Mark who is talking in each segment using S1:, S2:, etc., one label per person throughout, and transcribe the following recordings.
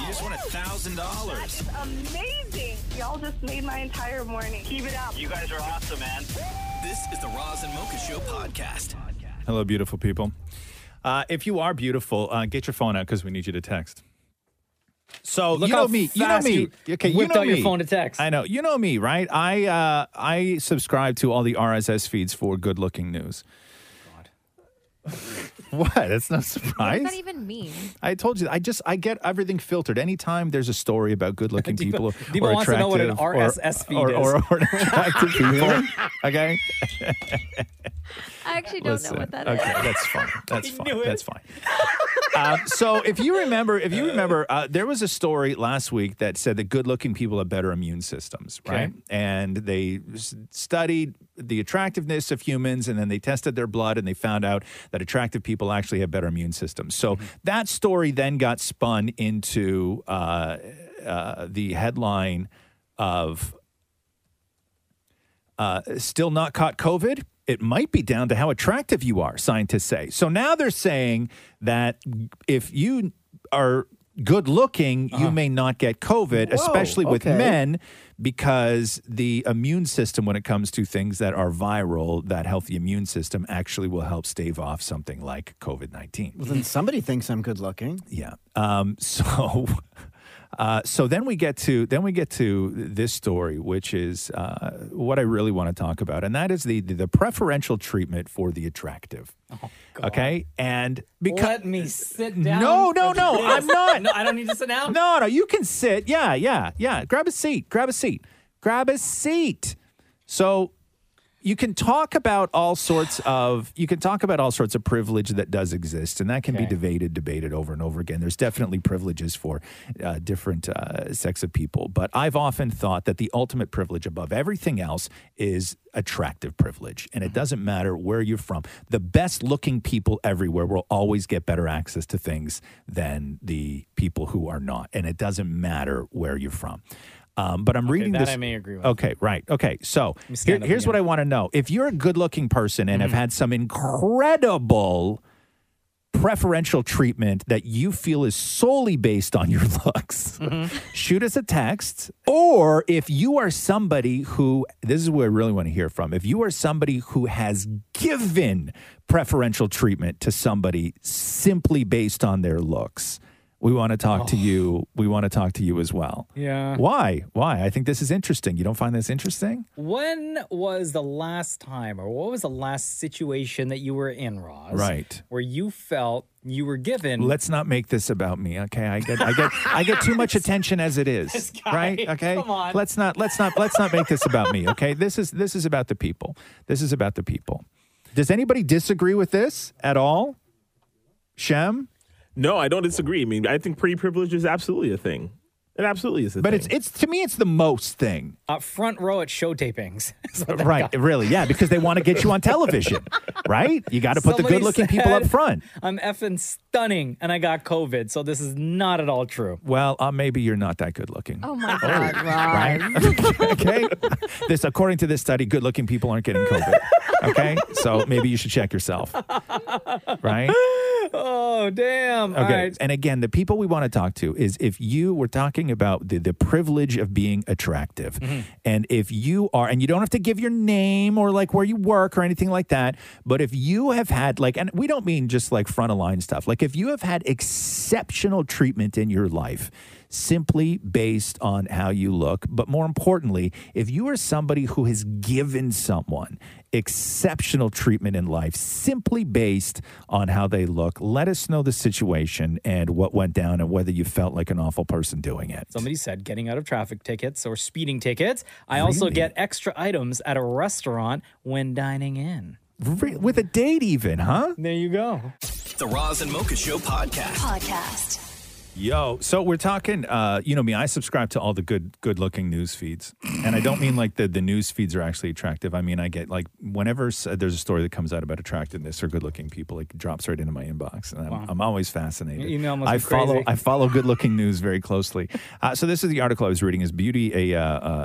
S1: You just won a thousand dollars.
S2: Amazing. Y'all just made my entire morning. Keep it up.
S3: You guys are awesome, man.
S4: This is the Roz and Mocha Show podcast.
S5: Hello, beautiful people. Uh, if you are beautiful, uh, get your phone out because we need you to text. So look
S1: You
S5: how
S1: know me, you know
S5: fast
S1: me.
S5: okay, you
S1: Whipped
S5: know
S1: out your
S5: me.
S1: phone to text.
S5: I know. You know me, right? I uh, I subscribe to all the RSS feeds for good-looking news. what? That's no
S6: What does
S5: surprise.
S6: that even mean?
S5: I told you. I just I get everything filtered. Anytime there's a story about good-looking people
S1: Deepa
S5: or
S1: wants to know what an
S5: attractive or-
S1: RSS feed
S5: or,
S1: is.
S5: or, or attractive people. Okay.
S6: I actually don't know what that is.
S5: okay, that's fine. That's fine.
S1: knew it.
S5: That's fine. um, so if you remember, if you remember, uh, there was a story last week that said that good-looking people have better immune systems, right? And they s- studied the attractiveness of humans, and then they tested their blood, and they found out that attractive people actually have better immune systems. So
S1: Mm-hmm.
S5: that story then got spun into uh, uh, the headline of uh, still not caught COVID, it might be down to how attractive you are, scientists say. So now they're saying that if you are good looking, you may not get COVID, especially with
S1: okay.
S5: men, because the immune system, when it comes to things that are viral, that healthy immune system actually will help stave off something like COVID 19.
S7: Well, then somebody thinks I'm good looking.
S5: Yeah. Um, so, uh, so then we get to then we get to this story, which is uh, what I really want to talk about, and that is the the preferential treatment for the attractive. okay, and because
S1: Let me sit down.
S5: no, no,
S1: for
S5: no,
S1: this.
S5: I'm not.
S1: No, I don't need to sit down.
S5: No, no, you can sit. Yeah, yeah, yeah. Grab a seat. Grab a seat. Grab a seat. So you can talk about all sorts of you can talk about all sorts of privilege that does exist, and that can be debated, debated over and over again. There's definitely privileges for uh, different uh, sects of people, but I've often thought that the ultimate privilege above everything else is attractive privilege, and
S1: Mm-hmm.
S5: it doesn't matter where you're from. The best looking people everywhere will always get better access to things than the people who are not, and it doesn't matter where you're from. Um, but I'm reading
S1: that
S5: this.
S1: I may agree with.
S5: Okay, right. Okay, so here-
S1: stand up
S5: here's
S1: again. Mm-hmm.
S5: what I want to know. If you're a good looking person and have had some incredible preferential treatment that you feel is solely based on your looks, shoot us a text. Or if you are somebody who, this is where I really want to hear from, if you are somebody who has given preferential treatment to somebody simply based on their looks. We want to talk to you. We want to talk to you as well.
S1: Yeah.
S5: Why? Why? I think this is interesting. You don't find this interesting?
S1: When was the last time, or what was the last situation that you were in, Roz?
S5: Right.
S1: Where you felt you were given.
S5: Let's not make this about me. Okay. I get I get I get too much attention as it is.
S1: guy,
S5: right? Okay.
S1: come on.
S5: Let's not let's not let's not make this about me. Okay. This is this is about the people. This is about the people. Does anybody disagree with this at all? Shem?
S8: No, I don't disagree. I mean, I think pretty privilege is absolutely a thing. It absolutely is a
S5: But
S8: thing.
S5: it's it's to me it's the most thing.
S1: uh, front row at show tapings. Is what that
S5: Right.
S1: got.
S5: Really. Yeah, because they want to get you on television. Right? You got to put the
S1: Somebody
S5: good-looking people up
S1: said-
S5: front.
S1: I'm effing stunning, and I got COVID, so this is not at all true.
S5: Well, uh, maybe you're not that good looking.
S6: Oh my God, Roz.
S5: okay. This, according to this study, good-looking people aren't getting COVID. Okay, so maybe you should check yourself, right?
S1: Oh damn! All
S5: Okay.
S1: right.
S5: And again, the people we want to talk to is if you were talking about the, the privilege of being attractive, and if you are, and you don't have to give your name or like where you work or anything like that, but if you have had like, and we don't mean just like front of line stuff, like if you have had exceptional treatment in your life, simply based on how you look, but more importantly, if you are somebody who has given someone exceptional treatment in life simply based on how they look. Let us know the situation and what went down and whether you felt like an awful person doing it.
S1: Somebody said getting out of traffic tickets or speeding tickets. I also
S5: Really?
S1: get extra items at a restaurant when dining in.
S5: Re- With a date, even, huh?
S1: There you go.
S4: The Roz and Mocha Show podcast.
S9: Podcast.
S5: Yo, so we're talking. Uh, you know me. I subscribe to all the good, good-looking news feeds, and I don't mean like the the news feeds are actually attractive. I mean I get like whenever s- there's a story that comes out about attractiveness or good-looking people, it drops right into my inbox, and I'm,
S1: Wow.
S5: I'm always fascinated.
S1: Your email must
S5: I
S1: be
S5: follow.
S1: crazy.
S5: I follow good-looking news very closely. Uh, so this is the article I was reading: "Is beauty a uh,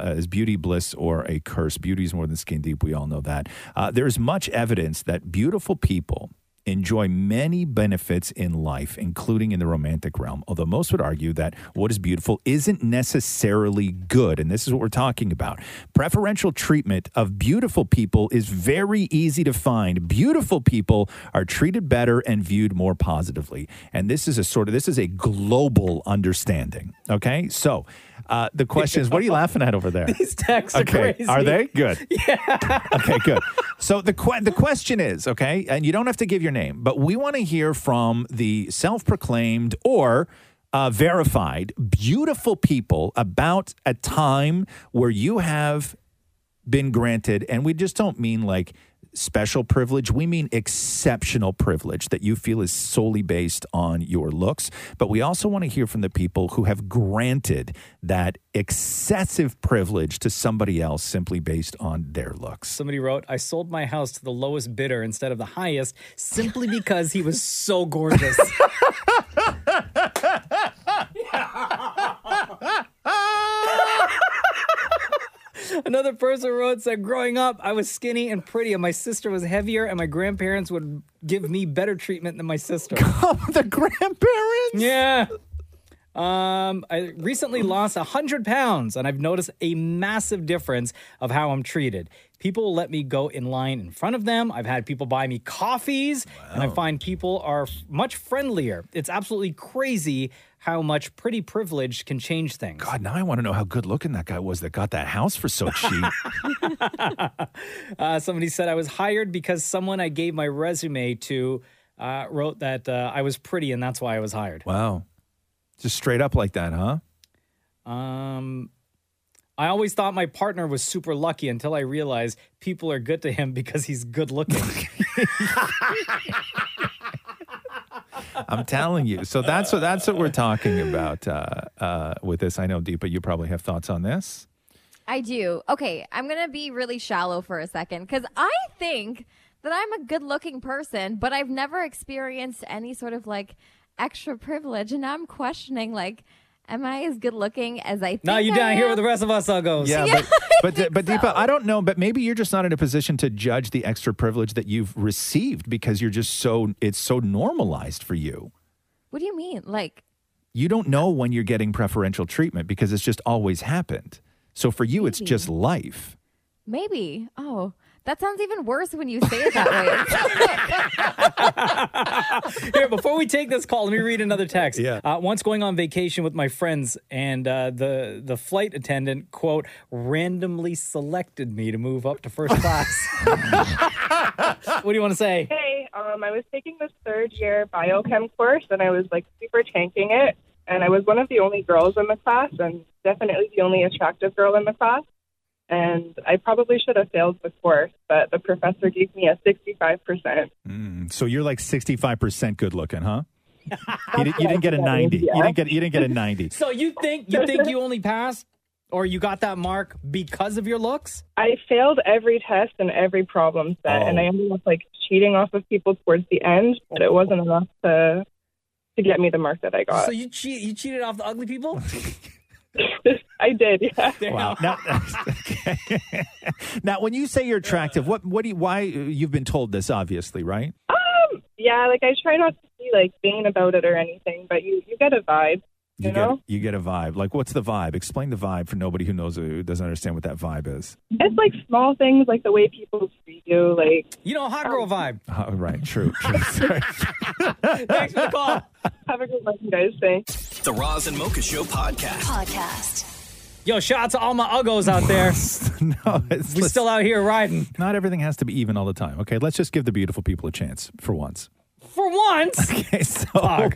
S5: uh, is beauty bliss or a curse? Beauty is more than skin deep. We all know that. Uh, there is much evidence that beautiful people." enjoy many benefits in life, including in the romantic realm. Although most would argue that what is beautiful isn't necessarily good. And this is what we're talking about. Preferential treatment of beautiful people is very easy to find. Beautiful people are treated better and viewed more positively. And this is a sort of this is a global understanding. Okay. So uh, the question is, what are you laughing at over there?
S1: These texts are
S5: okay.
S1: crazy.
S5: Are they? Good. okay, good. So the que- the question is, okay, and you don't have to give your name, but we want to hear from the self-proclaimed or uh, verified beautiful people about a time where you have been granted, and we just don't mean like special privilege. We mean exceptional privilege that you feel is solely based on your looks. But we also want to hear from the people who have granted that excessive privilege to somebody else simply based on their looks.
S1: Somebody wrote, I sold my house to the lowest bidder instead of the highest simply because he was so gorgeous. Another person wrote, said, Growing up, I was skinny and pretty, and my sister was heavier, and my grandparents would give me better treatment than my sister.
S5: the grandparents?
S1: Yeah. Um, I recently lost 100 pounds and I've noticed a massive difference of how I'm treated. People let me go in line in front of them. I've had people buy me coffees and I find people are f- much friendlier. It's absolutely crazy how much pretty privilege can change things.
S5: God, now I want to know how good looking that guy was that got that house for so cheap.
S1: Uh, somebody said I was hired because someone I gave my resume to uh, wrote that uh, I was pretty and that's why I was hired.
S5: wow. Just straight up like that, huh?
S1: Um, I always thought my partner was super lucky until I realized people are good to him because he's good looking.
S5: I'm telling you. So that's what that's what we're talking about uh, uh, with this. I know, Deepa, you probably have thoughts on this.
S3: I do. Okay, I'm going to be really shallow for a second because I think that I'm a good looking person, but I've never experienced any sort of like extra privilege. And I'm questioning, like, am I as good looking as I think?
S1: now you
S3: I
S1: down here
S3: am?
S1: with the rest of us uggos.
S5: Yeah, but but, but Deepa, I don't know. But maybe you're just not in a position to judge the extra privilege that you've received because you're just so it's so normalized for you.
S3: What do you mean? Like,
S5: You don't know when you're getting preferential treatment because it's just always happened. So for you, it's just life.
S3: maybe. Oh, that sounds even worse when you say it that way.
S1: Here, before we take this call, let me read another text.
S5: Yeah.
S1: Uh, once going on vacation with my friends, and uh, the the flight attendant quote randomly selected me to move up to first class. what do you want to say?
S10: Hey, um, I was taking this third year biochem course and I was like super tanking it. And I was one of the only girls in the class and definitely the only attractive girl in the class. And I probably should have failed the course, but the professor gave me a 65%.
S5: Mm, so you're like 65% good looking, huh? you, di- you
S10: what I
S5: didn't get a
S10: think that is,
S5: 90. You
S10: yeah.
S5: didn't get you didn't get a 90.
S1: So you think you think you only passed, or you got that mark because of your looks?
S10: I failed every test and every problem set,
S5: Oh.
S10: and I ended up like cheating off of people towards the end, but it wasn't enough to to get me the mark that I got.
S1: So you cheat you cheated off the ugly people?
S10: I did, yeah.
S5: Wow. Now, okay. now, when you say you're attractive, what what do you, why uh, you've been told this obviously, right?
S10: Um, yeah, like I try not to be like vain about it or anything, but you you get a vibe, you,
S5: You
S10: know.
S5: get you get a vibe. Like what's the vibe? Explain the vibe for nobody who knows who doesn't understand what that vibe is.
S10: It's like small things, like the way people treat you, like
S1: You know, hot girl vibe.
S5: Oh, right, true. true. Sorry.
S1: Thanks for the call.
S10: have a good one, you guys. Say.
S4: The Roz and Mocha Show podcast.
S11: Podcast.
S1: Yo, shout out to all my uggos out there.
S5: no, it's
S1: We still out here riding.
S5: not everything has to be even all the time. Okay, let's just give the beautiful people a chance for once.
S1: For once.
S5: Okay, so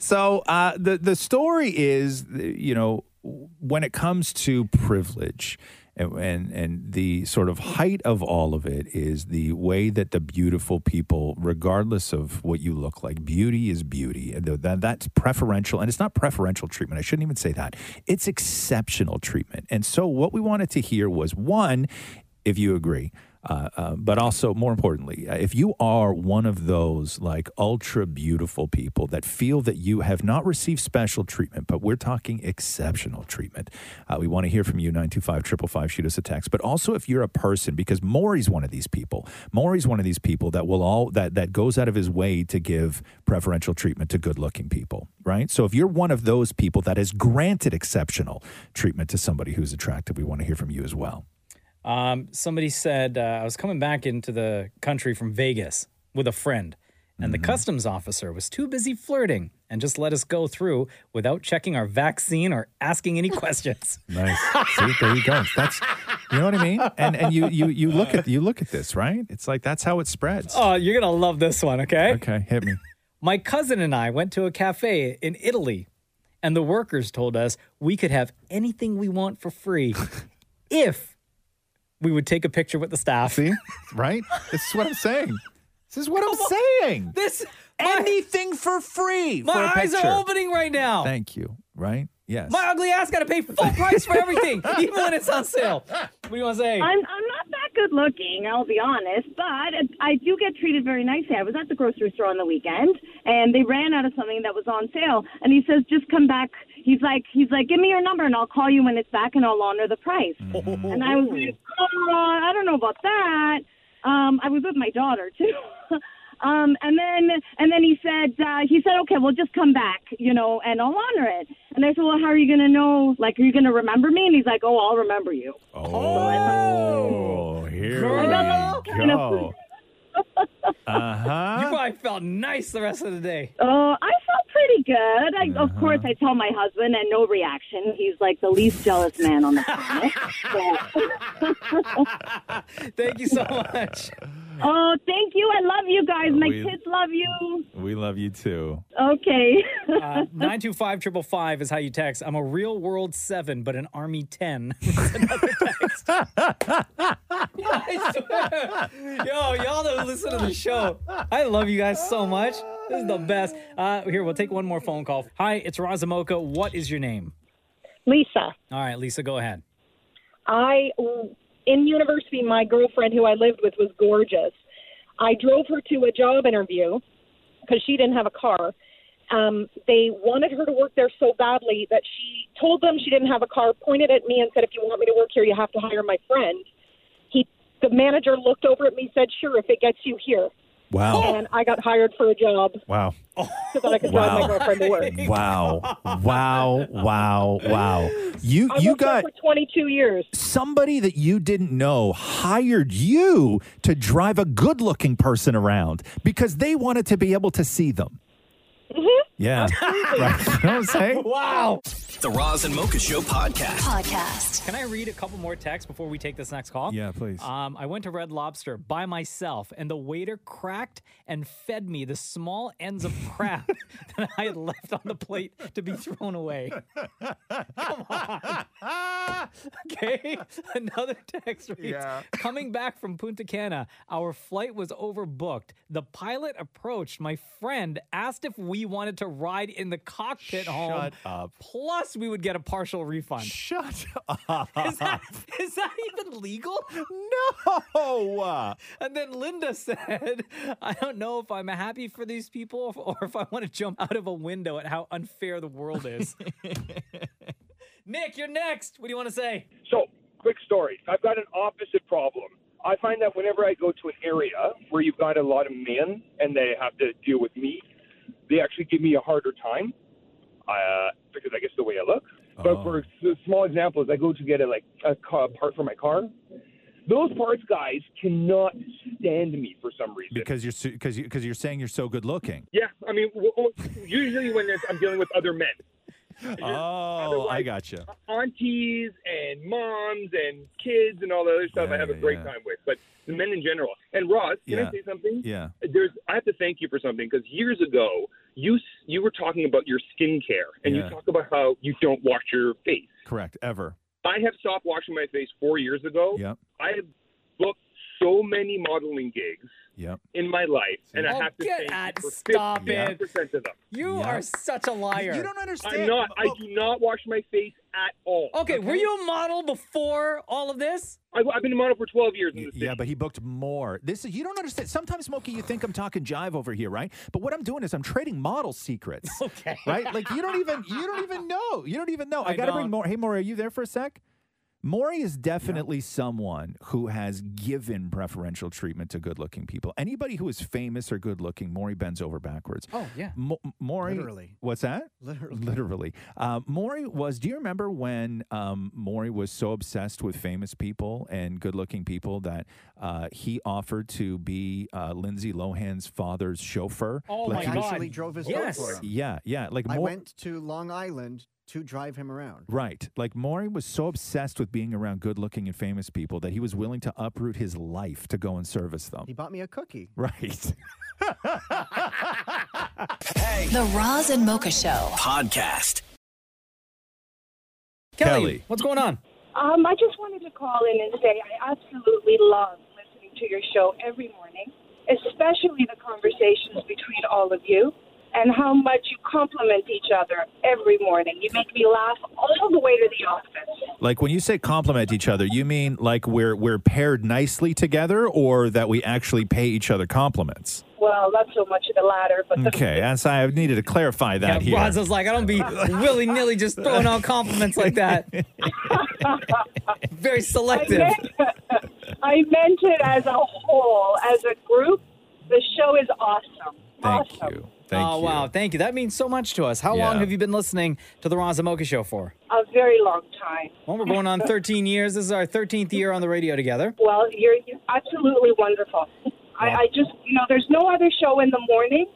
S5: so uh, the the story is, you know, when it comes to privilege And, and and the sort of height of all of it is the way that the beautiful people, regardless of what you look like, beauty is beauty. And tho- that that's preferential, and it's not preferential treatment. I shouldn't even say that. It's exceptional treatment. And so what we wanted to hear was one, if you agree. Uh, uh, but also, more importantly, uh, if you are one of those like ultra beautiful people that feel that you have not received special treatment, but we're talking exceptional treatment, uh, we want to hear from you 925 555. Shoot us a text. But also, if you're a person, because Maury's one of these people, Maury's one of these people that will all that that goes out of his way to give preferential treatment to good looking people, right? So if you're one of those people that has granted exceptional treatment to somebody who's attractive, we want to hear from you as well.
S1: Um, somebody said uh, I was coming back into the country from Vegas with a friend, and
S5: Mm.
S1: the customs officer was too busy flirting and just let us go through without checking our vaccine or asking any questions.
S5: Nice. See, there you go. That's you know what I mean. And and you you you look at you look at this, right? It's like that's how it spreads.
S1: Oh, you're gonna love this one, okay?
S5: Okay, hit me.
S1: My cousin and I went to a cafe in Italy, and the workers told us we could have anything we want for free if we would take a picture with the staff. See,
S5: right? This is what I'm saying. This is what I'm saying.
S1: This
S5: anything for free.
S1: My
S5: for a
S1: eyes
S5: picture.
S1: are opening right now.
S5: Thank you. Right? Yes.
S1: My ugly ass got to pay full price for everything, even when it's on sale. What do you want to say?
S12: I'm, I'm not that good looking, I'll be honest, but I do get treated very nicely. I was at the grocery store on the weekend, and they ran out of something that was on sale, and he says, "Just come back." He's like, he's like, "Give me your number, and I'll call you when it's back, and I'll honor the price." And I was like, "Oh, I don't know about that." Um, I was with my daughter too. um, and then, and then he said, uh, he said, "Okay, well, just come back, you know, and I'll honor it." And I said, "Well, how are you going to know? Like, are you going to remember me?" And he's like, "Oh, I'll remember you."
S5: Oh, here we go. Uh
S1: You
S5: huh.
S1: probably felt nice the rest of the day.
S12: Oh, I felt pretty good. I,
S5: Uh-huh.
S12: Of course, I tell my husband, and no reaction. He's like the least jealous man on the planet.
S1: Thank you so much.
S12: oh, thank you. I love you guys. My
S5: We-
S12: kids love you.
S5: We love you too.
S12: Okay.
S1: Uh, Nine two five triple five is how you text. I'm a real world seven, but an army ten. I swear. Yo, y'all that listen to the show, I love you guys so much. This is the best. Uh, here, we'll take one more phone call. Hi, it's Razamoka. What is your name?
S13: Lisa,
S1: All right, Lisa, go ahead.
S13: I in university, my girlfriend who I lived with was gorgeous. I drove her to a job interview because she didn't have a car. Um, they wanted her to work there so badly that she told them she didn't have a car, pointed at me, and said, "If you want me to work here, you have to hire my friend." He, the manager, looked over at me, said, "Sure, if it gets you here."
S5: Wow.
S13: And I got hired for a job
S5: Wow.
S13: so that I could drive
S5: Wow.
S13: my girlfriend to work.
S5: Wow. Wow. Wow. Wow. You
S13: I
S5: you
S13: worked there
S5: got
S13: for 22 years.
S5: somebody that you didn't know hired you to drive a good-looking person around because they wanted to be able to see them. Mm-hmm. Yeah. right. You know what I'm saying?
S1: Wow.
S4: The Roz and Mocha Show podcast.
S8: Podcast.
S1: Can I read a couple more texts before we take this next call?
S5: Yeah, please.
S1: Um, I went to Red Lobster by myself, and the waiter cracked and fed me the small ends of crab that I had left on the plate to be thrown away. Okay, another text reads Coming back from Punta Cana, our flight was overbooked. The pilot approached my friend, asked if we wanted to ride in the cockpit home.
S5: Shut up.
S1: Plus, we would get a partial refund.
S5: Shut up.
S1: Is that, is that even legal?
S5: No.
S1: And then Linda said, I don't know if I'm happy for these people or if I want to jump out of a window at how unfair the world is. Nick, you're next. What do you want to say?
S14: So, quick story. I've got an opposite problem. I find that whenever I go to an area where you've got a lot of men and they have to deal with me, they actually give me a harder time uh, because I guess the way I look. But for s- small examples, I go to get a like a car, part for my car. Those parts guys cannot stand me for some reason.
S5: Because you're so- because you because you're saying you're so good looking.
S14: Yeah, I mean, w- w- usually when there's- I'm dealing with other men,
S5: Oh, I got you.
S14: aunties and moms and kids and all the other stuff,
S5: Yeah,
S14: I have a
S5: yeah,
S14: great
S5: yeah.
S14: time with. But the men in general. And Ross, can
S5: Yeah.
S14: I say something?
S5: Yeah.
S14: There's, I have to thank you for something because years ago you s- you were talking about your skincare and
S5: Yeah.
S14: you talk about how you don't wash your face.
S5: Correct. Ever.
S14: I have stopped washing my face four years ago.
S5: Yep.
S14: I have booked so many modeling gigs
S5: Yep.
S14: in my life, and
S1: Oh,
S14: I have to
S1: get
S14: thank
S1: at-
S14: you for
S1: stop
S14: 50% of them.
S1: You are such a liar.
S14: You
S1: don't
S14: I'm not. I do not wash my face at all.
S1: Okay, were you a model before all of this?
S14: I, I've been a model for 12 years. In this
S5: Yeah, but he booked more. This is you don't understand. Sometimes, Smokey, you think I'm talking jive over here, right? But what I'm doing is I'm trading model secrets.
S1: Okay.
S5: Right? Like you don't even you don't even know. You don't even know. I,
S1: I
S5: gotta bring
S1: don't.
S5: more. Hey Maury, are you there for a sec? Maury is definitely someone who has given preferential treatment to good looking people. Anybody who is famous or good looking, Maury bends over backwards.
S7: Oh, yeah.
S5: Mo- Maury.
S7: Literally.
S5: What's that?
S7: Literally.
S5: Literally. Uh, Maury was, do you remember when um, Maury was so obsessed with famous people and good looking people that uh, he offered to be uh, Lindsay Lohan's father's chauffeur?
S7: Oh
S5: Like,
S7: my
S5: he was-
S7: Actually drove his yes. for him.
S5: Yeah, yeah. Like
S7: I
S5: Mau-
S7: went to Long Island to drive him around.
S5: Right. Like Maury was so obsessed with being around good looking and famous people that he was willing to uproot his life to go and service them.
S7: He bought me a cookie.
S5: Right.
S15: The Roz and Mocha Show.
S4: Podcast.
S1: Kelly, what's going on?
S16: Um, I just wanted to call in and say I absolutely love listening to your show every morning, especially the conversations between all of you and how much you compliment each other every morning. You make me laugh all the way to the office.
S5: Like when you say compliment each other, you mean like we're we're paired nicely together or that we actually pay each other compliments?
S16: Well, not so much of the latter, but the
S5: Okay, as I needed to clarify that
S1: yeah,
S5: here.
S1: Roz is like, I don't be willy nilly just throwing out compliments like that. Very selective.
S16: I meant it as a whole, as a group. The show is awesome. awesome.
S1: oh, wow. Thank you. That means so much to us. How long
S16: Yeah.
S1: have you been listening to The Roz and Mocha Show for?
S16: A very long time.
S1: Well, we're going on 13 years. This is our 13th year on the radio together.
S16: Well, you're, you're absolutely wonderful. I, I just, you know, there's no other show in the morning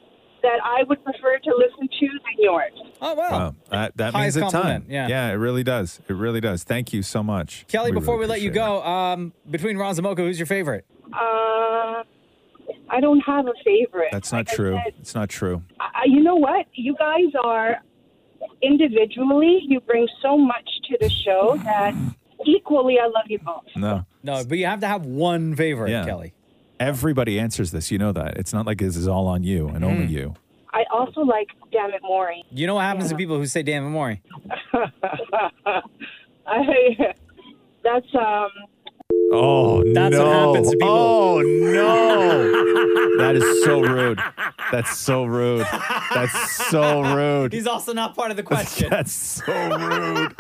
S16: that I would prefer to listen to than yours.
S1: Oh, wow.
S5: Wow, Uh, that, that means
S1: Highest
S5: a ton.
S1: compliment, yeah.
S5: it really does. It really does. Thank you so much.
S1: Kelly,
S5: really
S1: before we let you
S5: appreciate
S1: go, um, between Roz and Mocha, who's your favorite?
S16: Uh, I don't have a favorite.
S5: it. That's not
S16: Like I
S5: true.
S16: said,
S5: It's not true.
S16: I, you know what? You guys are individually, you bring so much to the show that equally I love you both.
S5: No.
S1: No, but you have to have one favorite, Kelly.
S5: Everybody answers this. You know that. It's not like this is all on you and only you.
S16: I also like Dammit Maury.
S1: Mm. You know what happens to people who say Dan and Maury?
S16: I, that's, um,
S5: Oh
S1: That's
S5: no!
S1: what happens to people.
S5: Oh no! that is so rude. That's so rude. That's so rude.
S1: He's also not part of the question.
S5: That's so rude.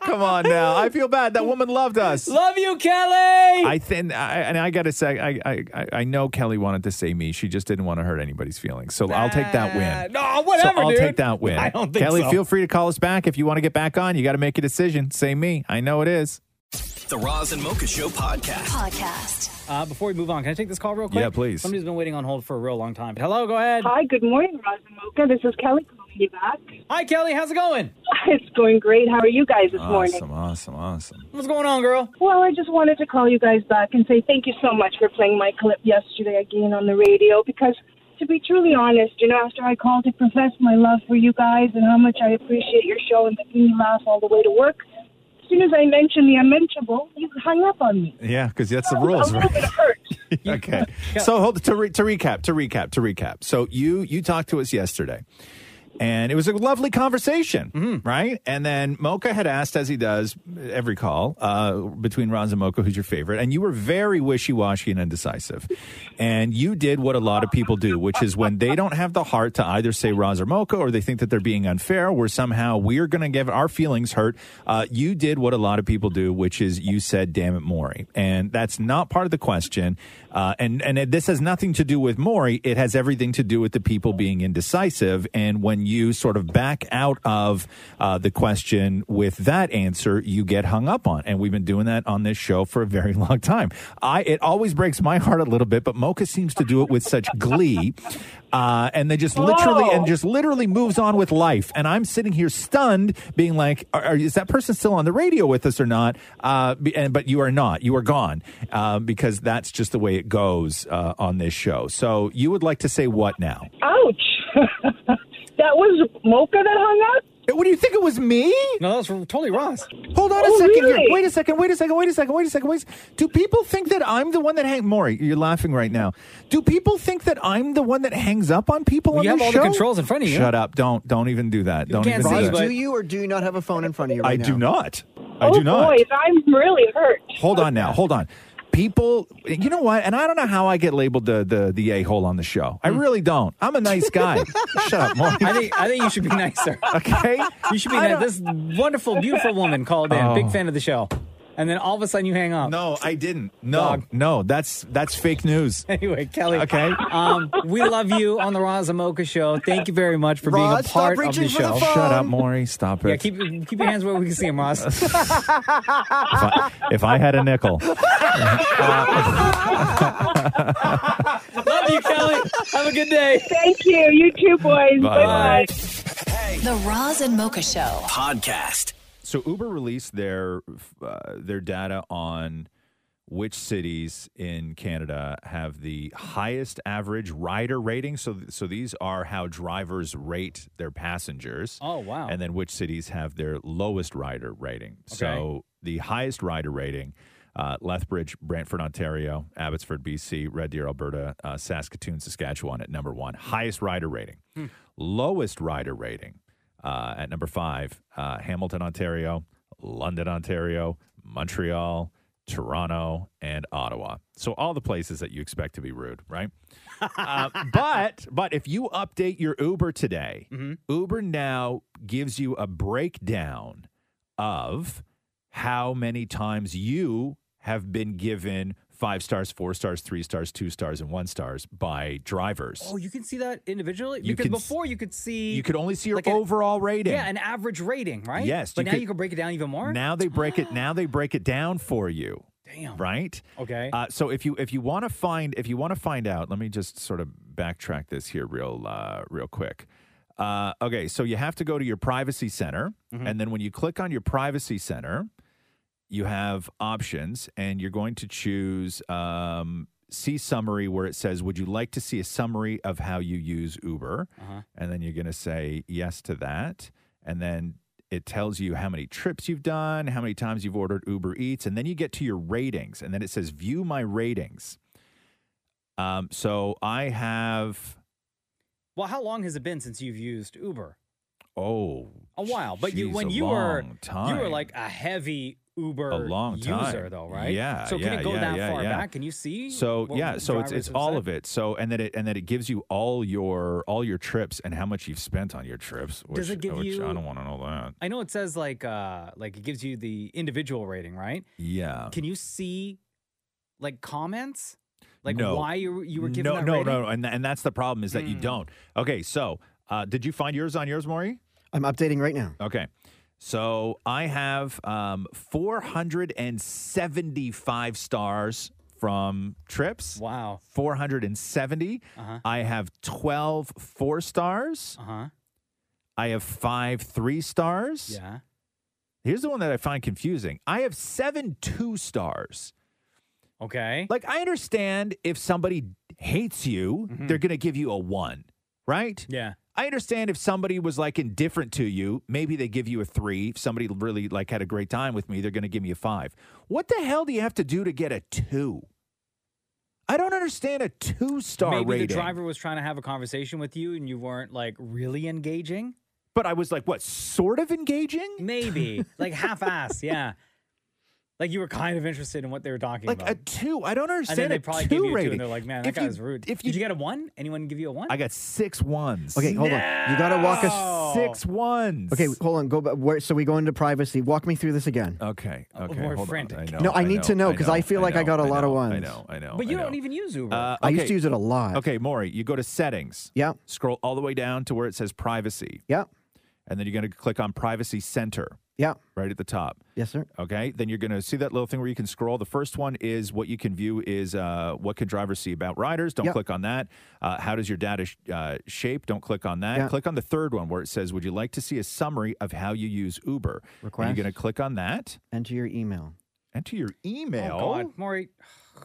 S5: Come on now. I feel bad. That woman loved us.
S1: Love you, Kelly.
S5: I think, I, and I gotta say, I, I, I- I know Kelly wanted to say me. She just didn't want to hurt anybody's feelings. So I'll take that win.
S1: No, whatever,
S5: So I'll
S1: dude.
S5: take that win.
S1: I don't think
S5: Kelly,
S1: so.
S5: feel free to call us back if you want to get back on. You got to make a decision. Say me. I know it is.
S4: The Roz and Mocha Show podcast.
S15: Podcast.
S1: Uh, before we move on, can I take this call real quick?
S5: Yeah, please.
S1: Somebody's been waiting on hold for a real long time. Hello, go ahead.
S16: Hi, good morning, Roz and Mocha. This is Kelly calling you back.
S1: Hi, Kelly. How's it going?
S16: It's going great. How are you guys this morning?
S5: awesome, awesome.
S1: What's going on, girl?
S16: Well, I just wanted to call you guys back and say thank you so much for playing my clip yesterday again on the radio because, to be truly honest, you know, after I called to profess my love for you guys and how much I appreciate your show and making me laugh all the way to work, as soon as I mentioned the unmentionable, you hung up on me.
S5: Yeah, because that's the rules, right? okay. So hold, to re- to recap, to recap, to recap. So you you talked to us yesterday, and it was a lovely conversation, right? And then Mocha had asked, as he does every call uh, between Ron's and Mocha, who's your favorite? And you were very wishy washy and indecisive, and you did what a lot of people do, which is when they don't have the heart to either say Roz or Mocha, or they think that they're being unfair, where somehow we're going to get our feelings hurt. Uh, you did what a lot of people do, which is you said, "Damn it, Maury," and that's not part of the question. Uh, and and it, this has nothing to do with Maury. It has everything to do with the people being indecisive. And when you sort of back out of uh, the question with that answer, you get hung up on. And we've been doing that on this show for a very long time. I it always breaks my heart a little bit, but Mocha seems to do it with such glee, uh, and they just literally and just literally moves on with life. And I'm sitting here stunned, being like, are, are- "Is that person still on the radio with us or not?" Uh, be- and but you are not. You are gone uh, because that's just the way it goes uh, on this show. So you would like to say what now?
S16: Ouch. that was Mocha that hung up?
S5: Uh, What do you think it was me?
S1: No, that was totally Ross.
S5: Hold on
S1: Oh,
S5: a second
S1: really?
S5: here. Wait a second. Wait a second. Wait a second. Wait a second. Wait. A second. Do people think that I'm the one that hang? Maury, you're laughing right now. Do people think that I'm the one that hangs up on people?
S1: Well,
S5: on
S1: you have
S5: this
S1: all the
S5: show?
S1: controls in front of you.
S5: Shut up! Don't don't even do that. don't
S7: Can't
S5: even
S7: see,
S5: do that.
S7: do you or do you not have a phone in front of you
S5: I
S7: right now? Oh,
S5: do not. I do not.
S16: Boys, Oh, I'm really hurt.
S5: Hold on now. Hold on. People, you know what? And I don't know how I get labeled the the, the a hole on the show. I really don't. I'm a nice guy. Shut up, Maury.
S1: Hmm. I think I think you should be nicer.
S5: Okay,
S1: you should be
S5: I
S1: nice. This wonderful, beautiful woman called in,
S5: Oh.
S1: big fan of the show, and then all of a sudden you hang up.
S5: No, I didn't. No, no, that's that's fake news.
S1: Anyway, Kelly.
S5: Okay.
S1: Um, we love you on the Roz and Mocha show. Thank you very much for being
S5: Roz,
S1: a
S5: stop
S1: part of
S5: reaching
S1: the
S5: for the
S1: show.
S5: phone. Shut up, Maury. Stop it.
S1: Yeah, keep keep your hands where we can see them, Roz.
S5: If I, if I had a nickel.
S1: Love you, Kelly. Have a good day.
S16: Thank you. You too, boys.
S5: Bye.
S15: The Roz and Mocha Show.
S4: Podcast.
S5: So Uber released their uh, their data on which cities in Canada have the highest average rider rating. So so these are how drivers rate their passengers.
S1: Oh, wow.
S5: And then which cities have their lowest rider rating. So
S1: Okay.
S5: the highest rider rating. Uh, Lethbridge, Brantford, Ontario, Abbotsford, BC, Red Deer, Alberta, uh, Saskatoon, Saskatchewan at number one. Highest rider rating. Lowest rider rating uh, at number five, uh, Hamilton, Ontario, London, Ontario, Montreal, Toronto, and Ottawa. So all the places that you expect to be rude, right? uh, but but if you update your Uber today, Uber now gives you a breakdown of how many times you have been given five stars, four stars, three stars, two stars, and one stars by drivers.
S1: Oh, you can see that individually
S5: You
S1: because
S5: can s-
S1: before you could see
S5: you could only see your
S1: an-
S5: overall rating.
S1: Yeah, an average rating, right?
S5: Yes,
S1: but
S5: you
S1: now
S5: could-
S1: you can break it down even more.
S5: Now they break it. Now they break it down for you.
S1: Damn.
S5: Right.
S1: Okay.
S5: Uh, so if you if you want to find if you want to find out, let me just sort of backtrack this here real uh, real quick. Uh, okay, so you have to go to your privacy center,
S1: Mm-hmm.
S5: and then when you click on your privacy center, you have options, and you're going to choose um, see summary where it says, "Would you like to see a summary of how you use Uber?"
S1: Uh-huh.
S5: and then you're going to say yes to that and then it tells you how many trips you've done how many times you've ordered uber eats and then you get to your ratings and then it says view my ratings um, so i have
S1: Well, how long has it been since you've used Uber?
S5: oh
S1: A while, but you
S5: Jeez,
S1: when
S5: a
S1: you were
S5: long
S1: you were
S5: time.
S1: like a heavy Uber
S5: a long time
S1: user though, right?
S5: Yeah.
S1: So can
S5: yeah,
S1: it go
S5: yeah,
S1: that
S5: yeah,
S1: far
S5: yeah.
S1: back? Can you see?
S5: So
S1: what
S5: yeah, so it's
S1: drivers
S5: it's
S1: have
S5: all
S1: said?
S5: of it. So and then it and then it gives you all your all your trips and how much you've spent on your trips. Which,
S1: Does it give
S5: which
S1: you-
S5: I don't want to know that.
S1: I know it says like uh like it gives you the individual rating, right?
S5: Yeah.
S1: Can you see like comments? Like
S5: No.
S1: why you you were given
S5: no,
S1: that
S5: no,
S1: rating? Mm.
S5: no, and and that's the problem is that you don't. Okay, so uh, did you find yours on yours, Maury?
S7: I'm updating right now.
S5: Okay, so I have um, 475 stars from trips.
S1: Wow,
S5: 470.
S1: Uh-huh.
S5: I have 12 four stars.
S1: Uh-huh.
S5: I have five three stars.
S1: Yeah.
S5: Here's the one that I find confusing. I have seven two stars.
S1: Okay.
S5: Like I understand if somebody hates you, they're going to give you a 1, right?
S1: Mm-hmm. Yeah.
S5: I understand if somebody was like indifferent to you, maybe they give you a 3. If somebody really like had a great time with me, they're going to give me a 5. What the hell do you have to do to get a 2? I don't understand a 2 star
S1: Maybe
S5: rating.
S1: the driver was trying to have a conversation with you and you weren't like really engaging.
S5: But I was like, what, sort of engaging?
S1: Maybe. Like half ass, yeah. Like you were kind of interested in what they were talking
S5: Like
S1: about.
S5: a 2. I don't
S1: and then
S5: understand
S1: they
S5: a
S1: probably
S5: 2
S1: give you a two
S5: rating.
S1: and they're like, man, that
S5: If
S1: guy
S5: you-
S1: was rude.
S5: If you,
S1: Did you get a one? Anyone give you a one?
S5: I got six ones.
S7: Okay, hold on. You gotta walk us
S5: six ones.
S7: Okay, hold on. Go back. Where, so we go into privacy. Walk me through this again.
S5: Okay. Okay.
S7: more
S5: hold
S7: frantic.
S5: On. I know,
S7: No, I need to know, 'cause I feel like I got a
S5: a
S7: lot of
S5: I
S7: ones.
S5: know. I know.
S1: But you
S5: I know.
S1: don't even use Uber.
S5: Uh,
S7: I used
S5: okay.
S7: to use it a lot.
S5: Okay, Maury, you go to settings.
S7: Yeah.
S5: Scroll all the way down to where it says privacy.
S7: Yeah.
S5: And then you're going to click on privacy center.
S7: Yeah.
S5: Right at the top.
S7: Yes, sir.
S5: Okay. Then you're going to see that little thing where you can scroll. The first one is what you can view is uh, what can drivers see about riders. Don't
S7: Yep.
S5: click on that. Uh, how does your data sh- uh, shape? Don't click on that.
S7: Yeah.
S5: Click on the third one where it says, Would you like to see a summary of how you use Uber? And
S7: Request.
S5: you're going to click on that.
S7: Enter your email.
S5: Enter your email.
S1: Oh, God. Maury.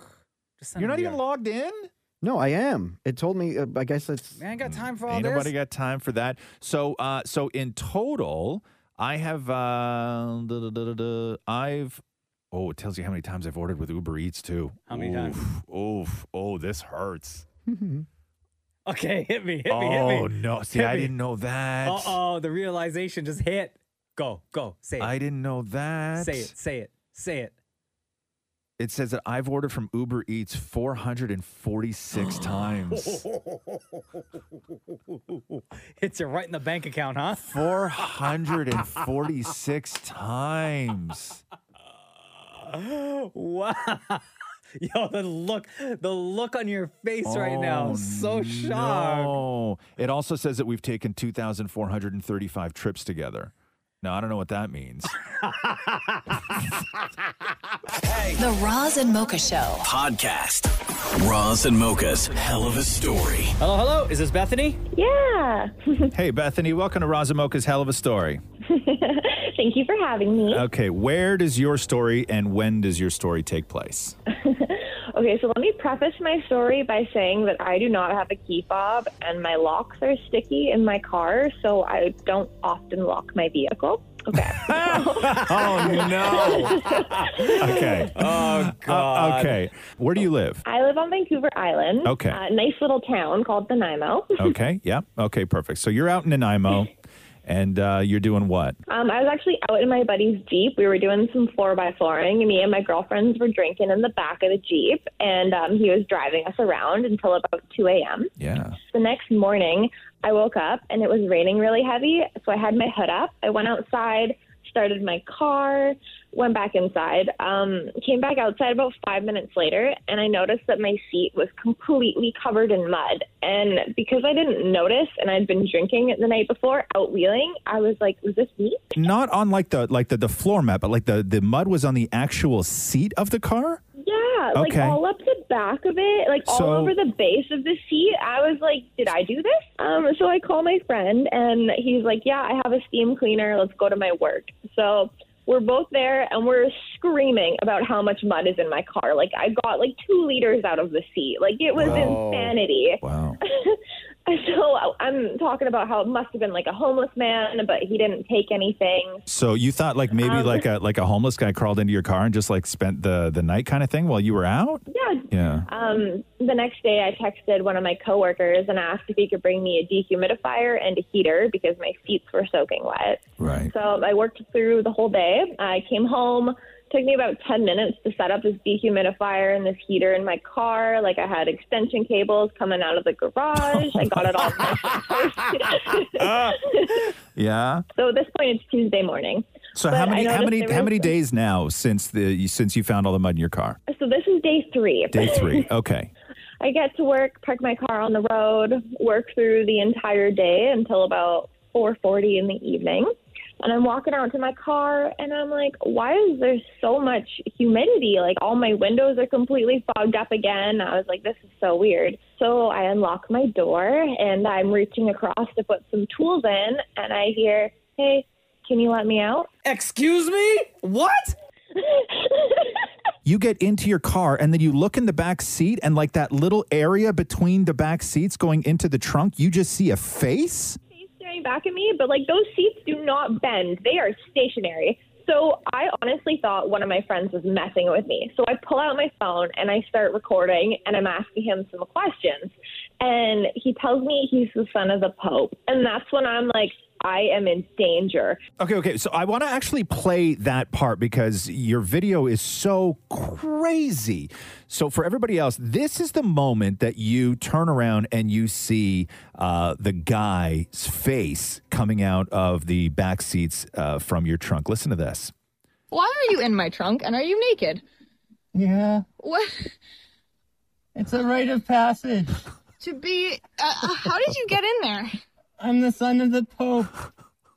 S1: Just send
S5: You're not
S1: him the
S5: even
S1: other-
S5: logged in?
S7: No, I am. It told me. Uh, I guess it's.
S1: Man, I ain't got time for all
S5: Ain't
S1: this.
S5: nobody got time for that. So, uh, so in total, I have, uh, duh, duh, duh, duh, duh, I've, oh, it tells you how many times I've ordered with Uber Eats too. How
S1: many
S5: times? Oof, oh, this hurts.
S1: Mm-hmm. okay, hit me, hit
S5: oh
S1: me, hit me.
S5: no! See,
S1: Hit
S5: I
S1: me.
S5: didn't know that.
S1: Uh oh, the realization just hit. Go, go, say it.
S5: I didn't know that.
S1: Say it, say it, say it.
S5: It says that I've ordered from Uber Eats 446 times.
S1: Hits you right in the bank account, huh?
S5: 446 times.
S1: Wow. Yo, the look, the look on your face right now.
S5: Oh,
S1: So shocked.
S5: No. It also says that we've taken 2,435 trips together. Now, I don't know what that means.
S15: The Roz and Mocha Show.
S4: Podcast. Roz and Mocha's Hell of a Story.
S1: Hello, hello. Is this Bethany?
S17: Yeah.
S5: hey, Bethany, welcome to Razamoka's Hell of a Story.
S17: Thank you for having me.
S5: Okay, where does your story and when does your story take place?
S17: Okay, so let me preface my story by saying that I do not have a key fob and my locks are sticky in my car, so I don't often lock my vehicle.
S5: oh, no. Okay.
S1: Oh,
S5: God. okay. Where do you live?
S17: I live on Vancouver Island.
S5: Okay.
S17: A nice little town called Nanaimo.
S5: Okay, yeah. Okay, perfect. So you're out in Nanaimo and uh, you're doing what?
S17: Um, I was actually out in my buddy's Jeep. We were doing some 4x4ing, and me and my girlfriends were drinking in the back of the Jeep, and um, he was driving us around until about 2 a.m.
S5: Yeah.
S17: The next morning, I woke up and it was raining really heavy, so I had my hood up. I went outside, started my car, went back inside, um, came back outside about five minutes later, and I noticed that my seat was completely covered in mud. And because I didn't notice and I'd been drinking the night before, out wheeling, I was like, was this me?
S5: Not on like the like the, the floor mat, but like the, the mud was on the actual seat of the car?
S17: Yeah, like
S5: Okay.
S17: all up the back of it, like all
S5: So-
S17: over the base of the seat. I was like, did I do this? Um, so I call my friend, and he's like, yeah, I have a steam cleaner. Let's go to my work. So we're both there, and we're screaming about how much mud is in my car. Like I got like two liters out of the seat. Like it was
S18: Wow.
S17: insanity.
S5: Wow.
S17: so I'm talking about how it must have been like a homeless man, but he didn't take anything.
S5: So you thought like maybe
S17: Um,
S5: like a like a homeless guy crawled into your car and just like spent the the night kind of thing while you were out?
S17: Yeah,
S5: Yeah.
S17: Um, the next day, I texted one of my coworkers and asked if he could bring me a dehumidifier and a heater because my seats were soaking wet.
S5: Right.
S17: So I worked through the whole day. I came home. Took me about 10 minutes to set up this dehumidifier and this heater in my car. Like, I had extension cables coming out of the garage. I got it all.
S5: Yeah.
S17: so at this point, it's Tuesday morning.
S5: So
S17: But
S5: how
S17: I
S5: many how
S17: noticed
S5: many
S17: there
S5: how
S17: was-
S5: many days now since the you- since you found all the mud in your car?
S17: So this is day three.
S5: Day 3. Okay.
S17: I get to work, park my car on the road, work through the entire day until about 4:40 in the evening. And I'm walking out to my car and I'm like, why is there so much humidity? Like all my windows are completely fogged up again. I was like, this is so weird. So I unlock my door and I'm reaching across to put some tools in and I hear, "Hey, can you let me out?"
S1: Excuse me? What?
S5: You get into your car and then you look in the back seat and like that little area between the back seats going into the trunk, you just see a face?
S17: staring back at me, but like those seats do not bend. They are stationary. So I honestly thought one of my friends was messing with me. So I pull out my phone and I start recording and I'm asking him some questions. And he tells me he's the son of the Pope. And that's when I'm like, I am in danger.
S5: Okay, okay. So I want to actually play that part because your video is so crazy. So for everybody else, this is the moment that you turn around and you see uh, the guy's face coming out of the back seats uh, from your trunk. Listen to this.
S18: Why are you in my trunk and are you naked?
S19: Yeah,
S18: What?
S19: it's a rite of passage.
S18: To be. Uh, uh, how did you get in there?
S19: I'm the son of the Pope.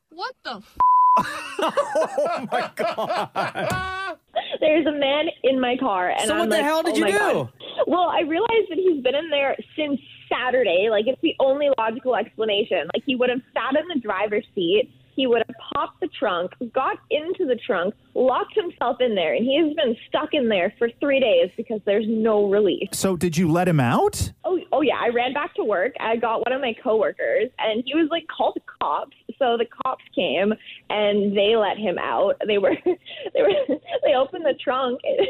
S18: What the f?
S5: oh my
S17: God. There's a man in my car. And
S18: So
S17: I'm
S18: what the
S17: like,
S18: hell did
S17: "Oh
S18: you
S17: my
S18: do?"
S17: God." Well, I realized that he's been in there since Saturday. Like, it's the only logical explanation. Like, he would have sat in the driver's seat. He would have popped the trunk, got into the trunk, locked himself in there, and he has been stuck in there for three days because there's no release.
S5: So did you let him out?
S17: Oh, oh yeah, I ran back to work. I got one of my coworkers, and he was like called the cops. So the cops came and they let him out. They were they were they opened the trunk, and,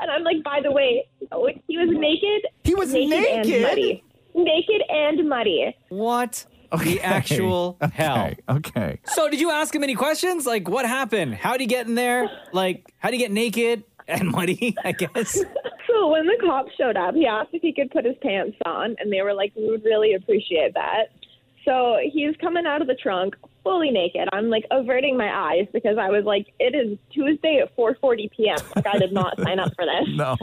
S17: and I'm like, by the way, oh, he was naked.
S20: He was
S17: and
S20: naked?
S17: muddy. Naked and muddy.
S1: What? The actual hell.
S5: Okay.
S1: So, did you ask him any questions? Like, what happened? How would he get in there? Like, how would he get naked and muddy? I guess.
S17: So when the cops showed up, he asked if he could put his pants on, and they were like, "We would really appreciate that." So he's coming out of the trunk fully naked. I'm like averting my eyes because I was like, "It is Tuesday at 4:40 p.m. Like I did not sign up for this."
S5: No.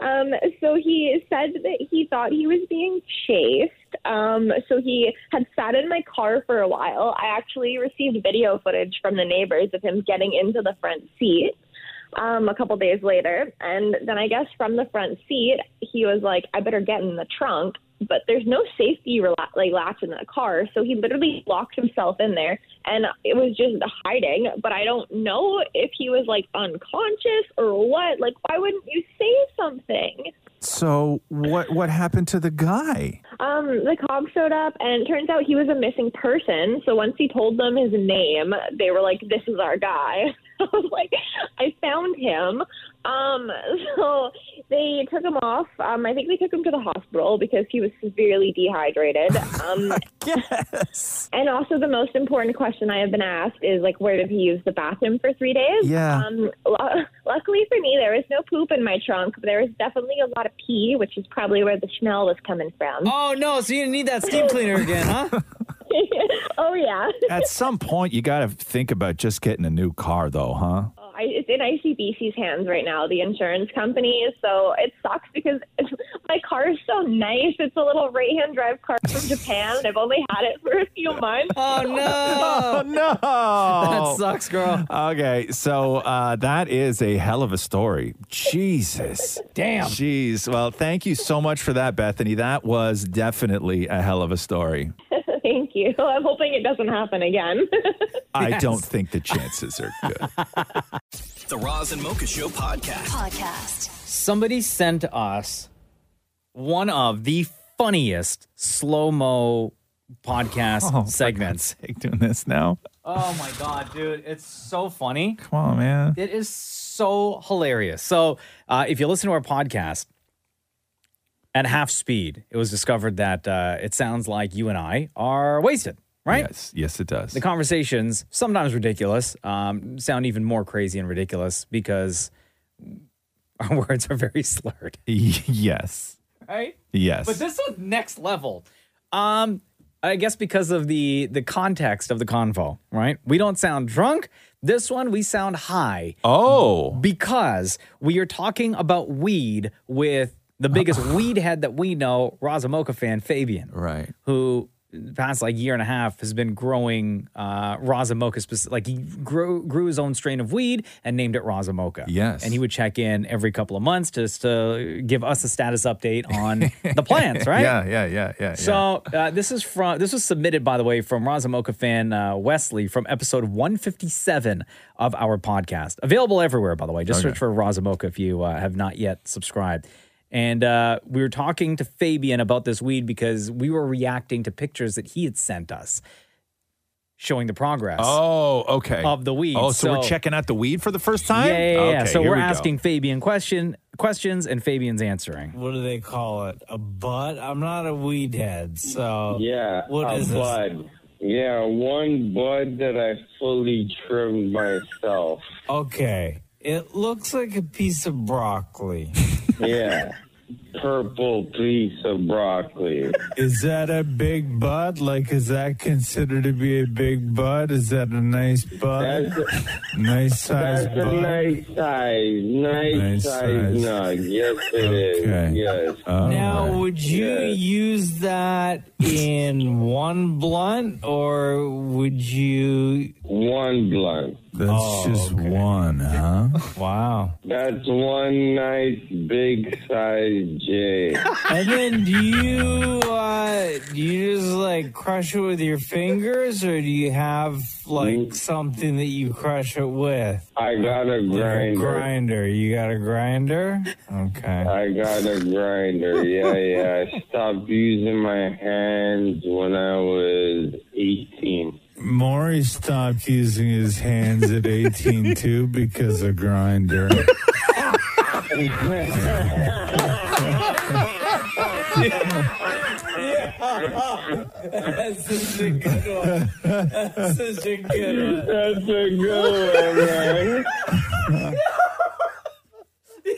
S17: Um, so he said that he thought he was being chased. Um, so he had sat in my car for a while. I actually received video footage from the neighbors of him getting into the front seat um, a couple days later. And then I guess from the front seat, he was like, I better get in the trunk. But there's no safety rela- like latch in the car, so he literally locked himself in there, and it was just hiding. But I don't know if he was like unconscious or what. Like, why wouldn't you say something?
S5: So what what happened to the guy?
S17: Um, the cop showed up, and it turns out he was a missing person. So once he told them his name, they were like, "This is our guy." I was like, "I found him." Um, so they took him off. Um, I think they took him to the hospital because he was severely dehydrated. Um,
S5: yes.
S17: And also, the most important question I have been asked is like, where did he use the bathroom for three days?
S5: Yeah.
S17: Um, lu- luckily for me, there was no poop in my trunk, but there was definitely a lot of pee, which is probably where the smell was coming from.
S1: Oh no! So you didn't need that steam cleaner again, huh?
S17: oh yeah.
S5: At some point, you got to think about just getting a new car, though, huh?
S17: I, it's in ICBC's hands right now, the insurance company. So it sucks because my car is so nice. It's a little right-hand drive car from Japan. and I've only had it for a few months.
S1: Oh
S5: Oh no!
S1: That sucks, girl.
S5: Oh. Okay, so uh, that is a hell of a story. Jesus,
S1: Damn.
S5: jeez. Well, thank you so much for that, Bethany. That was definitely a hell of a story.
S17: Thank you. I'm hoping it doesn't happen again.
S5: I don't think the chances are good.
S4: The Roz and Mocha Show podcast.
S15: Podcast.
S1: Somebody sent us one of the funniest slow mo podcast segments.
S5: Doing this now?
S1: Oh my god, dude, it's so funny.
S5: Come on, man.
S1: It is so hilarious. So, uh, if you listen to our podcast at half speed, it was discovered that uh, it sounds like you and I are wasted, right?
S5: Yes, yes, it does.
S1: The conversations, sometimes ridiculous, um, sound even more crazy and ridiculous because our words are very slurred,
S5: yes,
S1: right?
S5: yes.
S1: But this one's next level. Um, I guess because of the the context of the convo, right? We don't sound drunk. This one we sound high.
S5: Oh.
S1: Because we are talking about weed with the biggest weed head that we know, Razamoka fan Fabian.
S5: Right.
S1: Who the past like year and a half has been growing uh Razamoka specific like he grew grew his own strain of weed and named it Razamoka.
S5: Yes.
S1: And he would check in every couple of months just to give us a status update on the plants, right?
S5: Yeah, yeah, yeah, yeah.
S1: So uh, this is from this was submitted by the way from Razamoka fan uh, Wesley from episode 157 of our podcast. Available everywhere by the way. Just
S5: Okay.
S1: search for Razamoka if you uh, have not yet subscribed. And uh, we were talking to Fabian about this weed because we were reacting to pictures that he had sent us showing the progress.
S5: Oh, okay.
S1: Of the weed.
S5: Oh, so, we're
S1: So-
S5: checking out the weed for the first time.
S1: Yeah, yeah, yeah, yeah.
S5: Okay,
S1: so
S5: here
S1: we're
S5: we go.
S1: asking Fabian question questions and Fabian's answering.
S12: What do they call it? A bud? I'm not a weed head, so
S21: Yeah,
S12: What
S21: a
S12: is this?
S21: bud. Yeah, one bud that I fully trimmed myself.
S12: Okay, it looks like a piece of broccoli.
S21: Yeah, purple piece of broccoli.
S12: Is that a big bud? Like, is that considered to be a big bud? Is that a nice bud? nice size
S21: That's a
S12: bud.
S21: nice size, nice,
S12: Nice
S21: size,
S12: size.
S21: nug. Yes, it is. Yes.
S5: Oh
S12: now, would you
S21: Yes.
S12: use that in one blunt or would you
S21: one blunt?
S12: That's just one, huh?
S1: Oh, Wow.
S21: That's one nice big size J.
S1: And then do you uh, do you just like crush it with your fingers, or do you have like something that you crush it with?
S21: Mm. I got a grinder.
S1: grinder. You got a grinder? Okay.
S21: I got a grinder. Yeah, yeah. I stopped using my hands when I was 18.
S12: Maury stopped using his hands at 18 too because of grinder.
S1: That's such a good one. That's such a good one.
S21: That's a good
S1: one, man.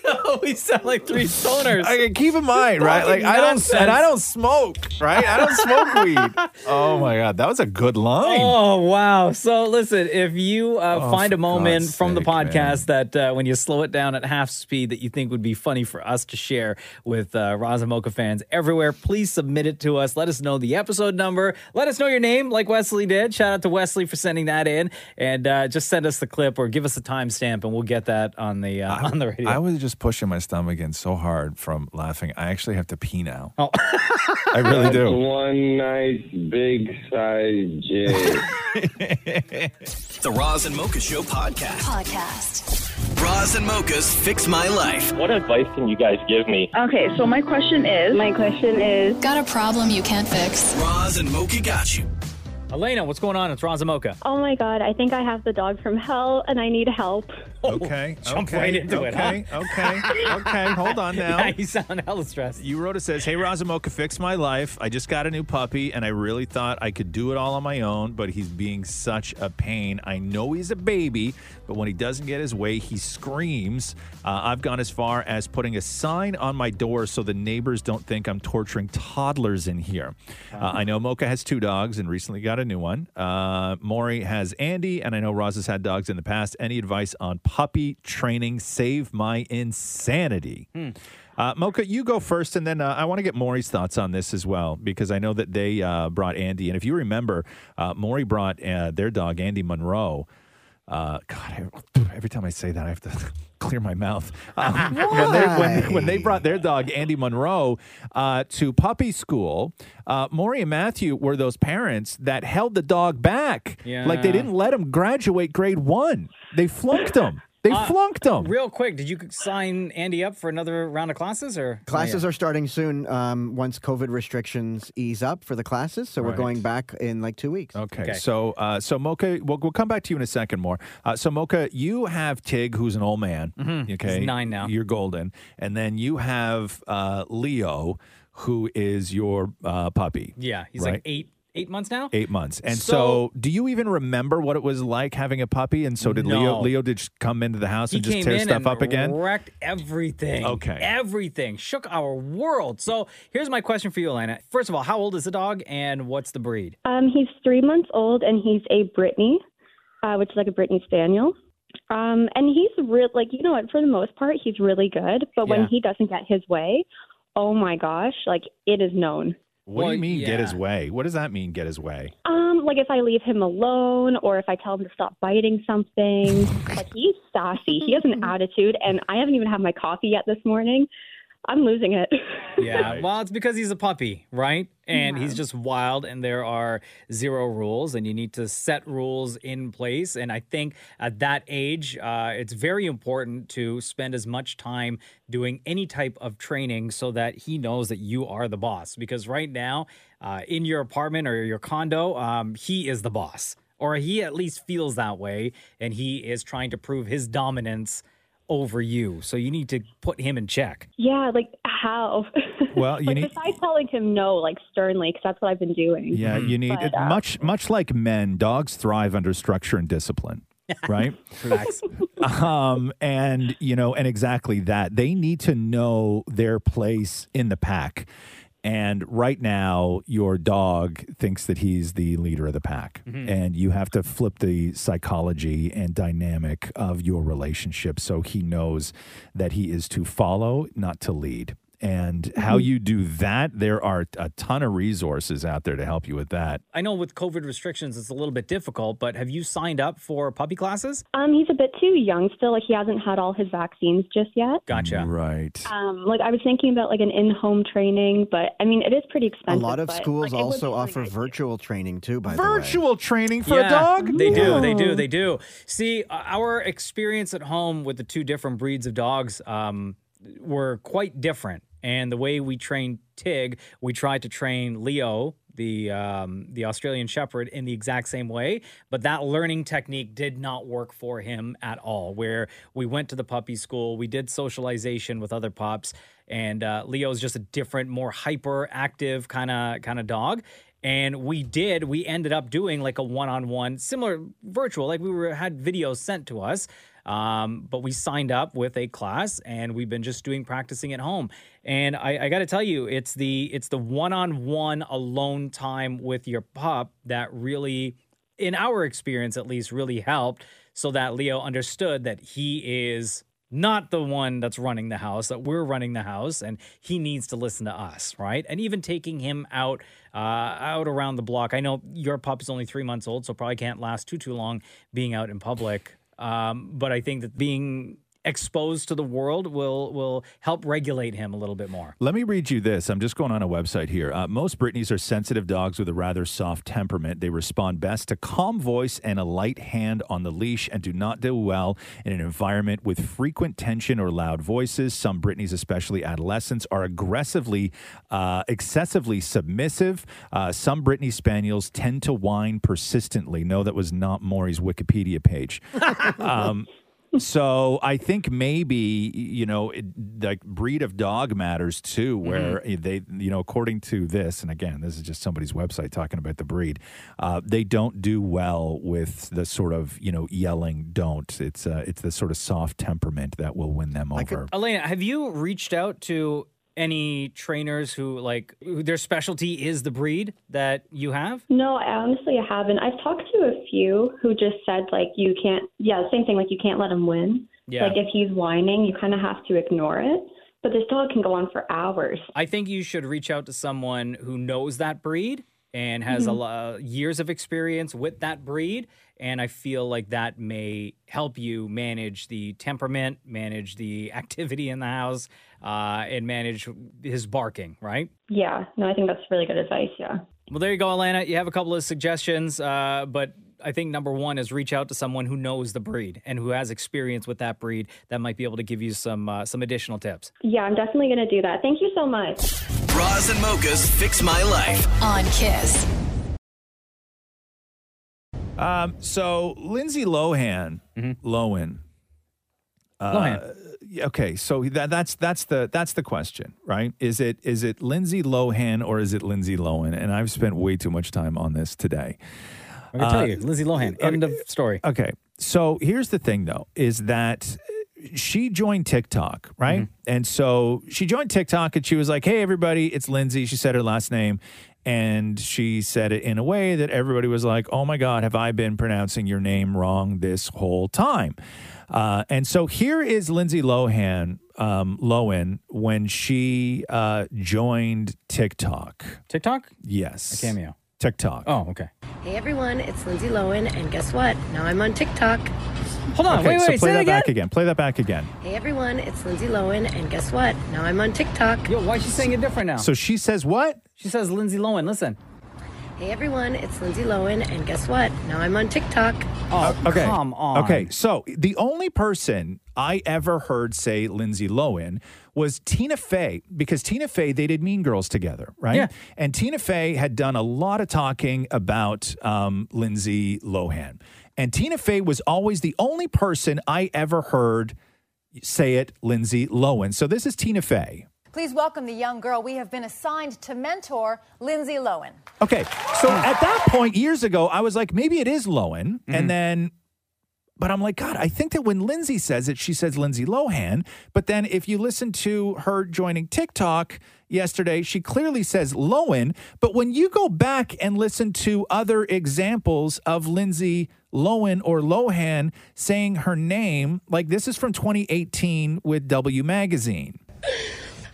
S1: Yo, we sound like three stoners.
S5: I can keep in mind, right? Like I don't, and I don't smoke, right? I don't smoke weed. Oh my god, that was a good line.
S1: Oh wow! So listen, if you uh,
S5: Oh,
S1: find a
S5: for
S1: moment
S5: God's
S1: from the
S5: sake, man.
S1: podcast that uh, when you slow it down at half speed that you think would be funny for us to share with uh, Razamoka fans everywhere, please submit it to us. Let us know the episode number. Let us know your name, like Wesley did. Shout out to Wesley for sending that in, and uh, just send us the clip or give us a timestamp, and we'll get that on the uh, on the radio.
S5: I was just pushing my stomach in so hard from laughing. I actually have to pee now.
S1: Oh.
S5: I really
S21: That's
S5: do.
S21: one nice big size J.
S4: The Roz and Mocha Show podcast.
S15: Podcast.
S4: Roz and Mocha's Fix My Life.
S20: What advice can you guys give me?
S15: Okay, so my question is. My question is. Got a problem you can't fix?
S4: Roz and Mocha got you.
S1: Elena, what's going on? It's Razamoka.
S22: Oh my god, I think I have the dog from hell and I need help.
S5: Okay.
S1: Jump
S5: okay,
S1: right into it, huh?
S5: okay, Okay. Okay. Hold on now.
S1: Yeah, you sound hella stressed.
S5: You wrote it says, Hey, Razamoka, fix my life. I just got a new puppy and I really thought I could do it all on my own, but he's being such a pain. I know he's a baby, but when he doesn't get his way, he screams. Uh, I've gone as far as putting a sign on my door so the neighbors don't think I'm torturing toddlers in here. Uh, I know Mocha has two dogs and recently got a new one. Uh, Maury has Andy, and I know Roz has had dogs in the past. Any advice on puppy training? Save my insanity. Uh, Mocha, you go first, and then uh, I want to get Maury's thoughts on this as well because I know that they uh, brought Andy, and if you remember, uh, Maury brought uh, their dog Andy Monroe. Uh, God, I- every time I say that, I have to clear my mouth. Um, when, they, when, when they brought their dog Andy Monroe uh, to puppy school, uh, Maury and Matthew were those parents that held the dog back, like they
S1: Yeah.
S5: didn't let him graduate grade one. They flunked him. They
S1: Uh,
S5: flunked him.
S1: Real quick, did you sign Andy up for another round of classes or Oh,
S7: Classes are starting soon um, once COVID restrictions ease up for the classes. So we're
S5: Right.
S7: going back in like two weeks.
S5: Okay. So, uh, so Mocha, we'll, we'll come back to you in a second more. Uh, so, Mocha, you have Tig, who's an old man.
S1: Mhm.
S5: Okay.
S1: He's nine now.
S5: You're golden. And then you have uh, Leo, who is your uh, puppy.
S1: Yeah, he's
S5: right?
S1: like eight eight months now.
S5: Eight months. And so,
S1: So-
S5: do you even remember what it was like having a puppy? And so, did Leo,
S1: No.
S5: Leo did sh- come into the house
S1: He
S5: and just
S1: came
S5: tear
S1: in
S5: stuff
S1: and
S5: up again?
S1: Wrecked everything.
S5: Okay.
S1: Everything shook our world. So here's my question for you, Elena. First of all, how old is the dog and what's the breed?
S22: Um, he's three months old and he's a Brittany, uh, which is like a Brittany Spaniel. Um, and he's real, like, you know what, for the most part, he's really good. But when
S5: Yeah.
S22: he doesn't get his way, oh my gosh, like, it is known.
S5: What do
S22: Well,
S5: you mean, get his
S22: yeah.
S5: way? What does that mean, get his way?
S22: Um, like if I leave him alone or if I tell him to stop biting something. like he's sassy. He has an attitude and I haven't even had my coffee yet this morning. I'm losing it.
S1: Yeah. well, it's because he's a puppy, right? And he's just wild, and there are zero rules, and you need to set rules in place. And I think at that age, uh, it's very important to spend as much time doing any type of training so that he knows that you are the boss. Because right now, uh, in your apartment or your condo, um, he is the boss, or he at least feels that way, and he is trying to prove his dominance over you. So you need to put him in check.
S22: Yeah, like how?
S5: Well, you
S22: like
S5: need-
S22: besides telling him no, like sternly, because that's what I've been doing.
S5: Yeah,
S1: Mm-hmm.
S7: Mm-hmm.
S5: you need
S22: But,
S5: it,
S22: uh,
S5: much much like men, dogs thrive under structure and discipline. Right?
S1: Facts.
S5: um, and you know, and exactly that. They need to know their place in the pack. And right now, your dog thinks that he's the leader of the pack, and you have to flip the psychology and dynamic of your relationship so he knows that he is to follow, not to lead. And how you do that, there are a ton of resources out there to help you with that.
S1: I know with COVID restrictions, it's a little bit difficult, but have you signed up for puppy classes?
S22: Um, he's a bit too young still. Like he hasn't had all his vaccines just yet.
S1: Gotcha.
S5: Right.
S22: Um, like I was thinking about like an in-home training, but I mean it is pretty
S7: A
S22: expensive.
S7: lot of
S22: but,
S7: schools
S22: like, it would
S7: also
S22: be-
S7: offer virtual training too. By
S5: virtual training for
S1: Yeah,
S5: a dog.
S1: They do, they do, they do. See, uh, our experience at home with the two different breeds of dogs um, were quite different, and the way we trained Tig, we tried to train Leo. The um, the Australian Shepherd in the exact same way, but that learning technique did not work for him at all. Where we went to the puppy school, we did socialization with other pups, and uh, Leo's just a different, more hyperactive kind of kind of dog and we did we ended up doing like a one-on-one similar virtual like we were had videos sent to us um, but we signed up with a class and we've been just doing practicing at home and i, I got to tell you it's the it's the one-on-one alone time with your pup that really in our experience at least really helped so that leo understood that he is not the one that's running the house, that we're running the house, and he needs to listen to us, right? And even taking him out, uh, out around the block. I know your pup is only three months old, so probably can't last too too long being out in public. Um, but I think that being exposed to the world will will help regulate him a little bit more.
S5: Let me read you this. I'm just going on a website here. Uh, most Britneys are sensitive dogs with a rather soft temperament. They respond best to calm voice and a light hand on the leash and do not do well in an environment with frequent tension or loud voices. Some Britneys, especially adolescents, are aggressively, uh, excessively submissive. Uh, some Britney Spaniels tend to whine persistently. No, that was not Maury's Wikipedia page. um, so I think maybe you know it, like breed of dog matters too, where they you know according to this, and again this is just somebody's website talking about the breed, uh, they don't do well with the sort of you know yelling. Don't it's uh, it's the sort of soft temperament that will win them over.
S1: Elena, have you reached out to any trainers who like who their specialty is the breed that you have?
S22: No, I honestly haven't. I've talked to a few who just said like you can't. Yeah, same thing. Like you can't let him win.
S1: Yeah.
S22: Like if he's whining, you kind of have to ignore it. But this dog can go on for hours.
S1: I think you should reach out to someone who knows that breed and has a
S22: Mhm.
S1: lo- years of experience with that breed. And I feel like that may help you manage the temperament, manage the activity in the house, uh, and manage his barking. Right.
S22: Yeah. No, I think that's really good advice. Yeah.
S1: Well, there you go, Alana. You have a couple of suggestions, uh, but I think number one is reach out to someone who knows the breed and who has experience with that breed that might be able to give you some uh, some additional tips.
S22: Yeah, I'm definitely gonna do that. Thank you so much.
S4: Bras and mochas fix my life.
S15: On Kiss.
S5: Um, so Lindsay Lohan,
S1: Mm-hmm.
S5: Lohan. Uh, Lohan. Okay, so that, that's that's the that's the question, right? Is it is it Lindsay Lohan or is it Lindsay Lohan? And I've spent way too much time on this today. Uh,
S1: I can tell you, Lindsay Lohan. End of story.
S5: Okay, so here's the thing though, is that she joined TikTok, right?
S1: Mm-hmm.
S5: And so she joined TikTok and she was like, "Hey everybody, it's Lindsay." She said her last name and she said it in a way that everybody was like, "Oh my god, have I been pronouncing your name wrong this whole time?" Uh, and so here is Lindsay Lohan, um, Lohan, when she uh, joined TikTok.
S1: TikTok?
S5: Yes.
S1: A cameo.
S5: TikTok.
S1: Oh, okay.
S23: Hey everyone, it's Lindsay Lohan, and guess what? Now I'm on TikTok. Hold
S5: okay, so play that back again. Play that back again.
S23: Hey everyone, it's Lindsay Lohan, and guess what? Now I'm on TikTok.
S1: Yo, why is she saying it different now?
S5: So she says what?
S1: She says Lindsay Lohan. Listen.
S23: Hey everyone, it's Lindsay Lohan, and guess what? Now I'm on TikTok.
S5: Oh, okay.
S1: come on.
S5: Okay, so the only person I ever heard say Lindsay Lohan was Tina Fey because Tina Fey they did Mean Girls together, right?
S24: Yeah.
S5: And Tina Fey had done a lot of talking about um, Lindsay Lohan, and Tina Fey was always the only person I ever heard say it Lindsay Lohan. So this is Tina Fey.
S25: Please welcome the young girl we have been assigned to mentor, Lindsay Lohan.
S5: Okay. So at that point, years ago, I was like, maybe it is Lohan. And then, but I'm like, God, I think that when Lindsay says it, she says Lindsay Lohan. But then if you listen to her joining TikTok yesterday, she clearly says Lohan. But when you go back and listen to other examples of Lindsay Lohan or Lohan saying her name, like this is from 2018 with W Magazine.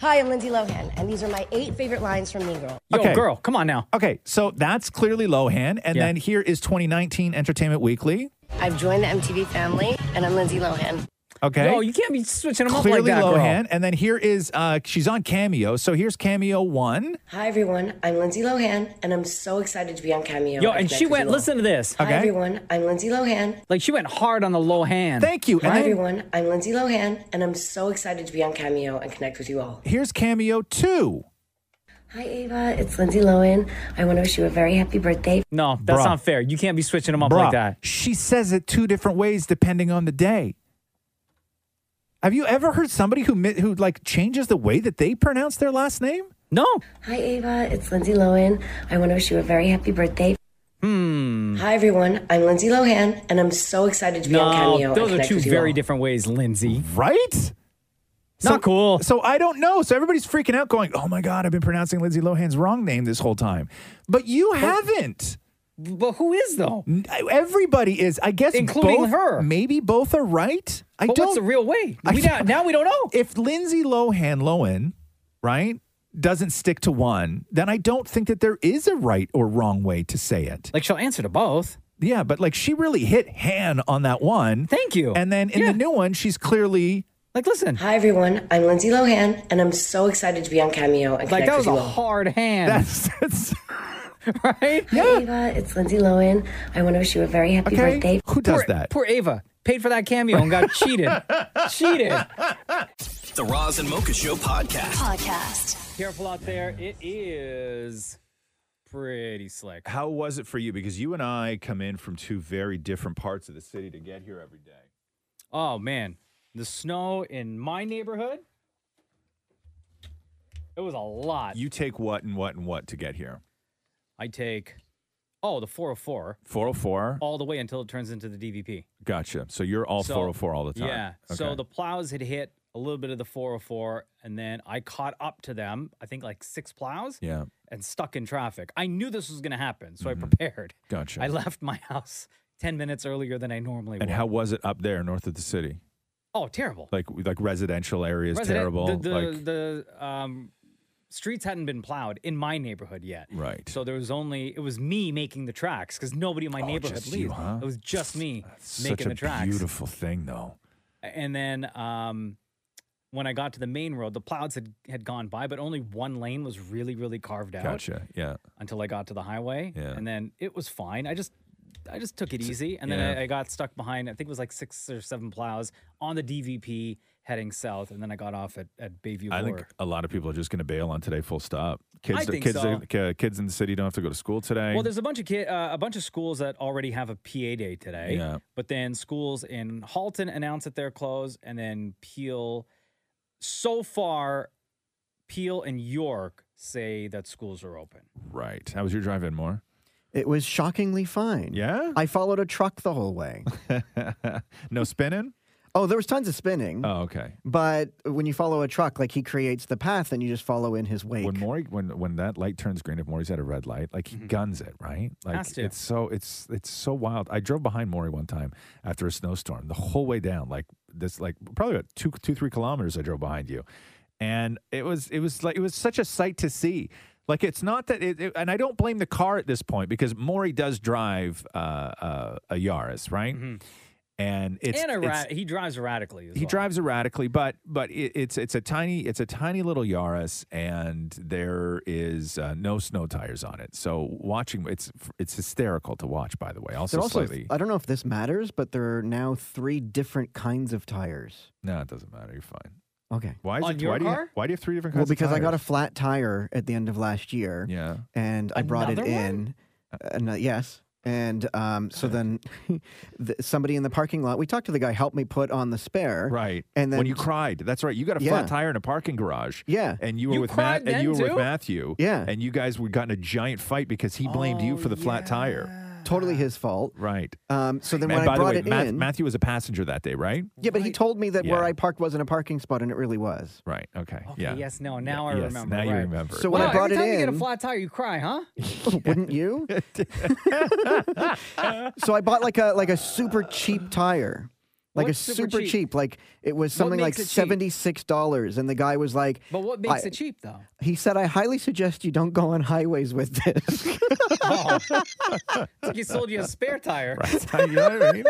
S23: Hi, I'm Lindsay Lohan, and these are my eight favorite lines from Mean Girl.
S1: Yo, girl, come on now.
S5: Okay, so that's clearly Lohan. And then here is 2019 Entertainment Weekly.
S23: I've joined the MTV family, and I'm Lindsay Lohan.
S5: Okay.
S23: No, you can't be switching 'em up like
S5: clearly
S23: that, girl.
S5: Lohan. And then here is, uh, she's on Cameo. So here's Cameo 1.
S23: Hi, everyone. I'm Lindsay Lohan, and I'm so excited to be on Cameo.
S1: Yo,
S23: at
S1: and she
S23: Connected
S1: went,
S23: Love.
S1: listen to this.
S23: Hi, everyone. I'm Lindsay Lohan.
S1: Like she went hard on the low hand.
S5: Thank you.
S23: Hi, everyone. I'm Lindsay Lohan, and I'm so excited to be on Cameo and connect with you all.
S5: Here's Cameo 2.
S23: Hi, Ava. It's Lindsay Lohan. I want to wish you a very happy birthday.
S1: No, that's
S5: Bruh.
S1: not fair. You can't be switching them up
S5: Bruh,
S1: like that.
S5: She says it two different ways depending on the day. Have you ever heard somebody who mi- who like changes the way that they pronounce their last name?
S1: No.
S23: Hi, Ava. It's Lindsay Lohan. I want to wish you a very happy birthday.
S1: Hmm.
S23: Hi, everyone. I'm Lindsay Lohan, and I'm so excited to be on Cameo.
S1: No,
S23: and
S1: those are
S23: connect
S1: two
S23: with you
S1: very
S23: all.
S1: different ways, Lindsay.
S5: Right?
S1: Not cool.
S5: So I don't know. So everybody's freaking out, going, "Oh my god, I've been pronouncing Lindsay Lohan's wrong name this whole time," but you haven't.
S1: But who is though?
S5: Everybody is, I guess,
S1: Including
S5: both-
S1: her.
S5: Maybe both are right. I
S1: But
S5: don't.
S1: what's the real way? We now- now we don't know.
S5: If Lindsay Lohan Lohan, right, doesn't stick to one, then I don't think that there is a right or wrong way to say it.
S1: Like she'll answer to both.
S5: Yeah, but like she really hit Han on that one.
S1: Thank you.
S5: And then in the new one, she's clearly
S1: like, listen.
S23: Hi, everyone. I'm Lindsay Lohan, and I'm so excited to be on Cameo and
S1: Like
S23: connect
S1: that
S23: with
S1: was
S23: you
S1: a
S23: all.
S1: hard hand.
S5: That's, that's
S1: right.
S23: Hi, Ava. It's Lindsay Lohan. I want to wish you a very happy
S1: Okay.
S23: birthday.
S5: Who
S1: Poor- Poor Ava paid for that cameo and got cheated. cheated.
S4: The Roz and Mocha Show podcast.
S15: Podcast.
S1: Careful out there. It is pretty slick.
S5: How was it for you? Because you and I come in from two very different parts of the city to get here every day.
S1: Oh man, the snow in my neighborhood. It was a lot.
S5: You take what and what and what to get here?
S1: I take oh the 404
S5: 404.
S1: all the way until it turns into the DVP.
S5: Gotcha. So you're all
S1: So-
S5: 404 all the time.
S1: Yeah.
S5: Okay.
S1: So the plows had hit a little bit of the 404, and then I caught up to them. I think like six plows.
S5: Yeah. Mm-hmm.
S1: And stuck in traffic. I knew this was going to happen, so I prepared.
S5: Gotcha.
S1: I left my house ten minutes earlier than I normally
S5: and
S1: would.
S5: how was it up there north of the city?
S1: oh, terrible.
S5: Like like residential areas
S1: Resident-
S5: terrible.
S1: The, the,
S5: like
S1: the, um, streets hadn't been plowed in my neighborhood yet.
S5: Right. Oh,
S1: So there was only it was me making the tracks because nobody in my neighborhood
S5: just you,
S1: leaves.
S5: huh?
S1: It was just me
S5: such
S1: making
S5: a
S1: the tracks.
S5: beautiful thing though.
S1: And then um, when I got to the main road, the plows had, had gone by, but only one lane was really, really carved out
S5: Gotcha. Yeah.
S1: until I got to the highway.
S5: Yeah.
S1: And then it was fine. I just I just took it easy. And
S5: yeah.
S1: then I, I got stuck behind, I think it was like six or seven plows on the DVP heading south. And then I got off at, at Bayview
S5: I think
S1: Boulevard.
S5: a lot of people are just going to bail on today. Full stop. Kids,
S1: I think
S5: kids,
S1: so.
S5: ki- kids in the city don't have to go to school today.
S1: Well, there's a bunch of kid, uh, a bunch of schools that already have a PA day today.
S5: Yeah.
S1: But then schools in Halton announce that they're closed, and then Peel. So far, Peel and York say that schools are open.
S5: right. How was your drive in, more?
S7: It was shockingly fine.
S5: Yeah?
S7: I followed a truck the whole way.
S5: no spinning?
S7: Oh, there was tons of spinning.
S5: Oh, okay.
S7: But when you follow a truck, like he creates the path and you just follow in his wake.
S5: When Maury, when when that light turns green, if Maury's at a red light, like he guns it, right? Like
S1: Mm-hmm. Has to.
S5: it's so it's it's so wild. I drove behind Maury one time after a snowstorm, the whole way down, like this, like probably about two two three kilometers. I drove behind you, and it was it was like it was such a sight to see. Like it's not that, it, it- and I don't blame the car at this point because Maury does drive uh, uh, a Yaris, right? And it's
S1: Mm-hmm. and
S5: it's-
S1: erra- he drives erratically. As
S5: he
S1: well.
S5: drives erratically, but but it, it's it's a tiny it's a tiny little Yaris, and there is uh, no snow tires on it. So watching it's it's hysterical to watch. By the way, also,
S7: They're also
S5: slightly.
S7: I don't know if this matters, but there are now three different kinds of tires.
S5: No, it doesn't matter. You're fine.
S7: Okay.
S5: Why is
S7: On
S5: it?
S7: your
S5: why do you
S7: car?
S5: why do you have three different
S7: Well,
S5: kinds?
S7: because
S5: of
S7: I got a
S5: tires?
S7: flat tire at the end of last year.
S5: Yeah.
S7: And I brought it
S5: Another one?
S7: in. Uh, no, yes. And um, so then the, somebody in the parking lot, we talked to the guy, helped me put on the spare.
S5: Right.
S7: And then
S5: when you cried, that's right. You got a
S7: Yeah.
S5: flat tire in a parking garage.
S7: Yeah.
S5: And you were
S7: You
S5: with
S7: cried
S5: Matt and you were
S7: then,
S5: with
S7: too?
S5: Matthew.
S7: Yeah. Oh,
S5: And you guys were got in a giant fight because he blamed you for the flat tire.
S7: Totally his fault.
S5: Right.
S7: Um, so then
S5: and
S7: when I
S5: by the
S7: brought
S5: way,
S7: it
S5: Math-
S7: in.
S5: Matthew was a passenger that day, right?
S7: yeah, but he told me that where
S5: Yeah.
S7: I parked wasn't a parking spot, and it really was.
S5: Right. Okay.
S1: Okay,
S5: yeah.
S1: Yes. No. Now I
S5: yes,
S1: remember.
S5: now you
S1: right.
S5: remember.
S7: So when I
S1: Wow,
S7: brought
S1: every
S7: it
S1: time you get a
S7: in-
S1: flat tire, you cry, huh?
S7: Wouldn't you? so I bought like a like a super cheap tire. Like
S1: What's
S7: a
S1: super
S7: super,
S1: cheap?
S7: cheap? Like it was
S1: What
S7: something like
S1: makes it cheap?
S7: seventy six dollars, and the guy was like,
S1: But what makes
S7: I-
S1: it cheap though?
S7: He said, "I highly suggest you don't go on highways with this."
S1: It's like he sold you a spare tire.
S5: you know what I mean?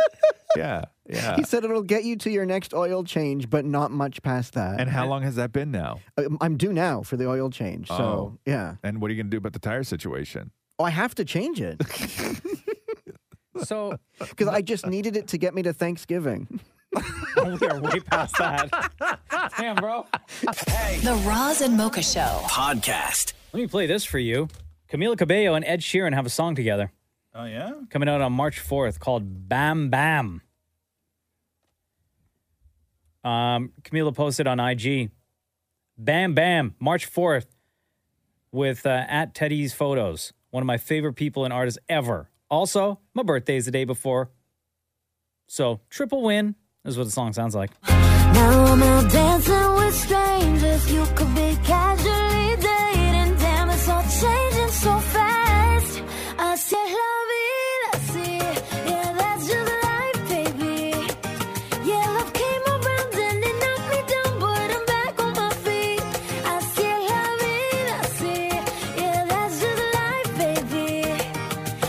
S5: Yeah, yeah.
S7: He said it'll get you to your next oil change, but not much past that.
S5: And how long has that been now?
S7: Um, I'm due now for the oil change, so
S5: Oh.
S7: yeah.
S5: And what are you going to do about the tire situation?
S7: Oh, I have to change it
S1: So,
S7: because I just needed it to get me to Thanksgiving.
S1: we are way past that. Damn, bro.
S15: The Roz and Mocha Show.
S1: Podcast. Let me play this for you. Camila Cabello and Ed Sheeran have a song together
S12: Oh yeah.
S1: coming out on March 4th called Bam Bam. Um, Camila posted on IG Bam Bam, March 4th, with uh, at Teddy's photos. One of my favorite people and artists ever. Also, my birthday is the day before. So, triple win is what the song sounds like.
S15: Now I'm out dancing with strangers. You could be casually dating. Damn, it's all changing so fast. I said, la vida, see. Yeah, that's just life, baby. Yeah, love came around and it knocked me down, but I'm back on my feet. I said, la vida, see. Yeah, that's just life, baby.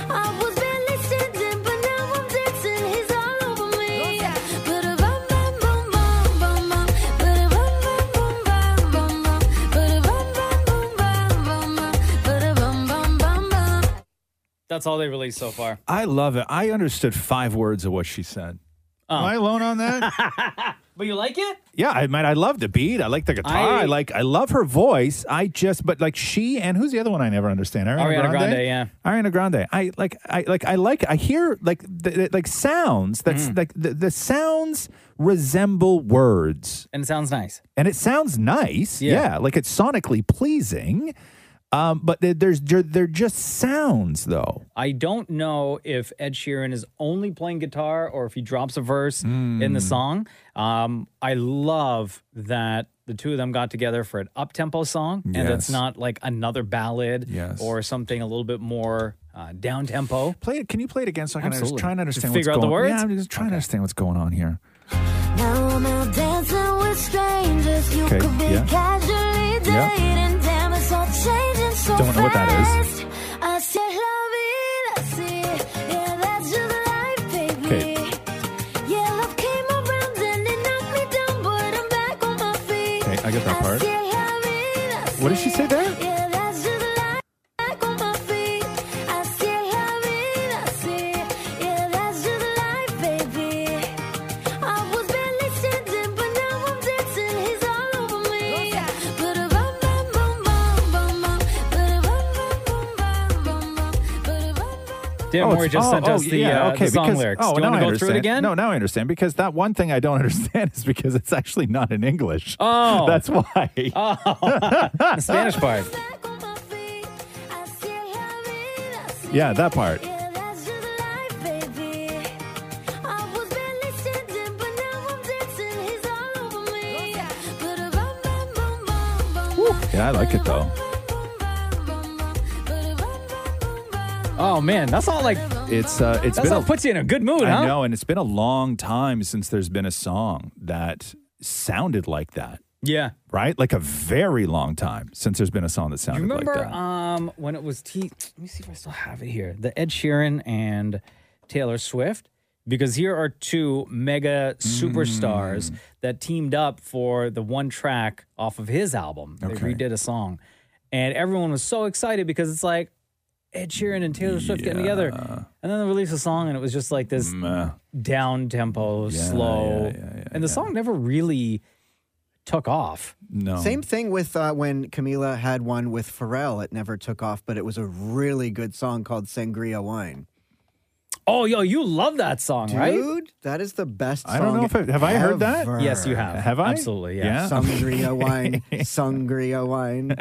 S15: I was barely standing, but now I'm dancing. He's all over me. Ba-da-bum, bum, bum, bum, bum, bum. Ba-da-bum, bum, bum, bum, bum, bum. Ba-da-bum, bum, bum, bum, bum, bum. Ba-da-bum, bum, bum, bum.
S1: That's all they released so far.
S5: I love it. I understood five words of what she said. Am I alone on that?
S1: Um, but you like it?
S5: Yeah, I mean, I love the beat. I like the guitar. I,
S1: I-
S5: like, I love her voice. I just, but like she and who's the other one I never understand?
S1: Ariana Grande, yeah.
S5: Ariana Grande. I like, I like, I like. I hear like, the, the- like sounds. That's
S1: Mm.
S5: like the, the sounds resemble words,
S1: and it sounds nice.
S5: And it sounds nice. Yeah, like it's sonically pleasing. Um, but there- there's there, they're just sounds though.
S1: I don't know if Ed Sheeran is only playing guitar or if he drops a verse
S5: Hmm.
S1: in the song. Um, I love that the two of them got together for an up tempo song, and
S5: Yes.
S1: it's not like another ballad or something a little bit more uh, down tempo.
S5: Play it. Can you play it again so I can
S1: Absolutely.
S5: just trying to understand
S1: figure
S5: what's
S1: out the
S5: going-
S1: words.
S5: Yeah, I'm just trying to understand what's going on here.
S15: Now I'm out dancing with strangers. You
S5: Okay,
S15: could be
S5: yeah.
S15: casually
S5: Yeah.
S15: dating. Damn, it's all changing so
S5: Don't know what that is.
S15: fast. I said, love it, I see. Yeah, that's just life, baby.
S5: Okay.
S15: Yeah, love came around and it knocked me down, but I'm back on my feet.
S5: Okay, I get that part.
S15: Said, love it, I
S5: What did she say there?
S15: Yeah, that's just life. Back on my feet. I said, love it, I see. Yeah, that's just life, baby. I was barely standing, but now I'm dancing. He's all over me. Ba-da-bum, bum, bum, bum, bum, bum. Ba-da-bum, bum, bum, bum, bum, bum. Ba-da-bum,
S1: Dan Mori
S5: Oh, it's-
S1: just sent us the, uh, the song lyrics. Do you
S5: oh, now
S1: wanna
S5: I
S1: go through it
S5: understand.
S1: again?
S5: No, now I understand because that one thing I don't understand is because it's actually not in English.
S1: Oh.
S5: that's why.
S1: Oh, the Spanish part.
S5: Yeah, that part. Yeah, I like it though.
S1: Oh man, that's all like
S5: It's uh, it's
S1: That's
S5: been
S1: all puts you in a good mood,
S5: I
S1: huh?
S5: know, and it's been a long time since there's been a song that sounded like that.
S1: Yeah.
S5: Right, like a very long time since there's been a song that
S1: Do
S5: sounded
S1: you remember
S5: like that.
S1: um, when it was T? Let me see if I still have it here. The Ed Sheeran and Taylor Swift, because here are two mega superstars
S5: Mm.
S1: that teamed up for the one track off of his album. They
S5: Okay.
S1: redid a song, and everyone was so excited because it's like Ed Sheeran and Taylor Swift getting together, and then they released a song, and it was just like this down tempo, slow, and the song never really took off.
S5: No,
S7: Same thing with uh, when Camila had one with Pharrell. It never took off, but it was a really good song called Sangria Wine.
S1: Oh, yo, you love that song,
S7: Dude,
S1: right?
S7: that is the best song.
S5: I don't know if I, have I heard that.
S7: ever.
S1: Yes, you have.
S5: Have I?
S1: Absolutely, yeah.
S7: Sangria wine, sangria wine.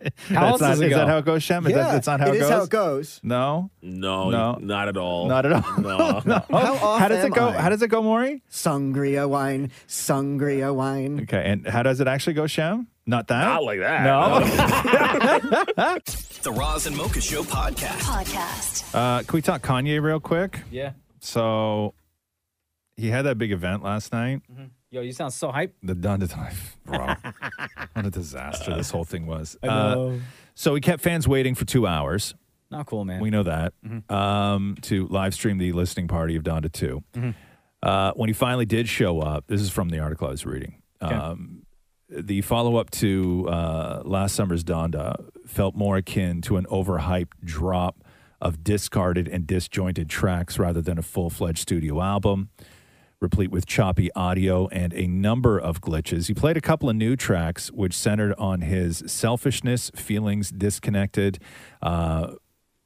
S5: How That's else not- does it is that go? how it goes, Shem? Is that-
S7: Yeah,
S5: that's not how it
S7: is how
S5: goes?
S7: it goes.
S5: No,
S4: No,
S5: No.
S4: not at all.
S5: Not at all.
S4: No.
S7: How,
S5: How does it go? How does it go, Maury?
S7: Sangria wine, sangria wine.
S5: Okay, and how does it actually go, Shem? Not that.
S4: Not like that.
S5: No.
S4: the Roz and Mocha Show podcast.
S15: Podcast.
S5: uh, can we talk Kanye real quick?
S1: Yeah.
S5: So he had that big event last night.
S1: Mm-hmm. Yo, you sound so hype.
S5: The Dundee Bro, what a disaster this whole thing was. Uh,
S1: I know.
S5: so we kept fans waiting for two hours.
S1: Not cool, man.
S5: We know that.
S1: Mm-hmm.
S5: Um, to live stream the listening party of Donda 2.
S1: Mm-hmm.
S5: Uh, when he finally did show up, this is from the article I was reading. Um, the follow up to uh, last summer's Donda felt more akin to an overhyped drop of discarded and disjointed tracks rather than a full fledged studio album, replete with choppy audio and a number of glitches. He played a couple of new tracks which centered on his selfishness, feelings disconnected. Uh,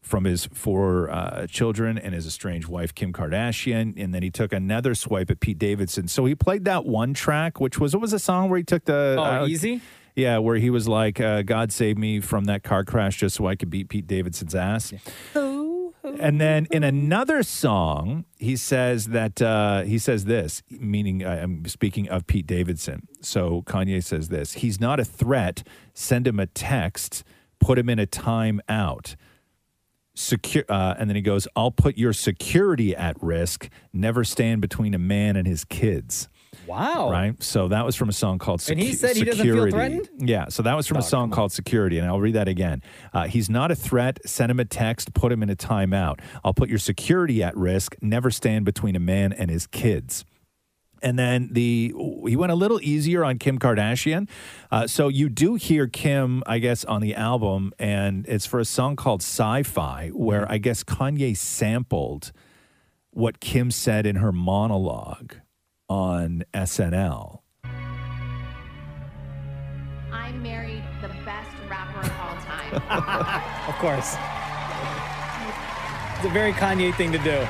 S5: from his four uh, children and his estranged wife Kim Kardashian, and then he took another swipe at Pete Davidson. So he played that one track, which was what was the song where he took the uh,
S1: Oh, Easy?
S5: yeah, where he was like, uh, "God save me from that car crash, just so I could beat Pete Davidson's ass." And then in another song, he says that uh, he says this, meaning I- I'm speaking of Pete Davidson. So Kanye says this: he's not a threat. Send him a text. Put him in a timeout secure uh, and then he goes i'll put your security at risk never stand between a man and his kids
S1: Wow.
S5: right so that was from a song called
S1: And he
S5: Secu-
S1: said he doesn't feel
S5: security
S1: threatened?
S5: yeah so that was from a song called security and i'll read that again uh, he's not a threat send him a text put him in a timeout i'll put your security at risk never stand between a man and his kids and then the he went a little easier on Kim Kardashian. Uh, so you do hear Kim, I guess, on the album, and it's for a song called Sci-Fi, where I guess Kanye sampled what Kim said in her monologue on SNL.
S26: I married the best rapper of all time.
S1: of course. It's a very Kanye thing to do.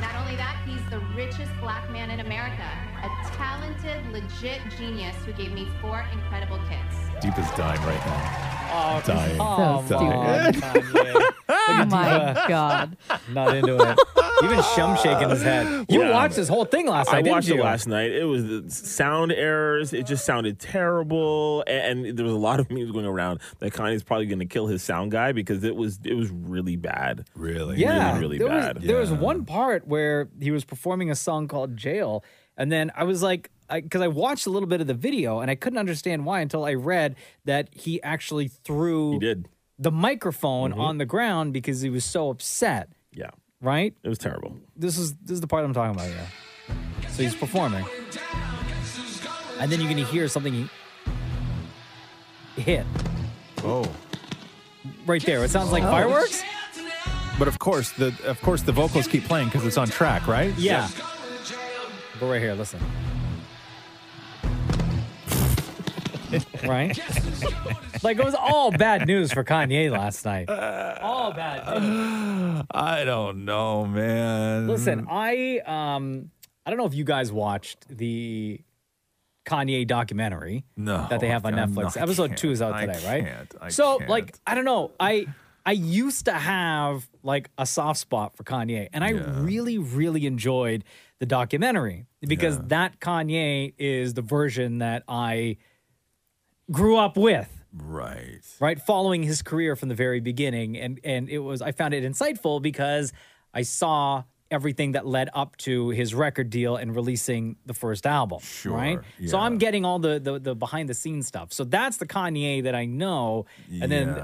S26: Not only that, he's the richest black man in America, a talented, legit genius who gave me four incredible kids.
S5: Deep is dying right now.
S1: Oh,
S5: dying.
S26: oh,
S5: dying.
S1: Oh
S27: my
S1: God. Not into it. Even Shum shaking his head. You
S24: Yeah.
S1: watched this whole thing last night.
S24: I
S1: didn't
S24: watched
S1: you?
S24: it last night. It was the sound errors. It just sounded terrible, and, and there was a lot of memes going around that Kanye's probably going to kill his sound guy because it was it was really bad.
S5: Really,
S1: yeah,
S24: really,
S1: there
S24: bad.
S1: Was, There was one part where he was performing a song called Jail, and then I was like, because I, watched a little bit of the video and I couldn't understand why until I read that he actually threw the microphone
S5: Mm-hmm.
S1: on the ground because he was so upset.
S24: Yeah.
S1: Right?
S24: It was terrible.
S1: This is this is the part I'm talking about, yeah. So he's performing. And then you're gonna hear something he hit.
S5: Oh.
S1: Right there. It sounds like fireworks?
S5: But of course, the of course the vocals keep playing because it's on track, right?
S1: Yeah. Go right here. Listen. right? like it was all bad news for Kanye last night. All bad news.
S5: I don't know, Oh, man.
S1: Listen, I um I don't know if you guys watched the Kanye documentary
S5: No,
S1: that they have on
S5: I'm
S1: Netflix.
S5: not- I
S1: Episode
S5: can't.
S1: 2 is out
S5: I
S1: today, right?
S5: can't. I
S1: so
S5: can't.
S1: like I don't know. I I used to have like a soft spot for Kanye and I really really enjoyed the documentary because that Kanye is the version that I grew up with.
S5: Right.
S1: Right, following his career from the very beginning and and it was I found it insightful because I saw everything that led up to his record deal and releasing the first album,
S4: Sure,
S1: right? So I'm getting all the, the the behind the scenes stuff. So that's the Kanye that I know. And then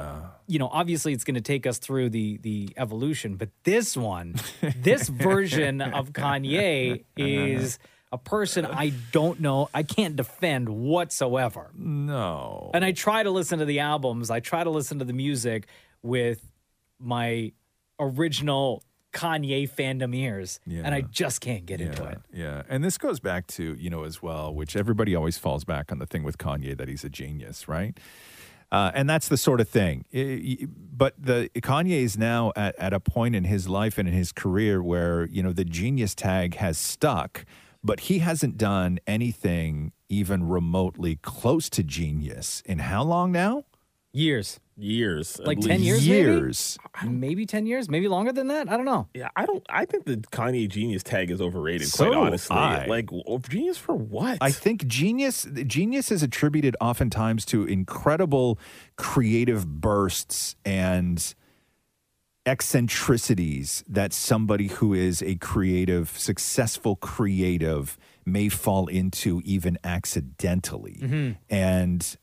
S1: you know, obviously it's going to take us through the the evolution, but this one, this version of Kanye is a person I don't know, I can't defend whatsoever.
S5: No.
S1: And I try to listen to the albums, I try to listen to the music with my original Kanye fandom ears, and I just can't get into it.
S5: Yeah. And this goes back to, you know, as well, which everybody always falls back on the thing with Kanye that he's a genius, right? Uh, and that's the sort of thing. I- I- But the Kanye is now at, at a point in his life and in his career where, you know, the genius tag has stuck, but he hasn't done anything even remotely close to genius in how long now?
S1: Years.
S24: Years. at
S1: Like 10
S24: least.
S1: years? Maybe? maybe 10 years, maybe longer than that. I don't know.
S24: Yeah, I don't. I think the Kanye genius tag is overrated.
S5: So
S24: quite
S5: do
S24: honestly,
S5: I.
S24: like w- oh, genius for what?
S5: I think genius genius is attributed oftentimes to incredible creative bursts and eccentricities that somebody who is a creative, successful creative may fall into even accidentally.
S1: Mm-hmm.
S5: And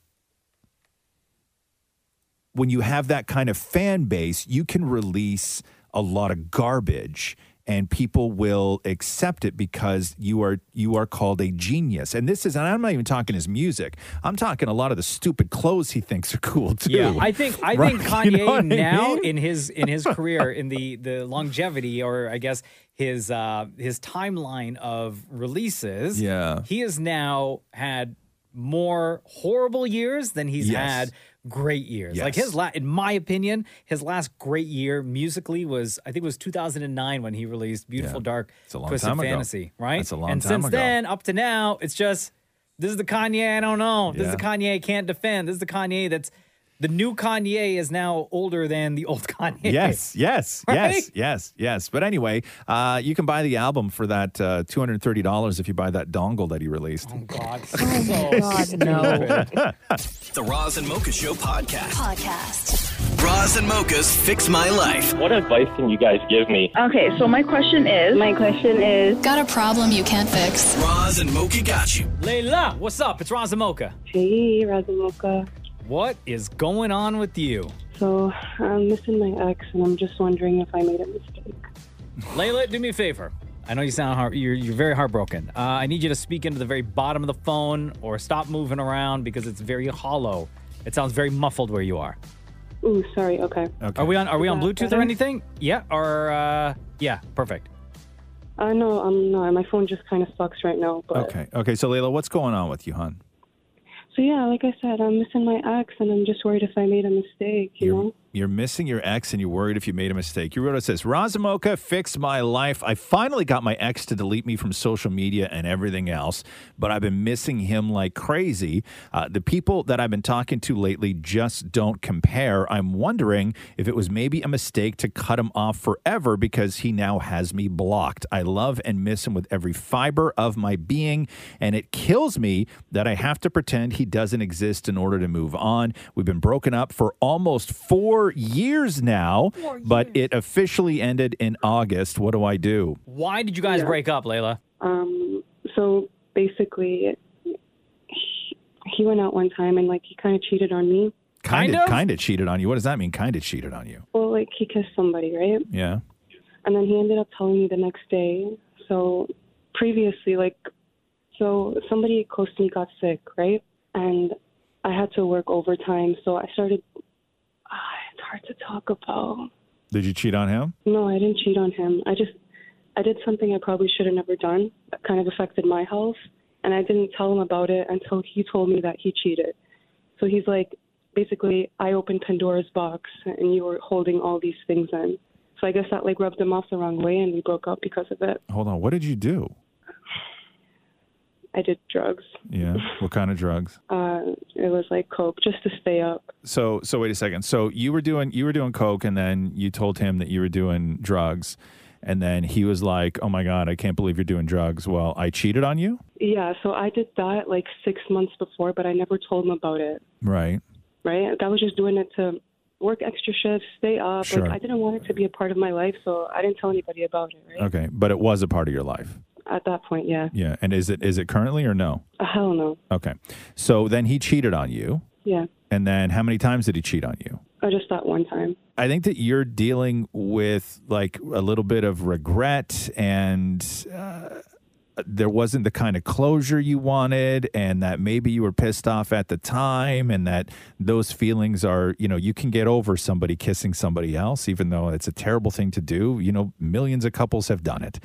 S5: when you have that kind of fan base, you can release a lot of garbage and people will accept it because you are you are called a genius. And this is and I'm not even talking his music. I'm talking a lot of the stupid clothes he thinks are cool too.
S1: Yeah, I think I
S5: Right?
S1: think
S5: You
S1: Kanye
S5: know what I
S1: now
S5: mean?
S1: in his in his career in the the longevity or I guess his uh his timeline of releases.
S12: Yeah.
S1: he has now had more horrible years than he's
S12: Yes.
S1: had great years. Like
S12: Yes.
S1: his la- in my opinion, his last great year musically was I think it was 2009 when he released Beautiful Dark
S12: a long
S1: Twisted
S12: time ago.
S1: Fantasy, right?
S12: That's a long
S1: and
S12: time
S1: since
S12: ago.
S1: then up to now, it's just this is the Kanye I don't know. This is the
S12: Yeah.
S1: Kanye I can't defend. This is the Kanye that's the new Kanye is now older than the old Kanye.
S5: Yes, yes,
S1: Right?
S5: yes, yes, yes. But anyway, uh, you can buy the album for that uh, two hundred thirty dollars if you buy that dongle that he released. Oh
S1: God,
S15: God,
S1: no.
S4: The Roz and Mocha Show podcast.
S15: Podcast.
S4: Roz and Mocha's Fix My Life.
S20: What advice can you guys give me?
S2: Okay, so my question is. My question is. Got a problem you can't fix.
S4: Roz and Mocha got you.
S1: Layla, what's up? It's Razamoka.
S2: Hey, Razamoka.
S1: What is going on with you?
S2: So I'm missing my ex, and I'm just wondering if I made a mistake.
S1: Layla, do me a favor. I know you sound heart, you're you're very heartbroken. Uh, I need you to speak into the very bottom of the phone or stop moving around because it's very hollow. It sounds very muffled where you are.
S2: Ooh, sorry. Okay.
S1: Are we on are we on
S2: Is that
S1: Bluetooth
S2: better?
S1: or anything? Yeah, or uh, yeah, perfect.
S2: Uh, no, I'm not. My phone just kind of sucks right now. But
S5: Okay, okay. So Layla, what's going on with you, hon?
S2: so yeah, like I said, I'm missing my ex, and I'm just worried if I made a mistake. You know.
S5: You're missing your ex and you're worried if you made a mistake. You wrote us this Razamoka fixed my life. I finally got my ex to delete me from social media and everything else, but I've been missing him like crazy. Uh, the people that I've been talking to lately just don't compare. I'm wondering if it was maybe a mistake to cut him off forever because he now has me blocked. I love and miss him with every fiber of my being, and it kills me that I have to pretend he doesn't exist in order to move on. We've been broken up for almost four years now, but it officially ended in August. What do I do?
S1: Why did you guys break up, Layla?
S2: Um. So basically, he- he went out one time, and like he kind of cheated on me.
S5: Kind of, kind of cheated on you. What does that mean? Kind of cheated on you.
S2: Well, like he kissed somebody, right?
S5: Yeah.
S2: And then he ended up telling me the next day. So previously, like, so somebody close to me got sick, right? And I had to work overtime. So I started, ah, it's hard to talk about.
S5: Did you cheat on him?
S2: No, I didn't cheat on him. I just, I did something I probably should have never done that kind of affected my health. And I didn't tell him about it until he told me that he cheated. So he's like, basically, I opened Pandora's box and you were holding all these things in. So I guess that like rubbed him off the wrong way and we broke up because of it.
S5: Hold on. What did you do?
S2: I did drugs.
S5: Yeah. What kind of drugs?
S2: Uh, it was like coke just to stay up.
S5: So, so wait a second. So you were doing you were doing coke, and then you told him that you were doing drugs, and then he was like, "Oh my god, I can't believe you're doing drugs." Well, I cheated on you,
S2: Yeah, so I did that like six months before, but I never told him about it.
S5: right?
S2: Right? Like, I was just doing it to work extra shifts, stay up.
S5: Sure.
S2: Like I didn't want it to be a part of my life, so I didn't tell anybody about it. Right?
S5: Okay, but it was a part of your life.
S2: At that point, yeah.
S5: Yeah, and is it is it currently or no?
S2: Uh, hell no.
S5: Okay, so then he cheated on you,
S2: Yeah.
S5: and then how many times did he cheat on you?
S2: I just that one time.
S5: I think that you're dealing with like a little bit of regret and uh, there wasn't the kind of closure you wanted and that maybe you were pissed off at the time and that those feelings are, you know, you can get over somebody kissing somebody else even though it's a terrible thing to do. You know, millions of couples have done it.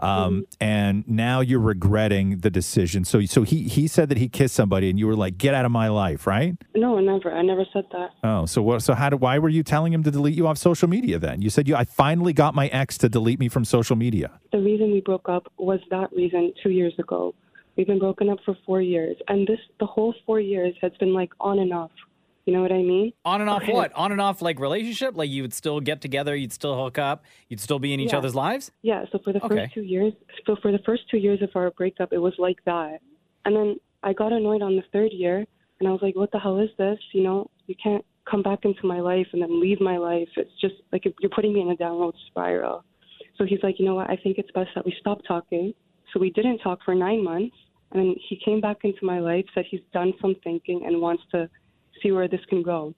S5: Um, and now you're regretting the decision. So so he he said that he kissed somebody and you were like, "Get out of my life," right?
S2: No, never. I never said that.
S5: Oh, so what? So how? Do, why were you telling him to delete you off social media? Then you said you. I finally got my ex to delete me from social media.
S2: The reason we broke up was that reason two years ago. We've been broken up for four years, and this the whole four years has been like on and off. You know what I mean?
S1: On and off
S2: Okay.
S1: what? On and off like relationship? Like you would still get together, you'd still hook up, you'd still be in each
S2: Yeah.
S1: other's lives?
S2: Yeah, so for the
S1: Okay.
S2: first two years, so for the first two years of our breakup, it was like that. And then I got annoyed on the third year, and I was like, "What the hell is this? You know, you can't come back into my life and then leave my life. It's just like you're putting me in a downward spiral. So he's like, you know what? I think it's best that we stop talking. So we didn't talk for nine months. And then he came back into my life, said he's done some thinking and wants to see where this can go.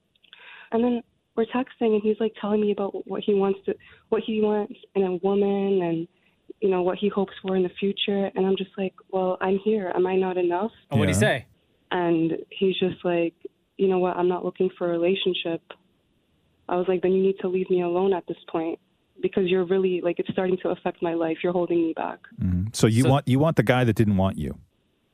S2: And then we're texting, and he's like telling me about what he wants to, what he wants in a woman, and you know what he hopes for in the future. And I'm just like, well, I'm here. Am I not enough?
S1: And what'd he say?
S2: And he's just like, you know what? I'm not looking for a relationship. I was like, then you need to leave me alone at this point because you're really like it's starting to affect my life. You're holding me back.
S5: Hmm. So you want you want the guy that didn't want you.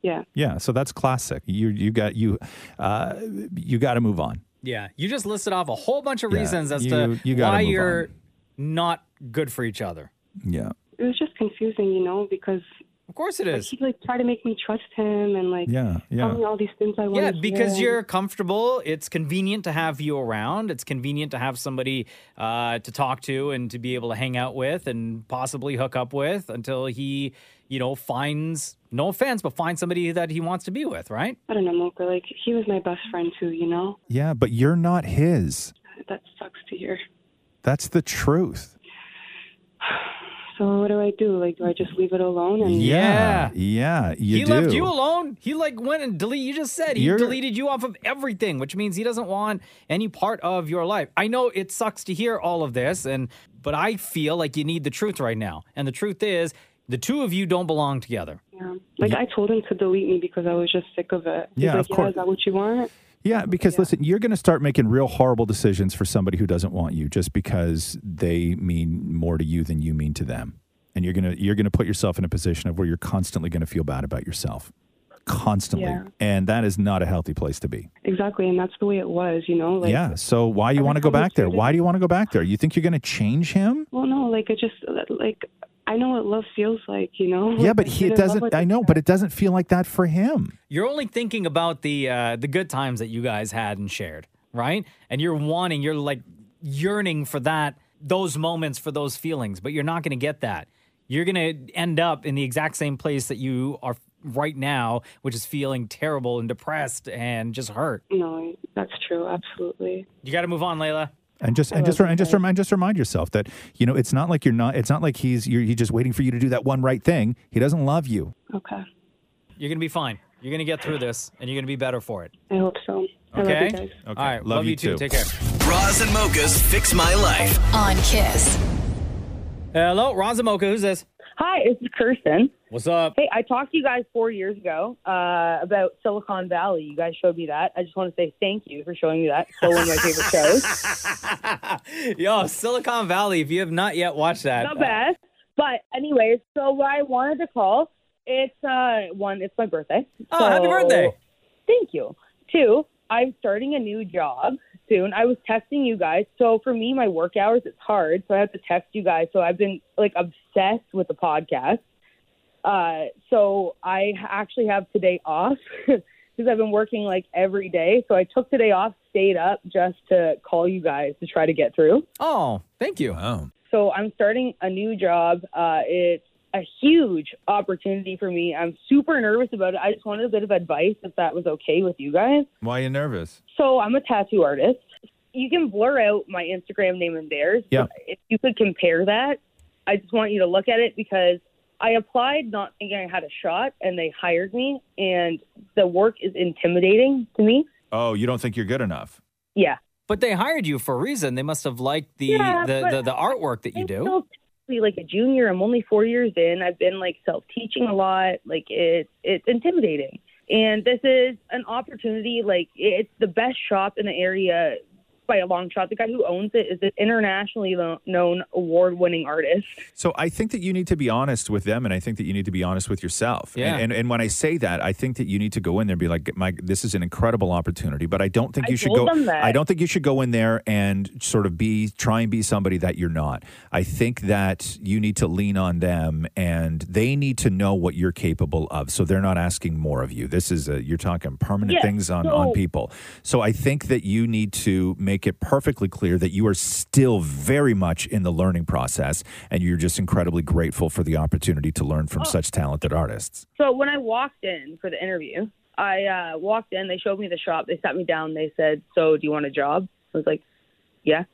S2: Yeah.
S5: Yeah, so that's classic. You you got you uh, you got to move on.
S1: Yeah, you just listed off a whole bunch of
S5: Yeah,
S1: reasons as
S5: you-
S1: to
S5: you gotta
S1: why
S5: move
S1: you're not good for each other.
S5: Yeah.
S2: It was just confusing, you know, because
S1: of course it is.
S2: Like, he like tried to make me trust him and like
S1: Yeah, yeah.
S2: tell me all these things I
S1: Yeah,
S2: wanted.
S1: because you're comfortable. It's convenient to have you around. It's convenient to have somebody uh, to talk to and to be able to hang out with and possibly hook up with until he, you know, finds no offense, but finds somebody that he wants to be with, right?
S2: I don't know, Mocha. Like he was my best friend too, you know.
S5: Yeah, but you're not his.
S2: That sucks to hear.
S5: That's the truth.
S2: So what do I do? Like, do I just leave it alone? And
S5: Yeah, yeah, you
S1: he
S5: do.
S1: left you alone. He like went and delete. You just said he
S5: You're-
S1: deleted you off of everything, which means he doesn't want any part of your life. I know it sucks to hear all of this, and but I feel like you need the truth right now. And the truth is, the two of you don't belong together.
S2: Yeah. Like I told him to delete me because I was just sick of it. He's
S5: Yeah,
S2: like,
S5: of course.
S2: Is that what you want?
S5: Yeah, because listen, you're going to start making real horrible decisions for somebody who doesn't want you just because they mean more to you than you mean to them. And you're going to you're going to put yourself in a position of where you're constantly going to feel bad about yourself. Constantly.
S2: Yeah.
S5: And that is not a healthy place to be.
S2: Exactly, and that's the way it was, you know. Like,
S5: yeah. So why you want to go back there? Why do you want to go back there? You think you're going to change him?
S2: Well, no, like it just like I know what love feels like, you know.
S5: Yeah, but
S2: Like,
S5: he it
S2: I've been in love
S5: doesn't
S2: with
S5: I know, but it doesn't feel like that for him.
S1: You're only thinking about the uh, the good times that you guys had and shared, right? And you're wanting, you're like yearning for that, those moments, for those feelings, but you're not going to get that. You're going to end up in the exact same place that you are right now, which is feeling terrible and depressed and just hurt.
S2: No, that's true. Absolutely.
S1: You got to move on, Layla.
S5: And just
S1: I
S5: and just
S1: love
S5: and just
S1: that.
S5: remind just remind yourself that you know it's not like you're not it's not like he's you're he's just waiting for you to do that one right thing. He doesn't love you.
S2: Okay.
S1: You're going to be fine. You're going to get through this and you're going to be better for it.
S2: I hope so. I
S1: Okay?
S2: love you guys.
S1: All right. Love, you too. Take care.
S28: Roz and Mocha's Fix My Life.
S9: On Kiss.
S1: Hello, Razamoka. Who's this?
S9: Hi, this is Kirsten.
S1: What's up?
S9: Hey, I talked to you guys four years ago uh, about Silicon Valley. You guys showed me that. I just want to say thank you for showing me that. Still one of my favorite shows.
S1: Yo, Silicon Valley. If you have not yet watched that,
S9: Not
S1: uh,
S9: bad. But anyways, so what I wanted to call, it's uh one, it's my birthday.
S1: Oh, happy
S9: So-
S1: birthday.
S9: Thank you. Two, I'm starting a new job soon. I was texting you guys. So for me, my work hours it's hard, so I have to text you guys. So I've been like obsessed with the podcast. Uh so I actually have today off because I've been working like every day. So I took today off, stayed up just to call you guys to try to get through.
S1: Oh, thank you.
S9: So I'm starting a new job. Uh, it's a huge opportunity for me. I'm super nervous about it. I just wanted a bit of advice if that was okay with you guys.
S5: Why are you nervous?
S9: So I'm a tattoo artist. You can blur out my Instagram name and theirs.
S5: Yeah.
S9: If you could compare that, I just want you to look at it because I applied not thinking I had a shot and they hired me and the work is intimidating to me.
S5: Oh, you don't think you're good enough.
S9: Yeah.
S1: But they hired you for a reason. They must have liked the
S9: Yeah,
S1: the,
S9: but
S1: the, the artwork that you
S9: I'm
S1: do.
S9: still technically, like a junior. I'm only four years in. I've been like self teaching a lot. Like it's it's intimidating. And this is an opportunity. Like it's the best shop in the area by a long shot. The guy who owns it is an internationally lo- known award winning artist.
S5: So I think that you need to be honest with them, and I think that you need to be honest with yourself.
S9: Yeah.
S5: And, and and when I say that, I think that you need to go in there and be like, "My, this is an incredible opportunity," but I don't think
S9: I
S5: you should
S9: told
S5: go.
S9: them that.
S5: I don't think you should go in there and sort of be try and be somebody that you're not. I think that you need to lean on them, and they need to know what you're capable of, so they're not asking more of you. This is a, you're talking permanent
S9: Yeah,
S5: things on on
S9: so-
S5: people. So I think that you need to make it perfectly clear that you are still very much in the learning process and you're just incredibly grateful for the opportunity to learn
S9: Oh.
S5: from such talented artists.
S9: So when I walked in for the interview, I uh, walked in. They showed me the shop. They sat me down. They said, "So do you want a job?" I was like, yeah.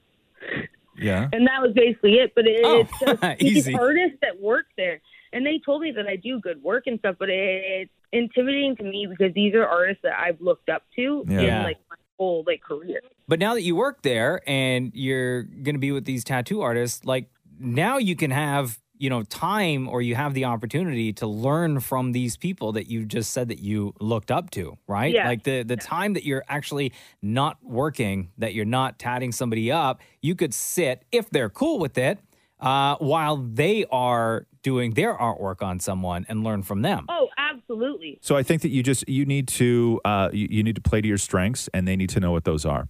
S5: Yeah.
S9: And that was basically it. But it,
S5: Oh,
S9: it's just
S5: easy.
S9: these artists that work there. And they told me that I do good work and stuff, but it's intimidating to me because these are artists that I've looked up to
S1: Yeah.
S9: in like my whole like career.
S1: But now that you work there and you're going to be with these tattoo artists, like now you can have, you know, time or you have the opportunity to learn from these people that you just said that you looked up to, right?
S29: Yeah.
S1: Like the the time that you're actually not working, that you're not tatting somebody up, you could sit if they're cool with it, uh, while they are doing their artwork on someone and learn from them.
S9: Oh, absolutely.
S5: So I think that you just you need to uh, you, you need to play to your strengths, and they need to know what those are.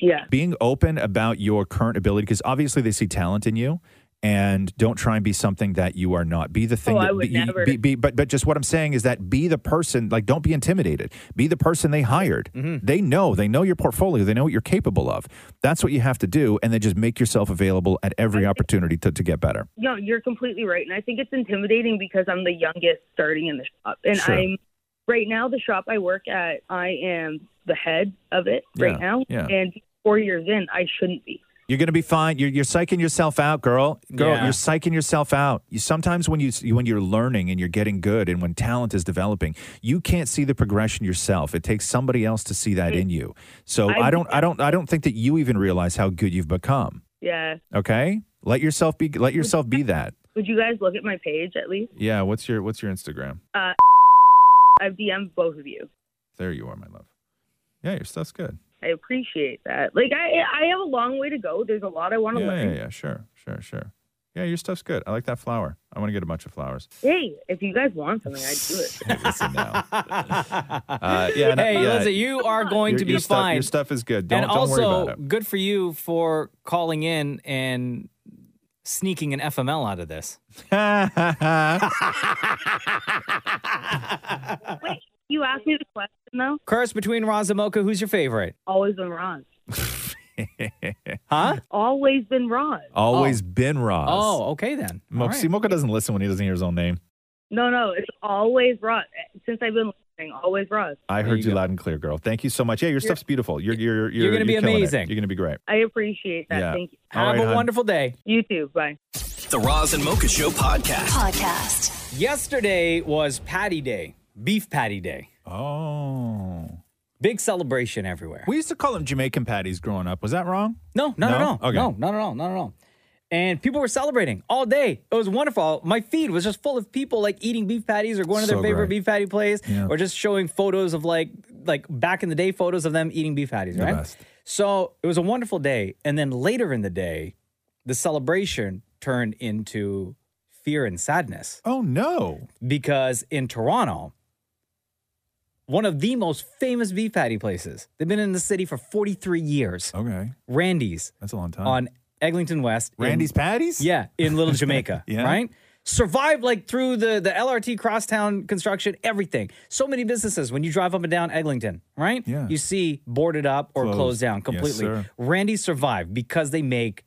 S9: Yeah.
S5: Being open about your current ability, because obviously they see talent in you, and don't try and be something that you are not. Be the thing
S9: Oh,
S5: that
S9: I
S5: be,
S9: would
S5: you-
S9: never.
S5: be, be- But but just what I'm saying is that be the person. Like don't be intimidated. Be the person they hired. They know they know your portfolio. They know what you're capable of. That's what you have to do, and then just make yourself available at every opportunity to, to get better.
S9: No, you're completely right. And I think it's intimidating because I'm the youngest starting in the shop. And
S5: Sure.
S9: I'm right now the shop I work at, I am the head of it
S5: Yeah,
S9: right now.
S5: yeah.
S9: And four years in, I shouldn't be.
S5: You're gonna be fine. You're, you're psyching yourself out, girl. Girl,
S9: Yeah.
S5: you're psyching yourself out. You sometimes when you when you're learning and you're getting good and when talent is developing, you can't see the progression yourself. It takes somebody else to see that in you. So I,
S9: I-
S5: don't I don't I don't think that you even realize how good you've become.
S9: Yeah.
S5: Okay, let yourself be let yourself be that.
S9: Would you guys look at my page at least?
S5: Yeah. What's your What's your Instagram?
S9: Uh, I've DM'd both of you.
S5: There you are, my love. Yeah, your stuff's good.
S9: I appreciate that. Like I, I have a long way to go. There's a lot I want to
S5: Yeah, yeah,
S9: learn.
S5: yeah. Sure, sure, sure. Yeah, your stuff's good. I like that flower. I want to get a bunch of flowers.
S9: Hey, if you guys want something, I'd do it.
S5: Uh, yeah. and I-
S1: hey,
S5: yeah.
S1: listen, you are going
S5: Your-
S1: to be
S5: your stuff-
S1: fine.
S5: your stuff is good. Don't-
S1: and
S5: don't
S1: also,
S5: worry about
S1: good for you for calling in and sneaking an FML out of this.
S9: you asked me the question though.
S1: Curse between Roz and Mocha, who's your favorite?
S9: Always been wrong.
S1: huh?
S9: Always been wrong.
S5: Always been Roz.
S1: Oh, okay then.
S5: Mo- See, Mocha doesn't listen when he doesn't hear his own name.
S9: No, no, it's always Ross. Since I've been listening, always Ross.
S5: I heard you, loud and clear, girl. Thank you so much. Yeah, your stuff's beautiful. You're you're you're,
S1: You're gonna be
S5: killing it.
S1: amazing.
S5: You're gonna be great.
S9: I appreciate that.
S5: Yeah.
S9: Thank you.
S5: All Have right, a hon.
S1: wonderful day.
S9: You too. Bye.
S4: The Roz and Mocha Show podcast.
S1: Podcast. Yesterday was Patty Day, Beef Patty Day.
S5: Oh.
S1: Big celebration everywhere.
S5: We used to call them Jamaican patties growing up. Was that wrong?
S1: No, not
S5: No?
S1: at all.
S5: Okay.
S1: No, not at all. Not at all. And people were celebrating all day. It was wonderful. My feed was just full of people like eating beef patties or going to their
S5: So
S1: favorite
S5: great.
S1: beef patty place
S5: Yeah.
S1: or just showing photos of like like back in the day photos of them eating beef patties,
S5: The
S1: right?
S5: best.
S1: So it was a wonderful day. And then later in the day, the celebration turned into fear and sadness.
S5: Oh no.
S1: Because in Toronto, one of the most famous beef patty places. They've been in the city for 43 years.
S5: Okay.
S1: Randy's.
S5: That's a long time.
S1: On Eglinton West. in-
S5: Randy's Patties?
S1: Yeah, in Little Jamaica.
S5: Yeah.
S1: Right? Survived like through the, the LRT crosstown construction, everything. So many businesses when you drive up and down Eglinton, right? Yeah. You see boarded up or
S5: Closed.
S1: closed, down
S5: Yes,
S1: completely.
S5: sir.
S1: Randy survived because they make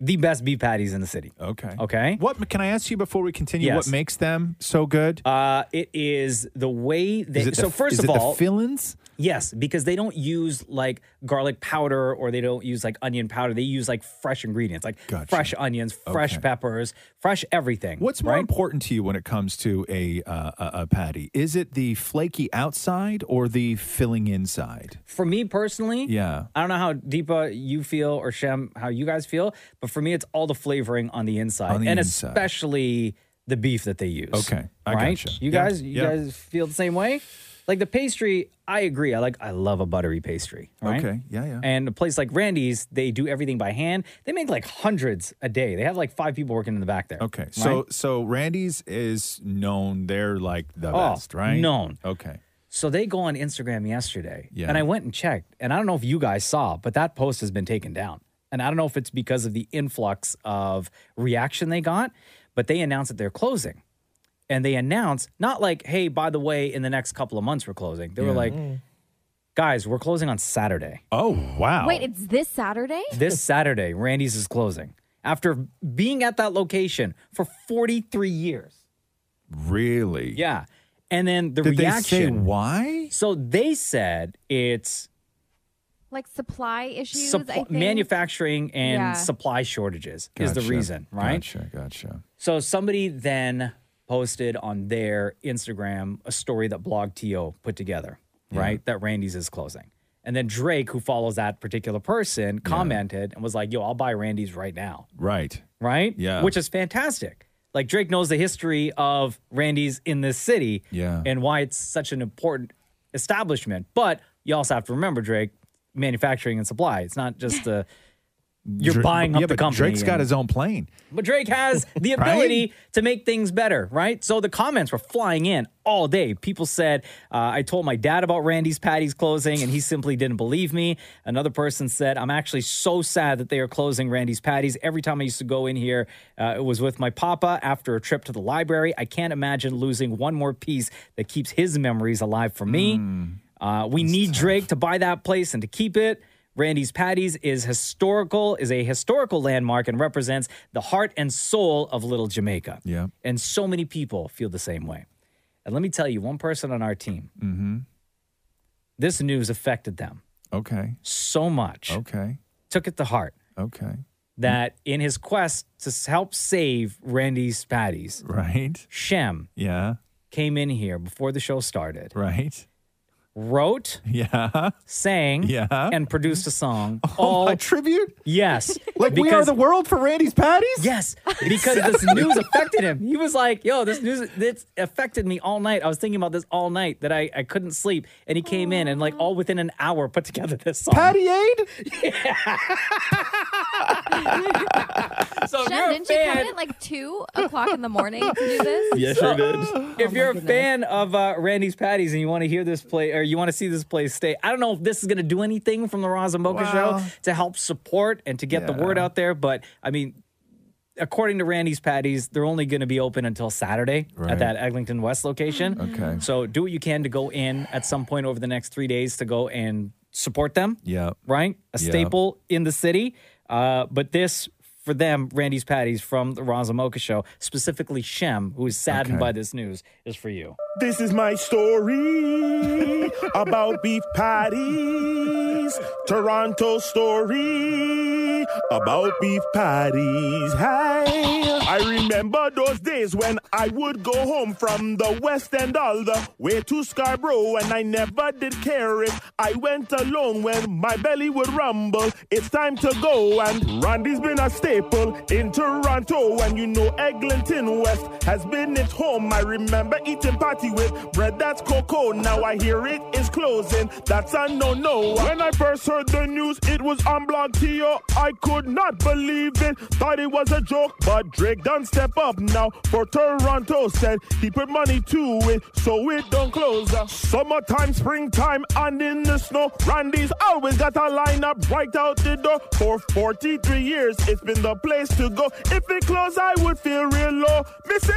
S1: the best beef patties in the city.
S5: Okay.
S1: Okay.
S5: What can I ask you before we continue?
S1: Yes.
S5: What makes them so good?
S1: Uh, it is the way they.
S5: Is it the
S1: so
S5: f-
S1: first
S5: is
S1: of
S5: it the
S1: all,
S5: fillings.
S1: Yes, because they don't use like garlic powder or they don't use like onion powder. They use like fresh ingredients, like fresh onions, fresh
S5: Okay.
S1: peppers, fresh everything.
S5: What's more important to you when it comes to a, uh, a a patty? Is it the flaky outside or the filling inside?
S1: For me personally,
S5: Yeah.
S1: I don't know how Deepa you feel or Shem how you guys feel, but for me it's all the flavoring on the inside
S5: On the
S1: and
S5: inside.
S1: especially the beef that they use.
S5: Okay, I
S1: right?
S5: gotcha.
S1: You
S5: Yeah,
S1: guys, you
S5: yeah.
S1: guys feel the same way? Like the pastry, I agree. I like I love a buttery pastry. right?
S5: Okay. Yeah, yeah.
S1: And a place like Randy's, they do everything by hand. They make like hundreds a day. They have like five people working in the back there. Okay.
S5: So so Randy's is known. They're like the
S1: Oh,
S5: best, right?
S1: known.
S5: Okay.
S1: so they go on Instagram yesterday.
S5: Yeah.
S1: And I went and checked. And I don't know if you guys saw, but that post has been taken down. And I don't know if it's because of the influx of reaction they got, but they announced that they're closing. And they announced, not like, hey, by the way, in the next couple of months we're closing. They were
S3: Yeah.
S1: like, guys, we're closing on Saturday.
S5: Mm. Oh, wow.
S3: Wait, it's this Saturday?
S1: this Saturday, Randy's is closing after being at that location for 43 years.
S5: Really?
S1: Yeah. And then the
S5: Did they say
S1: reaction.
S5: why?
S1: So they said it's
S3: like supply issues. I
S1: Supply,
S3: think.
S1: manufacturing and
S3: Yeah.
S1: supply shortages is the
S12: Gotcha.
S1: reason, right?
S12: Gotcha, gotcha.
S1: So somebody then posted on their Instagram a story that Blog TO put together,
S12: Yeah.
S1: right? That Randy's is closing. And then Drake, who follows that particular person, commented and was like, yo, I'll buy Randy's right now.
S12: Right.
S1: Right?
S12: Yeah.
S1: Which is fantastic. Like Drake knows the history of Randy's in this city
S12: Yeah.
S1: and why it's such an important establishment. But you also have to remember, Drake, manufacturing and supply. It's not just the you're
S12: Dra-
S1: buying up
S12: yeah,
S1: the
S12: but
S1: company.
S12: Drake's got
S1: and-
S12: his own plane.
S1: but Drake has the
S12: Right?
S1: ability to make things better, right? So the comments were flying in all day. People said, uh, I told my dad about Randy's Patty's closing, and he simply didn't believe me. Another person said, I'm actually so sad that they are closing Randy's Patty's. Every time I used to go in here, uh, it was with my papa after a trip to the library. I can't imagine losing one more piece that keeps his memories alive for me. Uh, we need Drake to buy that place and to keep it. Randy's Patties is historical, is a historical landmark and represents the heart and soul of Little Jamaica.
S12: Yeah.
S1: And so many people feel the same way. And let me tell you, one person on our team,
S12: Mm-hmm.
S1: this news affected them
S12: Okay.
S1: so much.
S12: Okay.
S1: Took it to heart
S12: Okay.
S1: that in his quest to s- help save Randy's Patties,
S12: right?
S1: Shem
S12: Yeah.
S1: came in here before the show started.
S12: Right.
S1: Wrote,
S12: yeah,
S1: sang,
S12: yeah, Oh
S1: and produced a song. all
S12: a tribute?
S1: Yes.
S5: Like we are the world for Randy's patties?
S1: Yes. because this news affected him. He was like, "Yo, this news this affected me all night. I was thinking about this all night that I, I couldn't sleep." And he came in and like all within an hour put together this song.
S5: Patty aid?
S1: So if
S3: Shem,
S1: you're a
S3: didn't you come
S1: fan-
S3: in at like two o'clock in the morning to do this?
S24: Yes,
S1: So,
S24: sure did.
S1: uh,
S12: Oh
S1: If you're a fan of uh, Randy's Patties and you want to hear this play or you want to see this play stay, I don't know if this is going to do anything from the Roz and Boca
S5: Well-
S1: show to help support and to get the word out there. But I mean, according to Randy's Patties, they're only going to be open until Saturday
S12: Right.
S1: at that Eglinton West location.
S12: Okay.
S1: So do what you can to go in at some point over the next three days to go and support them
S12: Yeah.
S1: right? A
S12: Yeah.
S1: staple in the city. Uh, but this for them, Randy's Patties from the Raza Mocha Show, specifically Shem, who is saddened
S6: Okay.
S1: by this news, is for you.
S6: This is my story about beef patties. Toronto story about beef patties. Hey, I remember those days when I would go home from the West End all the way to Scarborough, and I never did care if I went alone when my belly would rumble. It's time to go, and Randy's been a staple in Toronto, and you know Eglinton West has been its home. I remember eating patty with bread that's cocoa. Now I hear it is closing. That's a no-no. When I first heard the news, it was on Blog Tio. I could not believe it. Thought it was a joke, but Drake done step up now for Toronto. Said he put money to it, so it don't close. Summertime, springtime, and in the snow, Randy's always got a lineup right out the door. For 43 years, it's been the place to go. If it closed, I would feel real low. Mr.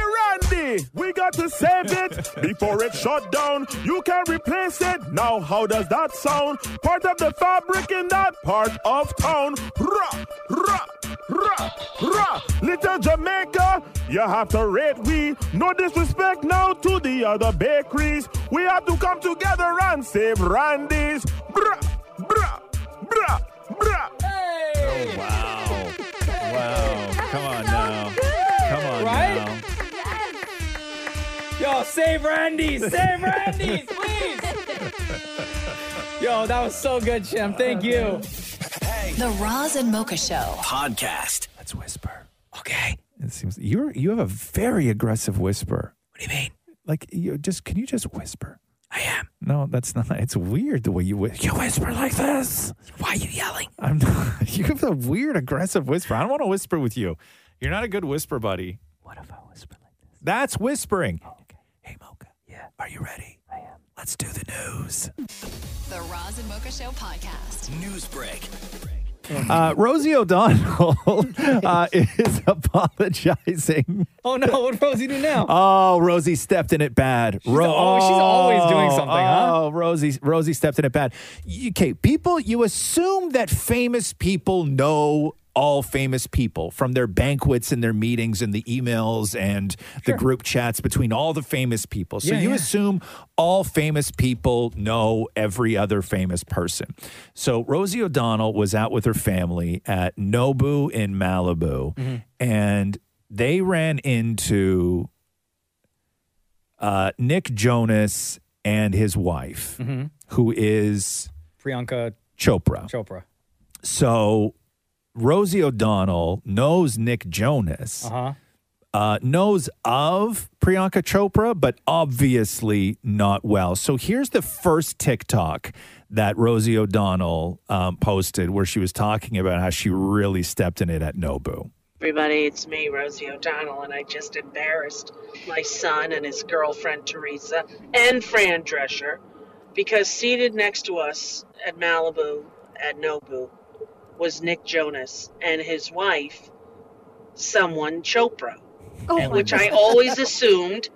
S6: Randy, we got to save it before it shut down. You can replace it. Now, how does that sound? Part of the fabric in that part of town. Rah, rah, rah, rah. Little Jamaica, you have to rate we. No disrespect now to the other bakeries. We have to come together and save Randy's. Brah, brah, brah, brah.
S12: Oh, wow. Wow. Come on now. Come on
S1: Right?
S12: now.
S1: Yo, save Randy! Save Randy's, please! Yo, that was so good, Shem. Thank you.
S8: The Roz and Mocha Show.
S4: Podcast.
S12: Let's whisper.
S4: Okay.
S12: It seems you're you have a very aggressive whisper.
S4: What do you mean?
S12: Like you just can you just whisper? I am. No, that's not. It's weird the way you whisper. You whisper like this.
S4: Why are you yelling?
S12: I'm not. You have a weird aggressive whisper. I don't want to whisper with you. You're not a good whisper buddy. What if I whisper like this? That's whispering. okay. Hey Mocha. Yeah. Are you ready? I am. Let's do the news.
S8: The Roz and Mocha Show podcast.
S4: News break.
S12: Uh, Rosie O'Donnell uh, is apologizing.
S1: Oh no, what does he do now?
S12: Oh, Rosie stepped in it bad. Ro-
S1: al- oh, she's always doing something, huh?
S5: Oh, Rosie, Rosie stepped in it bad. Y- Okay, people, you assume that famous people know all famous people from their banquets and their meetings and the emails and the group chats between all the famous people. So
S24: Yeah,
S5: you
S24: yeah.
S5: assume all famous people know every other famous person. So Rosie O'Donnell was out with her family at Nobu in Malibu,
S23: Mm-hmm.
S5: and they ran into uh, Nick Jonas and his wife,
S12: Mm-hmm.
S1: Mhm.
S5: who is
S1: Priyanka
S5: Chopra.
S1: Chopra.
S5: So Rosie O'Donnell knows Nick Jonas,
S1: Uh-huh.
S5: uh, knows of Priyanka Chopra, but obviously not well. So here's the first TikTok that Rosie O'Donnell um, posted where she was talking about how she really stepped in it at Nobu.
S30: Everybody, it's me, Rosie O'Donnell, and I just embarrassed my son and his girlfriend, Teresa, and Fran Drescher, because seated next to us at Malibu, at Nobu, was Nick Jonas and his wife, someone Chopra,
S12: Oh,
S30: which I always assumed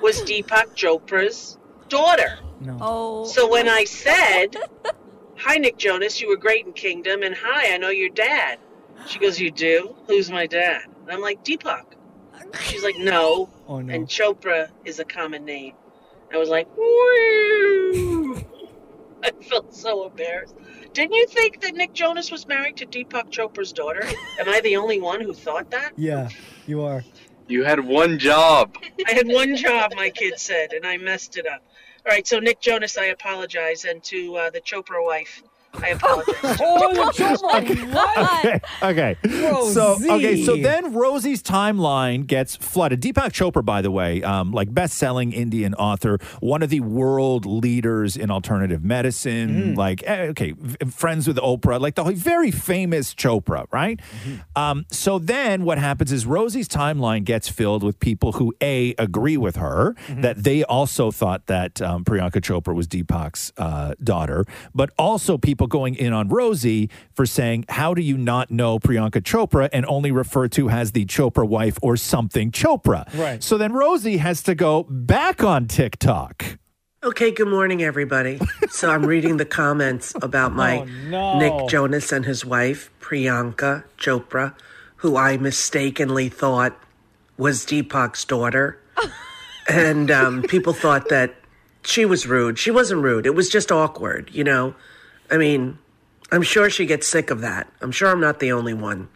S30: was Deepak Chopra's daughter.
S12: Oh.
S30: So when I said, Hi, Nick Jonas, you were great in Kingdom, and hi, I know your dad. She goes, You do? Who's my dad? And I'm like, Deepak. She's like, No.
S1: Oh, no.
S30: And Chopra is a common name. I was like, Woo! I felt so embarrassed. Didn't you think that Nick Jonas was married to Deepak Chopra's daughter? Am I the only one who thought that?
S1: Yeah, you are.
S19: You had one job.
S30: I had one job, my kid said, and I messed it up. All right, so Nick Jonas, I apologize, and to uh, the Chopra wife, I apologize.
S1: oh,
S30: the Chopra
S5: okay. okay. So okay. So then Rosie's timeline gets flooded. Deepak Chopra, by the way, um, like best-selling Indian author, one of the world leaders in alternative medicine. Like eh, okay, v- friends with Oprah, like the whole- very famous Chopra, right? Um, so then what happens is Rosie's timeline gets filled with people who a agree with her that they also thought that um, Priyanka Chopra was Deepak's uh, daughter, but also people going in on Rosie for saying, "How do you not know Priyanka Chopra and only refer to as the Chopra wife or something Chopra?" Right. So then Rosie has to go back on TikTok.
S19: Okay, good morning, everybody. So I'm reading the comments about my
S1: Oh, no.
S19: Nick Jonas and his wife, Priyanka Chopra, who I mistakenly thought was Deepak's daughter. and um, people thought that she was rude. She wasn't rude, it was just awkward, you know? I mean, I'm sure she gets sick of that. I'm sure I'm not the only one.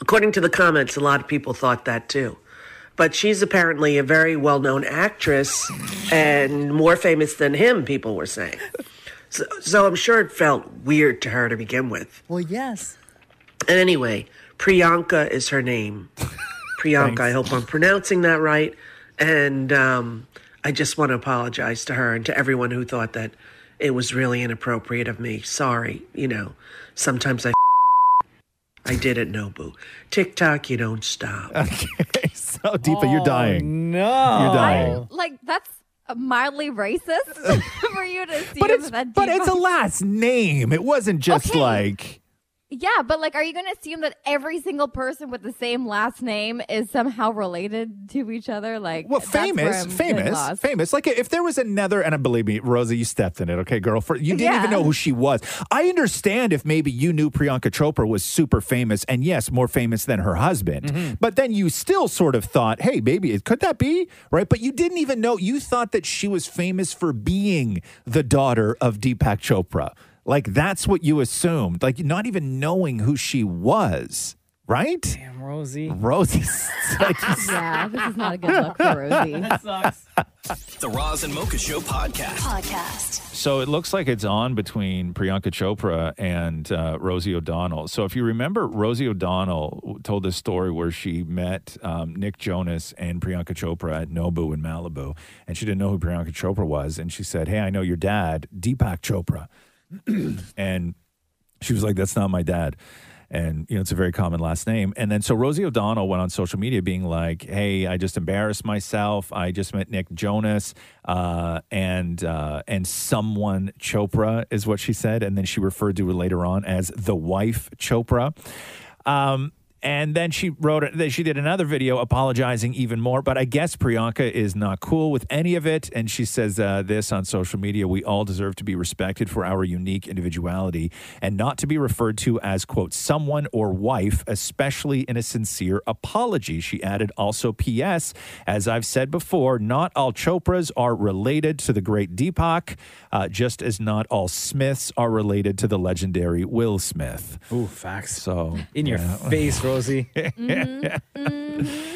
S19: According to the comments, a lot of people thought that too. But she's apparently a very well known actress and more famous than him, people were saying. So, so I'm sure it felt weird to her to begin with.
S1: Well, yes.
S19: And anyway, Priyanka is her name. Priyanka, I hope I'm pronouncing that right. And um, I just want to apologize to her and to everyone who thought that it was really inappropriate of me. Sorry, you know, sometimes I. I did at Nobu. TikTok, you don't stop.
S5: Okay, so Deepa, you're dying.
S1: No,
S19: you're
S5: dying.
S3: Like that's mildly racist for you to assume
S5: But it's
S3: that.
S5: but it's a
S3: Deepak-
S5: last name. It wasn't just
S3: Okay.
S5: like
S3: Yeah, but like, are you going to assume that every single person with the same last name is somehow related to each other? Like,
S5: well,
S3: that's where
S5: famous,
S3: I'm getting
S5: famous,
S3: lost.
S5: famous. Like if there was another, and believe me, Rosie, you stepped in it, okay, girl. For, you didn't even
S3: Yeah.
S5: know who she was. I understand if maybe you knew Priyanka Chopra was super famous, and yes, more famous than her husband.
S3: Mm-hmm.
S5: But then you still sort of thought, hey, maybe it could that be right? But you didn't even know. You thought that she was famous for being the daughter of Deepak Chopra. Like that's what you assumed. Like not even knowing who she was, right? Damn,
S1: Rosie.
S5: Rosie.
S3: yeah, this is not a good look for Rosie.
S1: That sucks.
S4: The Roz and Mocha Show podcast.
S31: Podcast.
S24: So it looks like it's on between Priyanka Chopra and uh, Rosie O'Donnell. So if you remember, Rosie O'Donnell w- told this story where she met um, Nick Jonas and Priyanka Chopra at Nobu in Malibu, and she didn't know who Priyanka Chopra was, and she said, "Hey, I know your dad, Deepak Chopra," and she was like, "That's not my dad." And you know it's a very common last name. And then so Rosie O'Donnell went on social media being like, "Hey, I just embarrassed myself. I just met Nick Jonas, uh, and uh, and someone Chopra is what she said." And then she referred to it later on as the wife Chopra. Um,
S5: And then she wrote, then she did another video apologizing even more. But I guess Priyanka is not cool with any of it. And she says uh, this on social media We all deserve to be respected for our unique individuality and not to be referred to as, quote, someone or wife, especially in a sincere apology. She added also, P.S., as I've said before, not all Chopras are related to the great Deepak, uh, just as not all Smiths are related to the legendary Will Smith.
S1: Ooh, facts.
S5: So
S1: in your
S5: yeah.
S1: face, Rosie.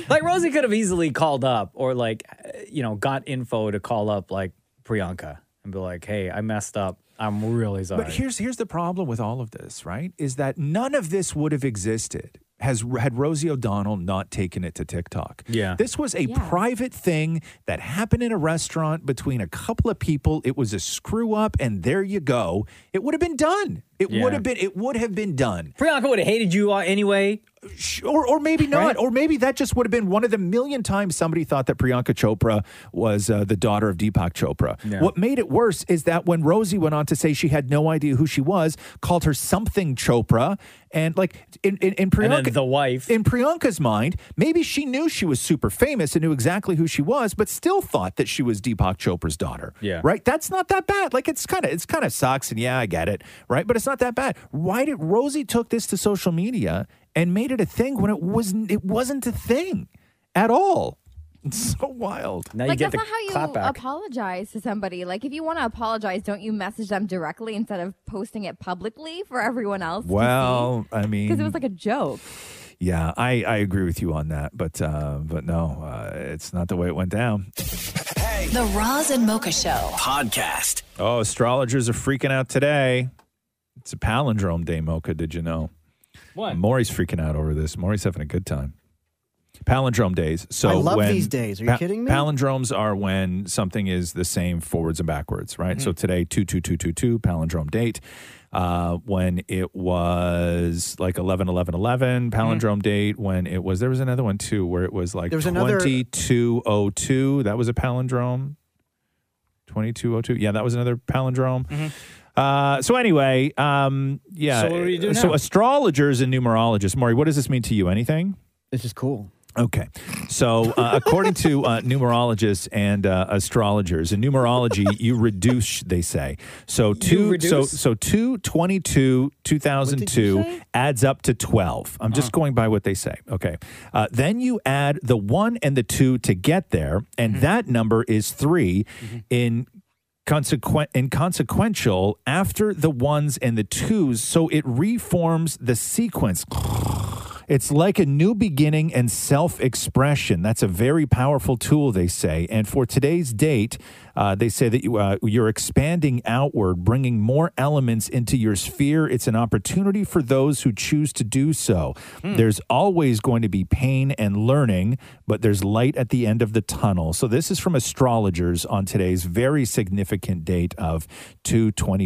S1: Like Rosie could have easily called up or like uh, you know got info to call up like Priyanka and be like, "Hey, I messed up. I'm really sorry."
S5: But here's here's the problem with all of this, right? Is that none of this would have existed has had Rosie O'Donnell not taken it to TikTok.
S1: Yeah.
S5: This was a private thing that happened in a restaurant between a couple of people. It was a screw up and there you go. It would have been done. It
S1: Yeah.
S5: would have been it would have been done.
S1: Priyanka would have hated you uh, anyway.
S5: Or or maybe not. Or maybe that just would have been one of the million times somebody thought that Priyanka Chopra was uh, the daughter of Deepak Chopra.
S12: Yeah.
S5: What made it worse is that when Rosie went on to say she had no idea who she was, called her something Chopra, and like in in, in
S1: And
S5: Priyanka,
S1: then the wife.
S5: in Priyanka's mind, maybe she knew she was super famous and knew exactly who she was, but still thought that she was Deepak Chopra's daughter.
S12: Yeah.
S5: Right? That's not that bad. Like it's kind of it's kind of sucks and yeah, I get it, right? But it's not that bad. Why did Rosie took this to social media and made it a thing when it wasn't it wasn't a thing at all? It's so wild.
S1: Now
S3: like that's not how you apologize to somebody. Like if you want to apologize, don't you message them directly instead of posting it publicly for everyone else?
S5: Well, I mean,
S3: because it was like a joke.
S5: yeah, I, I agree with you on that, but uh, but no, uh, it's not the way it went down.
S8: The Roz and Mocha Show podcast.
S5: Oh, astrologers are freaking out today. It's a palindrome day, Mocha. Did you know?
S1: What?
S5: Maury's freaking out over this. Maury's having a good time. Palindrome days. So
S7: I love
S5: when-
S7: these days. Are you kidding me?
S5: Palindromes are when something is the same forwards and backwards, right? So today, two two two two two palindrome date. Uh, when it was like 11 11 11 palindrome date when it was there was another one too where it was like
S7: There was another-
S5: 2202 that was a palindrome 2202 yeah that was another palindrome uh, so anyway um, yeah
S7: Mm-hmm. So what do we do
S5: so
S7: now?
S5: astrologers and numerologists Maury, what does this mean to you anything
S7: This is cool.
S5: Okay. So, uh, according to uh, numerologists and uh, astrologers, in numerology, you reduce, they say. So, two,
S12: reduce?
S5: so, so two, 22, 2002 adds up to 12. I'm just going by what they say. Okay. Uh, then you add the one and the two to get there, and that number is 3 in consequent inconsequential after the ones and the twos so it reforms the sequence it's like a new beginning and self expression. That's a very powerful tool, they say. And for today's date, uh, they say that you, uh, you're expanding outward, bringing more elements into your sphere. It's an opportunity for those who choose to do so. There's always going to be pain and learning, but there's light at the end of the tunnel. So this is from astrologers on today's very significant date of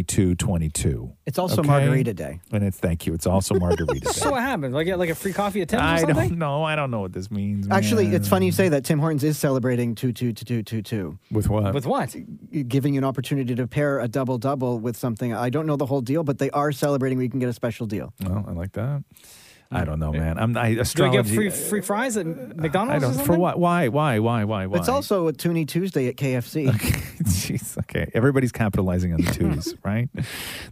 S5: 22222.
S7: It's also Margarita Day.
S5: And it's thank you. It's also Margarita Day.
S1: So what happened? Like like a free coffee at ten or
S5: I
S1: something?
S5: don't know. I don't know what this means.
S7: Actually,
S5: man.
S7: it's funny you say that. Tim Hortons is celebrating two two two two two two.
S5: With what?
S1: With what?
S7: Giving you an opportunity to pair a double double with something. I don't know the whole deal, but they are celebrating where you can get a special deal.
S5: Well, I like that. I don't know, man. I'm I,
S1: Do I get
S5: astrology. uh,
S1: free free fries at McDonald's?
S5: I
S1: or
S5: don't
S1: something?
S5: for what? Why? Why? Why? Why? Why?
S7: It's also a Toonie Tuesday at KFC.
S5: Jeez, okay. Everybody's capitalizing on the twos, right?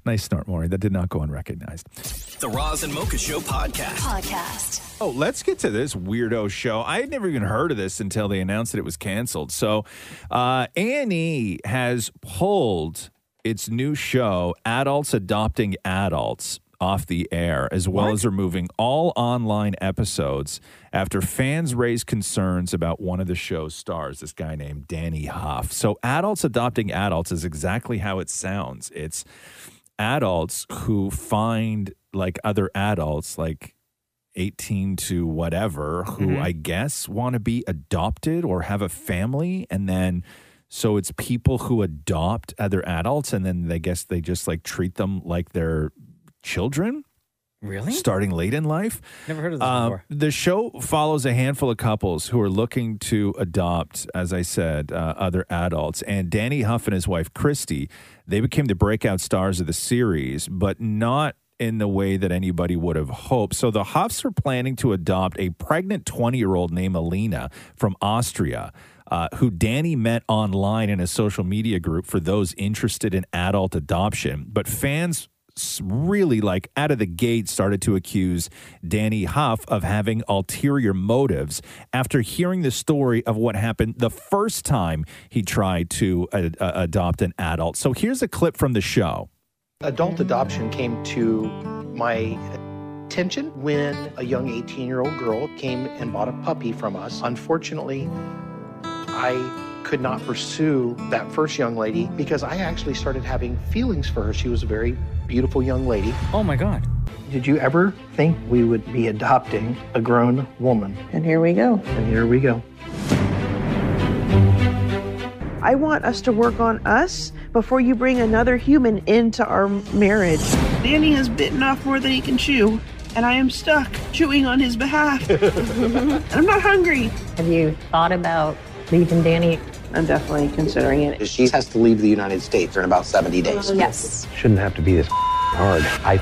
S5: Nice snort, Maury. That did not go unrecognized.
S4: The Roz and Mocha Show podcast. Podcast.
S5: Oh, let's get to this weirdo show. I had never even heard of this until they announced that it was canceled. So, uh, Annie has pulled its new show, Adults Adopting Adults, off the air, as well as removing all online episodes after fans raised concerns about one of the show's stars, this guy named Danny Huff. So, Adults Adopting Adults is exactly how it sounds. It's adults who find like other adults, like 18 to whatever who I guess want to be adopted or have a family and then so it's people who adopt other adults and then they guess they just like treat them like they're children
S1: Really? Um,
S5: starting late in life
S1: Never heard of this
S5: Uh,
S1: before.
S5: the show follows a handful of couples who are looking to adopt as i said uh, other adults and danny huff and his wife christy they became the breakout stars of the series but not in the way that anybody would have hoped. So the Huffs are planning to adopt a pregnant 20 year old named Alina from Austria. Uh, who Danny met online in a social media group for those interested in adult adoption. But fans s- really, like out of the gate, started to accuse Danny Huff of having ulterior motives after hearing the story of what happened the first time he tried to uh, uh, adopt an adult. So here's a clip from the show.
S32: Adult adoption came to my attention when a young 18 year old girl came and bought a puppy from us. Unfortunately, I could not pursue that first young lady because I actually started having feelings for her. She was a very beautiful young lady.
S1: Oh my God.
S32: Did you ever think we would be adopting a grown woman?
S33: And here we go.
S32: And here we go.
S33: I want us to work on us before you bring another human into our marriage. Danny has bitten off more than he can chew, and I am stuck chewing on his behalf. and I'm not hungry.
S32: Have you thought about leaving Danny?
S33: I'm definitely considering it.
S32: She has to leave the United States in about 70
S33: Yes.
S32: Shouldn't have to be this hard. I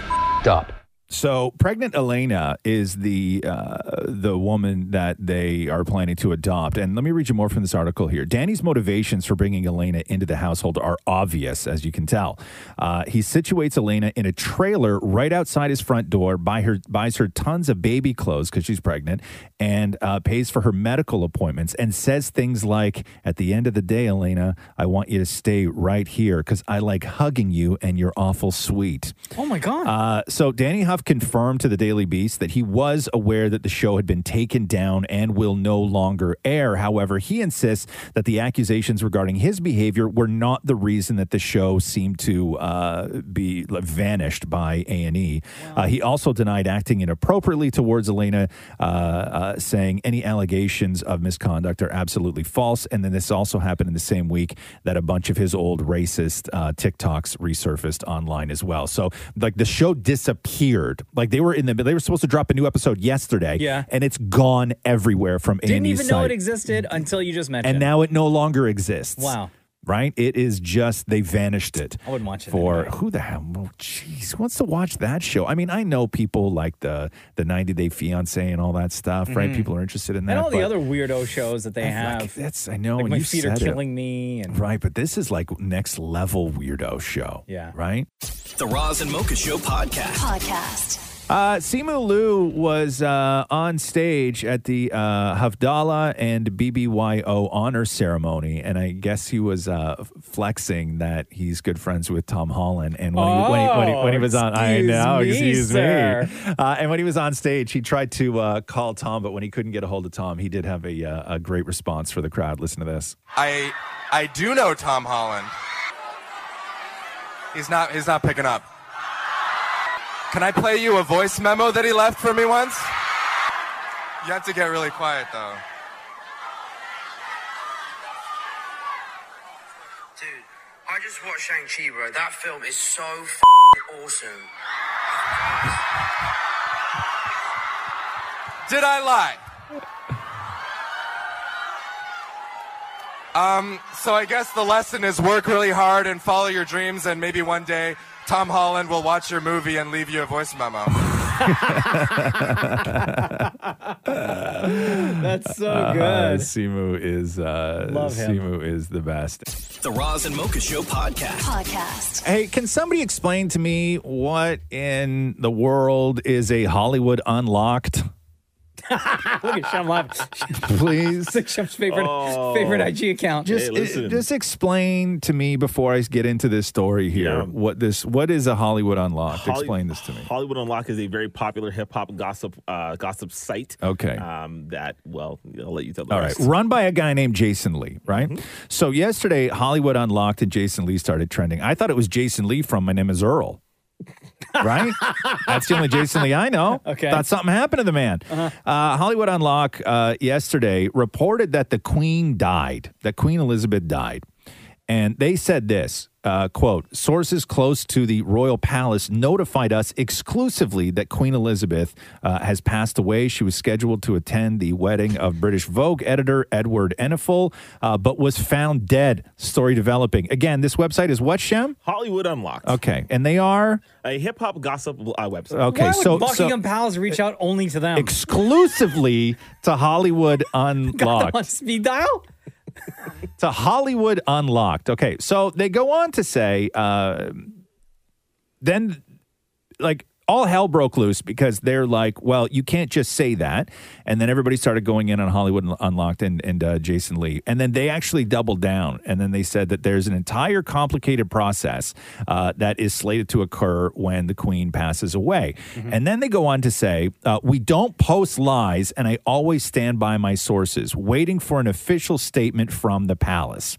S32: up.
S5: So, pregnant Elena is the uh, the woman that they are planning to adopt. And let me read you more from this article here. Danny's motivations for bringing Elena into the household are obvious, as you can tell. Uh, he situates Elena in a trailer right outside his front door, buy her buys her tons of baby clothes because she's pregnant, and uh, pays for her medical appointments, and says things like, "At the end of the day, Elena, I want you to stay right here because I like hugging you, and you're awful sweet."
S1: Oh my God.
S5: Uh, so Danny Huff confirmed to the Daily Beast that he was aware that the show had been taken down and will no longer air. However, he insists that the accusations regarding his behavior were not the reason that the show seemed to uh, be like, vanished by A and E. He also denied acting inappropriately towards Elena, uh, uh, saying any allegations of misconduct are absolutely false. And then this also happened in the same week that a bunch of his old racist uh, TikToks resurfaced online as well. So like the show disappeared. Like they were in the they were supposed to drop a new episode yesterday.
S1: Yeah.
S5: and it's gone everywhere from
S1: Didn't
S5: Andy's
S1: even know
S5: site.
S1: it existed until you just mentioned
S5: and now it no longer exists.
S1: Wow.
S5: Right? It is just they vanished it.
S1: I wouldn't watch it
S5: for who the hell? Oh, jeez, who wants to watch that show? I mean, I know people like the the 90 Day Fiance and all that stuff, right?
S1: Mhm.
S5: People are interested in
S1: And,
S5: that.
S1: all the
S5: but-
S1: other weirdo shows that they
S5: That's
S1: have.
S5: like- that's I know.
S1: Like
S5: and
S1: my
S5: you
S1: feet are
S5: said it.
S1: killing me. And
S5: right, but this is like next level weirdo show.
S1: Yeah.
S5: right.
S4: The Roz and Mocha Show podcast.
S34: Podcast.
S5: Uh, Simu Liu was uh, on stage at the uh, Havdalah and BBYO honor ceremony, and I guess he was uh, f- flexing that he's good friends with Tom Holland. And when, he, when, he, when, he, when he was on, I
S18: excuse
S5: know,
S18: me,
S5: excuse
S18: sir.
S5: me. Uh, and when he was on stage, he tried to uh, call Tom, but when he couldn't get a hold of Tom, he did have a, uh, a great response for the crowd. Listen to this.
S18: I I do know Tom Holland. He's not he's not picking up. Can I play you a voice memo that he left for me once? You have to get really quiet though.
S19: Dude, I just watched Shang-Chi, bro. That film is so f- awesome.
S18: Did I lie? Um, so I guess the lesson is work really hard and follow your dreams, and maybe one day Tom Holland will watch your movie and leave you a voice memo.
S1: That's so
S35: Uh-huh.
S5: Uh,
S1: good.
S5: Simu is uh,
S4: Love him.
S5: Simu is the best.
S4: The Roz and Mocha Show podcast.
S34: Podcast.
S5: Hey, can somebody explain to me what in the world is a Hollywood Unlocked?
S1: Look at Shem laughing.
S5: Please.
S1: Shem's favorite,
S5: Oh.
S1: favorite IG account.
S5: Just, eh, just explain to me before I get into this story here what this what is a Hollywood Unlocked?
S24: Holly-
S5: explain this to me.
S24: Hollywood Unlock is a very popular hip hop gossip uh, gossip site.
S5: Okay.
S24: Um, that well, I'll let you tell the
S5: All right,
S24: rest.
S5: run by a guy named Jason Lee, right? So yesterday, Hollywood Unlocked and Jason Lee started trending. I thought it was Jason Lee from My Name Is Earl, right? That's the only Jason Lee I know.
S18: Okay.
S5: thought something happened to the man. uh Hollywood Unlock uh, yesterday reported that the Queen died, that Queen Elizabeth died, And they said this uh, quote, sources close to the royal palace notified us exclusively that Queen Elizabeth uh, has passed away. She was scheduled to attend the wedding of British Vogue editor Edward Enfield, uh, but was found dead. Story developing. Again, this website is what, Shem?
S24: Hollywood Unlocked,
S5: Okay. And they are.
S24: a hip hop gossip uh, website.
S5: Okay,
S1: Why would
S5: so- so-
S1: Buckingham Palace reach out only to them.
S5: exclusively to Hollywood
S1: Got them
S5: Unlocked.
S1: on speed dial.
S5: to Hollywood Unlocked. Okay, so they go on to say, uh, then like all hell broke loose because they're like, well, you can't just say that. And then everybody started going in on Hollywood Un- Unlocked and, and uh, Jason Lee. And then they actually doubled down. And then they said that there's an entire complicated process uh, that is slated to occur when the queen passes away. And then they go on to say, uh, we don't post lies and I always stand by my sources, waiting for an official statement from the palace.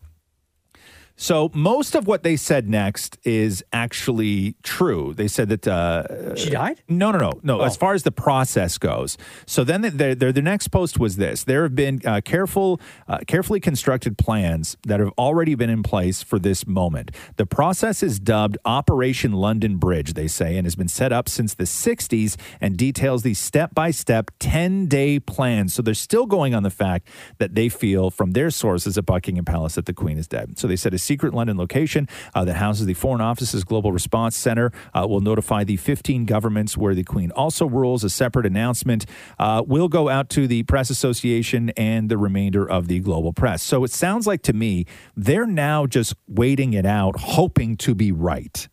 S5: So most of what they said next is actually true. They said that uh, she died. Oh. No, no, no, no. As far as the process goes, so then the, their their- their next post was this: there have been uh, careful, uh, carefully constructed plans that have already been in place for this moment. The process is dubbed Operation London Bridge. They say and has been set up since the '60s and details the step by step 10 day plan. So they're still going on the fact that they feel from their sources at Buckingham Palace that the Queen is dead. So they said a secret London location uh, that houses the Foreign Office's Global Response Center uh, will notify the 15 governments where the Queen also rules. A separate announcement uh, will go out to the Press Association and the remainder of the global press. So it sounds like to me they're now just waiting it out, hoping to be right.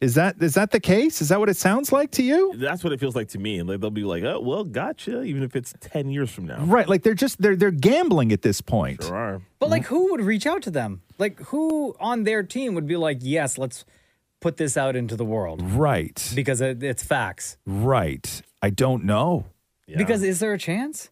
S5: Is that is that the case? Is that what it sounds like to you?
S24: That's what it feels like to me. And like, they'll be like, oh, well, gotcha, even if it's 10 years from now.
S5: Right, like they're just they're they're gambling at this point.
S1: But like, who would reach out to them? Like, who on their team would be like, yes, let's put this out into the world,
S5: right?
S1: Because it, it's facts.
S5: Right. I don't know.
S1: Because is there a chance?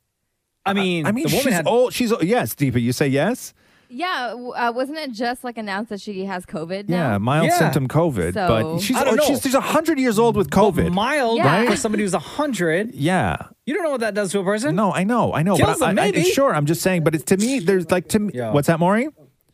S1: I mean,
S5: I mean,
S1: the woman
S5: she's
S1: had
S5: old. She's old. yes, Deepa. You say yes.
S3: Yeah, w- uh, wasn't it just like announced that she has COVID?
S5: Yeah, mild symptom COVID,
S3: So-
S5: but she's
S3: I don't
S5: oh,
S3: know.
S5: she's she's hundred years old with COVID.
S1: mild
S5: right?
S1: for somebody who's hundred.
S5: Yeah.
S1: You don't know what that does to a person.
S5: No, I know, I know.
S1: Kills
S5: but I-
S1: them,
S5: I, I-
S1: maybe.
S5: sure, I'm just saying. But it's to me, there's like to me. What's that, Maury?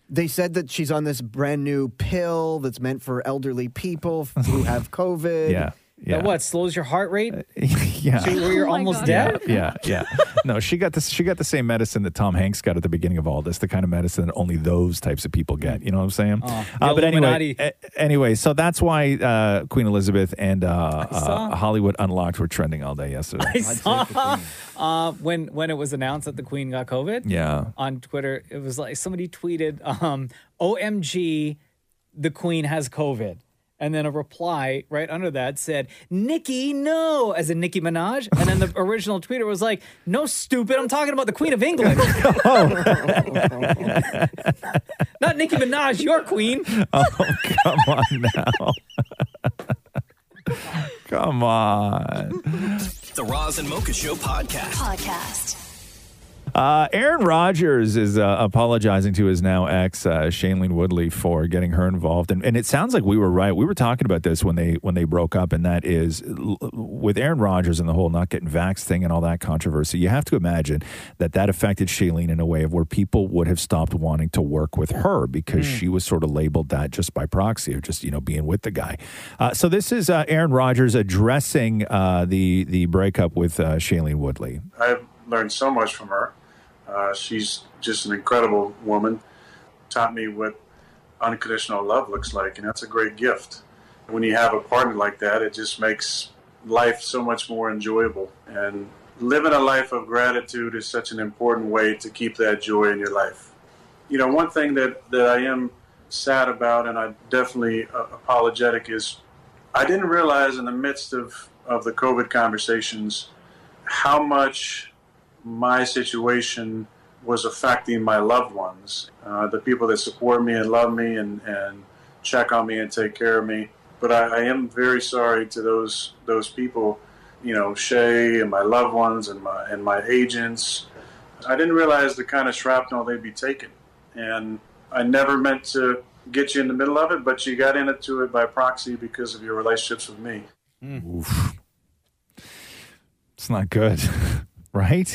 S7: They said that she's on this brand new pill that's meant for elderly people f- who have COVID.
S5: Yeah, Uh,
S1: That what slows your heart rate?
S5: yeah.
S1: So where you're almost dead.
S5: Yeah, yeah. no, she got this. She got the same medicine that Tom Hanks got at the beginning of all this. The kind of medicine that only those types of people get. You know what I'm saying?
S1: Oh, the
S5: uh, but anyway,
S1: Illuminati.
S5: a- anyway, so that's why uh, Queen Elizabeth and uh, uh, Hollywood Unlocked were trending all day yesterday.
S1: I saw uh, when when it was announced that the Queen got COVID.
S5: Yeah.
S1: On Twitter, it was like somebody tweeted, um, "OMG, the Queen has COVID." And then a reply right under that said, Nikki, no, as in Nicki Minaj. And then the original tweeter was like, no, stupid, I'm talking about the Queen of England.
S5: Oh.
S1: Not Nicki Minaj, your queen.
S5: Oh, come on now. come on.
S4: The Roz and Mocha Show podcast. Podcast.
S5: Uh, Aaron Rodgers is uh, apologizing to his now ex, uh, Shailene Woodley, for getting her involved, and, and it sounds like we were right. We were talking about this when they when they broke up, and that is l- with Aaron Rodgers and the whole not getting vaxxed thing and all that controversy. You have to imagine that that affected Shailene in a way of where people would have stopped wanting to work with her because
S12: Mm.
S5: she was sort of labeled that just by proxy of just you know being with the guy. Uh, so this is uh, Aaron Rodgers addressing uh, the the breakup with uh, Shailene Woodley.
S23: I've learned so much from her. Uh, she's just an incredible woman. Taught me what unconditional love looks like, and that's a great gift. When you have a partner like that, it just makes life so much more enjoyable. And living a life of gratitude is such an important way to keep that joy in your life. You know, one thing that, that I am sad about, and I definitely uh, apologetic, is I didn't realize in the midst of, of the COVID conversations how much my situation was affecting my loved ones, uh, the people that support me and love me and, and check on me and take care of me. But I, I am very sorry to those those people, you know, Shay and my loved ones and my and my agents. I didn't realize the kind of shrapnel they'd be taking, and I never meant to get you in the middle of it, but you got into it by proxy because of your relationships with me.
S1: Mm.
S5: It's not good, right?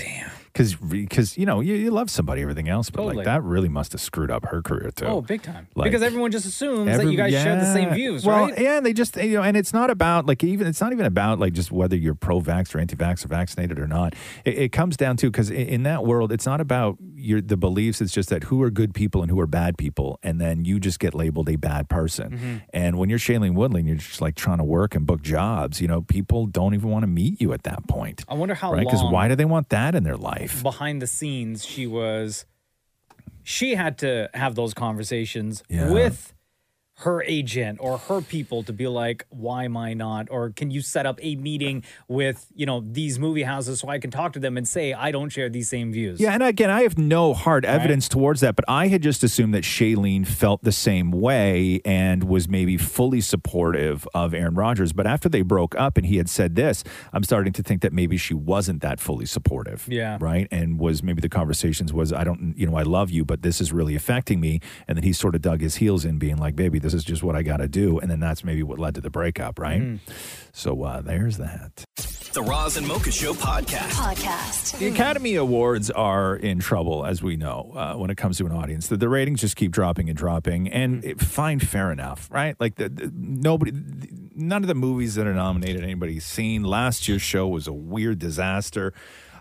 S5: because because you know you, you love somebody, everything else, but
S1: Totally.
S5: like that really must have screwed up her career too.
S1: Oh, big time.
S5: Like-
S1: because everyone just assumes that
S5: Every-
S1: you guys share the same
S5: yeah.
S1: views,
S5: well,
S1: right?
S5: Yeah, and they just you know, and it's not about like even it's not even about like just whether you're pro-vax or anti-vax or vaccinated or not. It, it comes down to because in that world, it's not about your the beliefs. It's just that who are good people and who are bad people, and then you just get labeled a bad person.
S1: Mm-hmm.
S5: And when you're Shailene Woodley, and you're just like trying to work and book jobs. You know, people don't even want to meet you at that point,
S1: I wonder how
S5: right? Because
S1: long
S5: why do they want that in their life?
S1: behind the scenes she was she had to have those conversations
S5: Yeah.
S1: with her agent or her people to be like why am i not or can you set up a meeting with you know these movie houses so i can talk to them and say i don't share these same views
S5: Yeah, and again, I have no hard
S1: Right.
S5: evidence towards that, but I had just assumed that Shailene felt the same way and was maybe fully supportive of Aaron Rodgers. But after they broke up and he had said this, I'm starting to think that maybe she wasn't that fully supportive.
S1: Yeah.
S5: Right. And was maybe the conversations was, I don't, you know, I love you, but this is really affecting me. And then he sort of dug his heels in, being like, baby, this is just what I got to do. And then that's maybe what led to the breakup. Right.
S1: Mm.
S5: So uh, there's that.
S4: The Roz and Mocha Show podcast. Podcast.
S5: The Academy Awards are in trouble, as we know, uh, when it comes to an audience. The, the ratings just keep dropping and dropping, and it, fine, fair enough, right? Like the, the- nobody, the- none of the movies that are nominated anybody's seen. Last year's show was a weird disaster.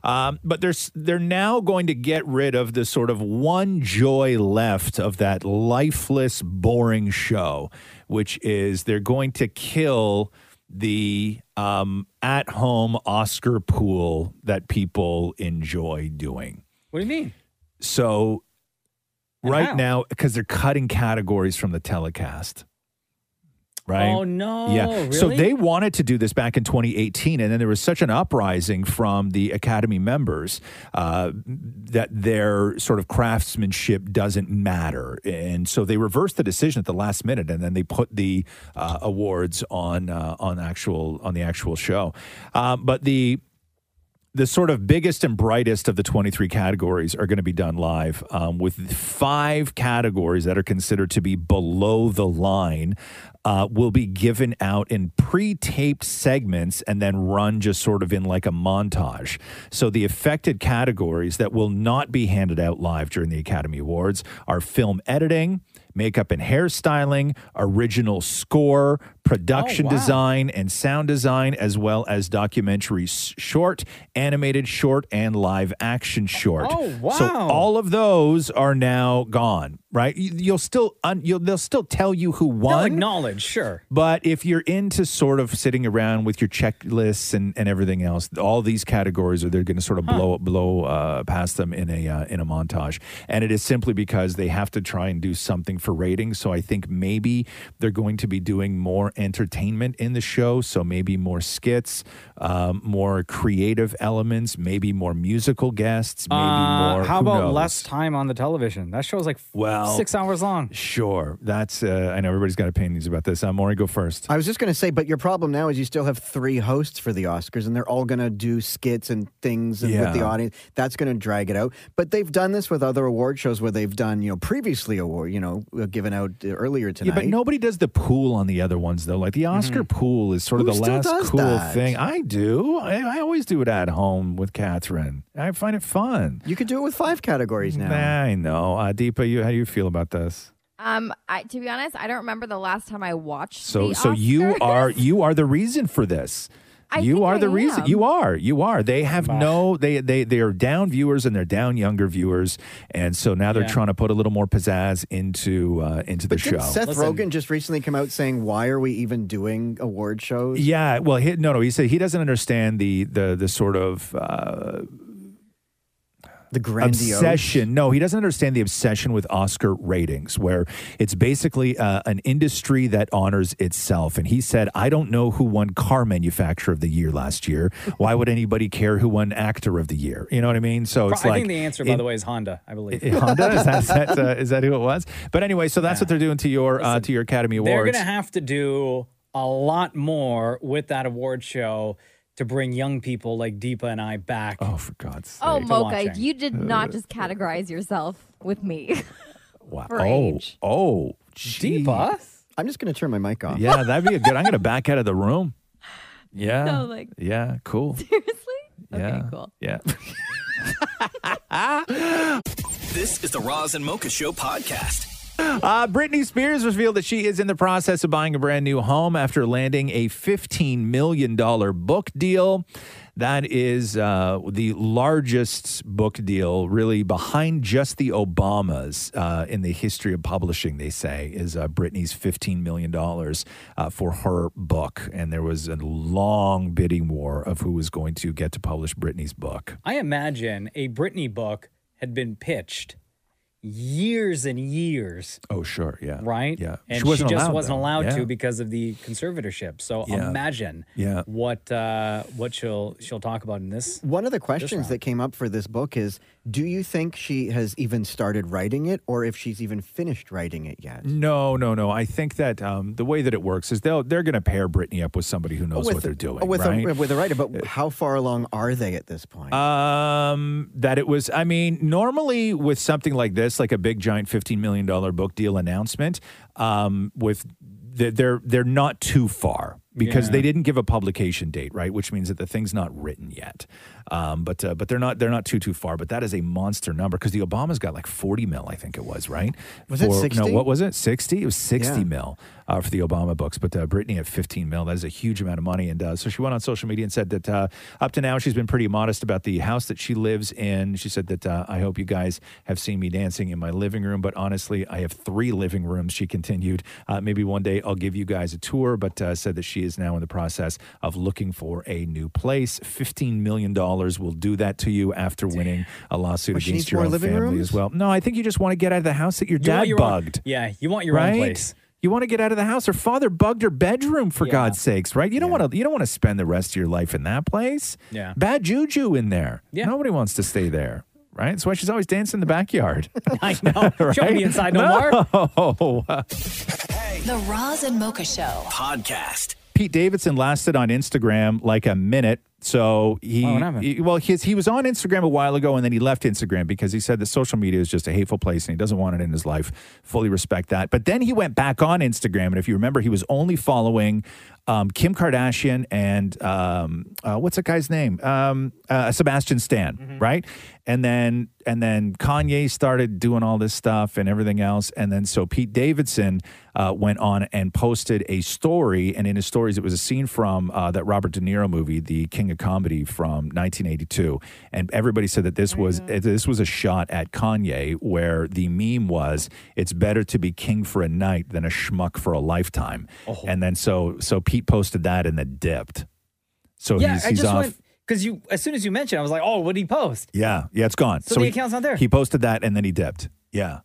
S5: Um, but there's they're now going to get rid of the sort of one joy left of that lifeless, boring show, which is they're going to kill the um, at home Oscar pool that people enjoy doing.
S1: what do you mean
S5: So, right
S1: how?
S5: now, because they're cutting categories from the telecast. Right.
S1: Oh, no,
S5: Yeah. So
S1: really?
S5: they wanted to do this back in 2018, and then there was such an uprising from the Academy members uh, that their sort of craftsmanship doesn't matter, and so they reversed the decision at the last minute, and then they put the uh, awards on uh, on actual on the actual show. Um, but the the sort of biggest and brightest of the 23 categories are going to be done live um, with five categories that are considered to be below the line uh, will be given out in pre-taped segments and then run just sort of in like a montage so the affected categories that will not be handed out live during the academy awards are film editing makeup and hairstyling original score production
S24: wow.
S5: design design and sound design, as well as documentary s- short, animated short, and live action short.
S24: Oh, wow.
S5: So all of those are now gone, right? You- You'll still un- you'll, they'll still tell you who won.
S1: they'll acknowledge sure
S5: But if you're into sort of sitting around with your checklists and, and everything else, all these categories are they're going to sort of blow blow uh, past them in a uh, in a montage, and it is simply because they have to try and do something for ratings. So I think maybe they're going to be doing more entertainment in the show, so maybe more skits, um, more creative elements, maybe more musical guests, maybe
S1: Uh,
S5: more.
S1: how
S5: who
S1: about
S5: knows?
S1: less time on the television that show's like
S5: Well-
S1: six hours long
S5: Sure, that's uh, I know everybody's got opinions about this. I'm Maury. Go first.
S7: I was just going to say, but your problem now is you still have three hosts for the Oscars, and they're all going to do skits and things and with the
S5: Yeah.
S7: audience. That's going to drag it out. But they've done this with other award shows where they've done, you know, previously award, you know, uh, given out uh, earlier tonight. Mm-hmm.
S5: Yeah, but nobody does the pool on the other ones though. Like the Oscar pool is sort of
S7: Who
S5: the
S7: still
S5: last
S7: does
S5: cool
S7: that?
S5: thing. I do. I, I always do it at home with Catherine. I find it fun.
S7: You could do it with five categories now.
S5: Nah, I know. Uh, Deepa, you how do you feel about this?
S3: Um, I, to be honest, I don't remember the last time I watched.
S5: So
S3: the
S5: so you
S3: Oscars.
S5: are you are the reason for this.
S3: I
S5: you
S3: think
S5: are
S3: I
S5: the reason.
S3: am.
S5: You are. You are. They have no. They they they are down viewers and they're down younger viewers, and so now they're
S7: Yeah.
S5: trying to put a little more pizzazz into uh, into the show.
S7: Didn't Seth Rogen just recently come out saying, "Why are we even doing award shows?"
S5: Yeah, well, he, no, no. He said he doesn't understand the the the sort of uh,
S7: the grandiose.
S5: obsession. No, he doesn't understand the obsession with Oscar ratings, where it's basically uh, an industry that honors itself. And he said, "I don't know who won Car Manufacturer of the Year last year. Why would anybody care who won Actor of the Year? You know what I mean?" So
S1: Pro-
S5: it's
S1: i
S5: like
S1: think the answer by
S5: in-
S1: the way is honda i believe
S5: Honda is that, is that, uh, is that who it was? But anyway, so that's what they're doing to your uh, to your Academy
S1: They're
S5: Awards.
S1: going to have to do a lot more with that award show to bring young people like Deepa and I back. Oh,
S5: for God's sake.
S3: Oh, Mocha, you did not just categorize yourself with me.
S5: Uh, Wow.
S3: for age.
S5: oh,
S7: Deepa. I'm just going to turn my mic off.
S5: Yeah, that'd be a good. I'm going to back out of the room. Yeah.
S3: No, like-
S5: yeah, cool.
S3: Seriously?
S5: Yeah.
S3: cool.
S5: Yeah.
S4: This is the Roz and Mocha Show podcast.
S5: Uh, Britney Spears revealed that she is in the process of buying a brand new home after landing a $15 million book deal. That is uh, the largest book deal, really, behind just the Obamas uh, in the history of publishing, they say, is uh, Britney's $15 million uh, for her book. And there was a long bidding war of who was going to get to publish Britney's book.
S1: I imagine a Britney book had been pitched years and years,
S5: Oh, sure. Yeah.
S1: right?
S5: Yeah.
S1: And
S5: She wasn't
S1: just
S5: allowed,
S1: wasn't
S5: though.
S1: allowed
S5: Yeah.
S1: to because of the conservatorship. So
S5: Yeah.
S1: imagine
S5: Yeah.
S1: what uh, what she'll she'll talk about in this.
S7: One of the
S1: this
S7: questions
S1: round.
S7: that came up for this book is Do you think she has even started writing it or if she's even finished writing it yet?
S5: No, no, no. I think that um, the way that it works is they'll they're going to pair Britney up with somebody who knows what they're doing,
S7: With,
S5: right? Uh,
S7: a, with a writer, but how far along are they at this point?
S5: um, that it was. I mean, normally with something like this, like a big giant fifteen million dollar book deal announcement, um, with the, they're they're not too far because
S12: Yeah.
S5: they didn't give a publication date, right? Which means that the thing's not written yet. Um, but uh, but they're not they're not too too far. But that is a monster number because the Obamas got like forty mil, I think it was, right?
S7: Was it
S5: For- No,
S7: 60?
S5: what was it? Sixty. It was sixty
S7: Yeah.
S5: mil uh, for the Obama books, but uh, Brittany at 15 mil. That is a huge amount of money. And uh, so she went on social media and said that uh, up to now she's been pretty modest about the house that she lives in. She said that uh, I hope you guys have seen me dancing in my living room, but honestly, I have three living rooms. She continued. Uh, maybe one day I'll give you guys a tour, but uh, said that she is now in the process of looking for a new place. Fifteen million dollars will do that to you after winning a lawsuit
S7: Well, she
S5: against
S7: needs
S5: your
S7: more
S5: own
S7: living
S5: family
S7: rooms?
S5: as well. No, I think you just want to get out of the house that your
S1: You
S5: dad
S1: want your own-
S5: bugged.
S1: yeah, you want your
S5: right?
S1: own place.
S5: You want to get out of the house. Her father bugged her bedroom for God's sakes, right? You don't want to. You don't want to spend the rest of your life in that place.
S1: Yeah.
S5: bad juju in there.
S1: Yeah.
S5: nobody wants to stay there. Right, that's why she's always dancing in the backyard. I know.
S1: Oh, She won't be inside no
S5: more.
S8: The Roz and Mocha Show podcast.
S5: Pete Davidson lasted on Instagram like a minute. So he,
S12: Wow, what happened?
S5: he- well, his he was on Instagram a while ago, and then he left Instagram because he said that social media is just a hateful place, and he doesn't want it in his life. Fully respect that. But then he went back on Instagram, and if you remember, he was only following um, Kim Kardashian and um, uh, what's that guy's name, um, uh, Sebastian Stan,
S12: Mm-hmm.
S5: right? And then and then Kanye started doing all this stuff and everything else, and then so Pete Davidson uh, went on and posted a story, and in his stories, it was a scene from uh, that Robert De Niro movie, The King of Comedy, from 1982, and everybody said that
S1: Oh
S5: this was eh, this was a shot at Kanye, where the meme was, "It's better to be king for a night than a schmuck for a lifetime," and then so so Pete posted that and then dipped. So
S1: yeah,
S5: he's,
S1: I
S5: he's
S1: just
S5: off.
S1: went because you as soon as you mentioned, I was like, oh, what did he post?
S5: yeah, yeah, it's gone.
S1: So the account's not there.
S5: He posted that and then he dipped. Yeah,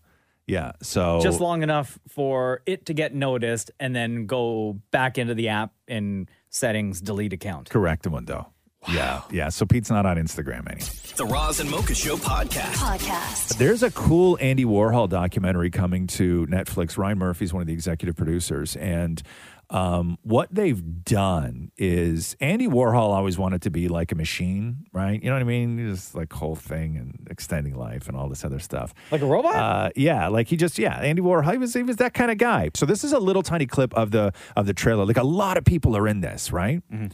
S5: yeah. So
S1: Just long enough for it to get noticed, and then go back into the app and settings, delete account.
S5: correct one though. Yeah, yeah. So Pete's not on Instagram anymore.
S4: The Roz and Mocha Show podcast.
S8: Podcast.
S5: There's a cool Andy Warhol documentary coming to Netflix. Ryan Murphy's one of the executive producers. And um, what they've done is Andy Warhol always wanted to be like a machine, right? You know what I mean? Just like whole thing and extending life and all this other stuff.
S1: Like a robot?
S5: Uh, yeah, like he just yeah, Andy Warhol he was he was that kind of guy. So this is a little tiny clip of the of the trailer. Like a lot of people are in this, right?
S26: And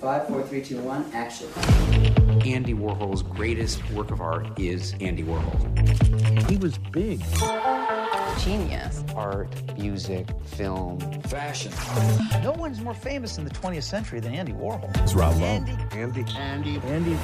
S26: five, four, three, two, one, action. Andy Warhol's greatest work of art is Andy Warhol. He was big.
S3: Genius.
S26: Art, music, film, fashion.
S21: No one's more famous in the 20th century than Andy Warhol.
S5: It's Rob Lowe.
S21: Andy. Andy. Andy.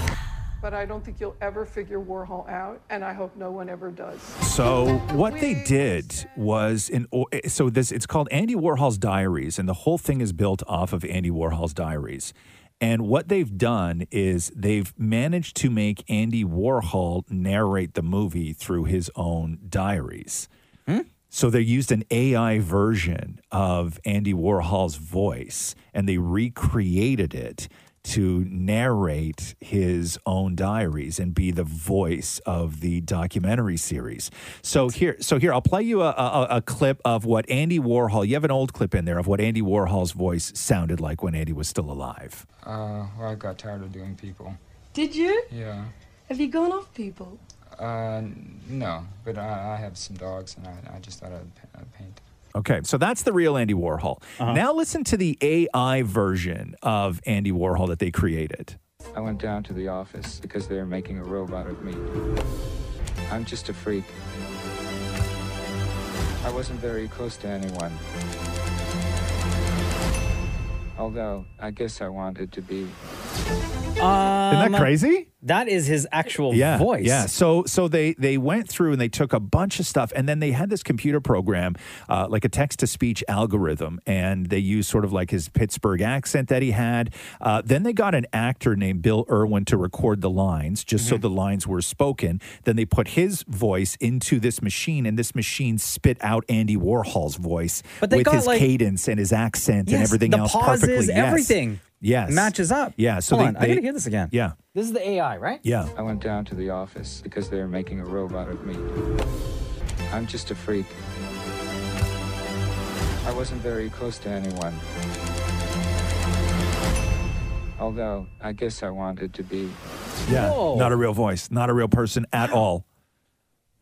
S22: But I don't think you'll ever figure Warhol out, and I hope no one ever does.
S5: So what they did was an or- so this it's called Andy Warhol's Diaries and the whole thing is built off of Andy Warhol's Diaries. And what they've done is they've managed to make Andy Warhol narrate the movie through his own diaries. So they used an AI version of Andy Warhol's voice and they recreated it to narrate his own diaries and be the voice of the documentary series. So here so here I'll play you a, a, a clip of what Andy Warhol you have an old clip in there of what Andy Warhol's voice sounded like when Andy was still alive.
S25: Uh, well, I got tired of doing people.
S35: Did you?
S25: Yeah.
S35: Have you gone off people?
S25: Uh, n- no, but I, I have some dogs, and I, I just thought I'd pa- I'd paint.
S5: Okay, so that's the real Andy Warhol. Now listen to the AI version of Andy Warhol that they created.
S25: I went down to the office because they were making a robot of me. I'm just a freak. I wasn't very close to anyone. Although, I guess I wanted to be.
S5: Isn't that
S1: uh,
S5: crazy?
S1: Um, That is his actual
S5: yeah,
S1: voice.
S5: Yeah. So so they they went through and they took a bunch of stuff, and then they had this computer program, uh, like a text to speech algorithm, and they used sort of like his Pittsburgh accent that he had. Uh, then they got an actor named Bill Irwin to record the lines, just
S1: Mm-hmm.
S5: so the lines were spoken. Then they put his voice into this machine, and this machine spit out Andy Warhol's voice
S1: But they
S5: with
S1: got,
S5: his
S1: like-
S5: cadence and his accent and
S1: Yes,
S5: everything
S1: the
S5: else
S1: pauses,
S5: perfectly. Yes.
S1: everything
S5: Yes.
S1: matches up.
S5: Yeah. So
S1: Hold
S5: they,
S1: on, I
S5: they-
S1: gotta hear this again.
S5: Yeah.
S1: This is the AI, right?
S5: Yeah.
S25: I went down to the office because they were making a robot of me. I'm just a freak. I wasn't very close to anyone. Although, I guess I wanted to be.
S5: Yeah.
S25: Whoa.
S5: Not a real voice. Not a real person at all.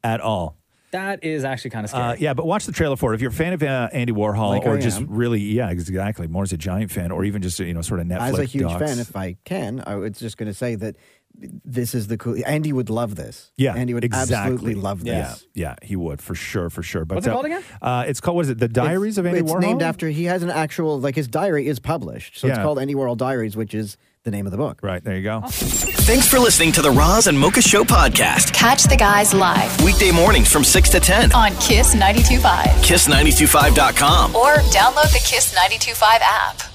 S5: At all.
S1: That is actually kind of scary.
S5: Uh, yeah, but watch the trailer for it. If you're a fan of uh, Andy Warhol,
S1: Like
S5: or
S1: I
S5: just
S1: am.
S5: really, yeah, exactly, more as a giant fan, or even just you know, sort of Netflix.
S7: As a huge
S5: docs.
S7: fan, if I can, I was just going to say that this is the cool. Andy would love this.
S5: yeah,
S7: Andy would
S5: exactly.
S7: absolutely love
S5: Yeah,
S7: this.
S5: Yeah, he would for sure, for sure. But
S7: What's it
S5: uh,
S7: called again?
S5: Uh, it's called. Was it the Diaries of Andy
S7: it's
S5: Warhol?
S7: named after he has an actual like his diary is published, so it's
S5: Yeah.
S7: called Andy Warhol Diaries, which is the name of the book.
S5: Right there, you go.
S4: Thanks for listening to the Roz and Mocha Show podcast.
S8: Catch the guys live
S4: Weekday mornings from 6 to 10.
S8: on Kiss 92.5
S4: Kiss925.com.
S8: or download the Kiss 92.5 app.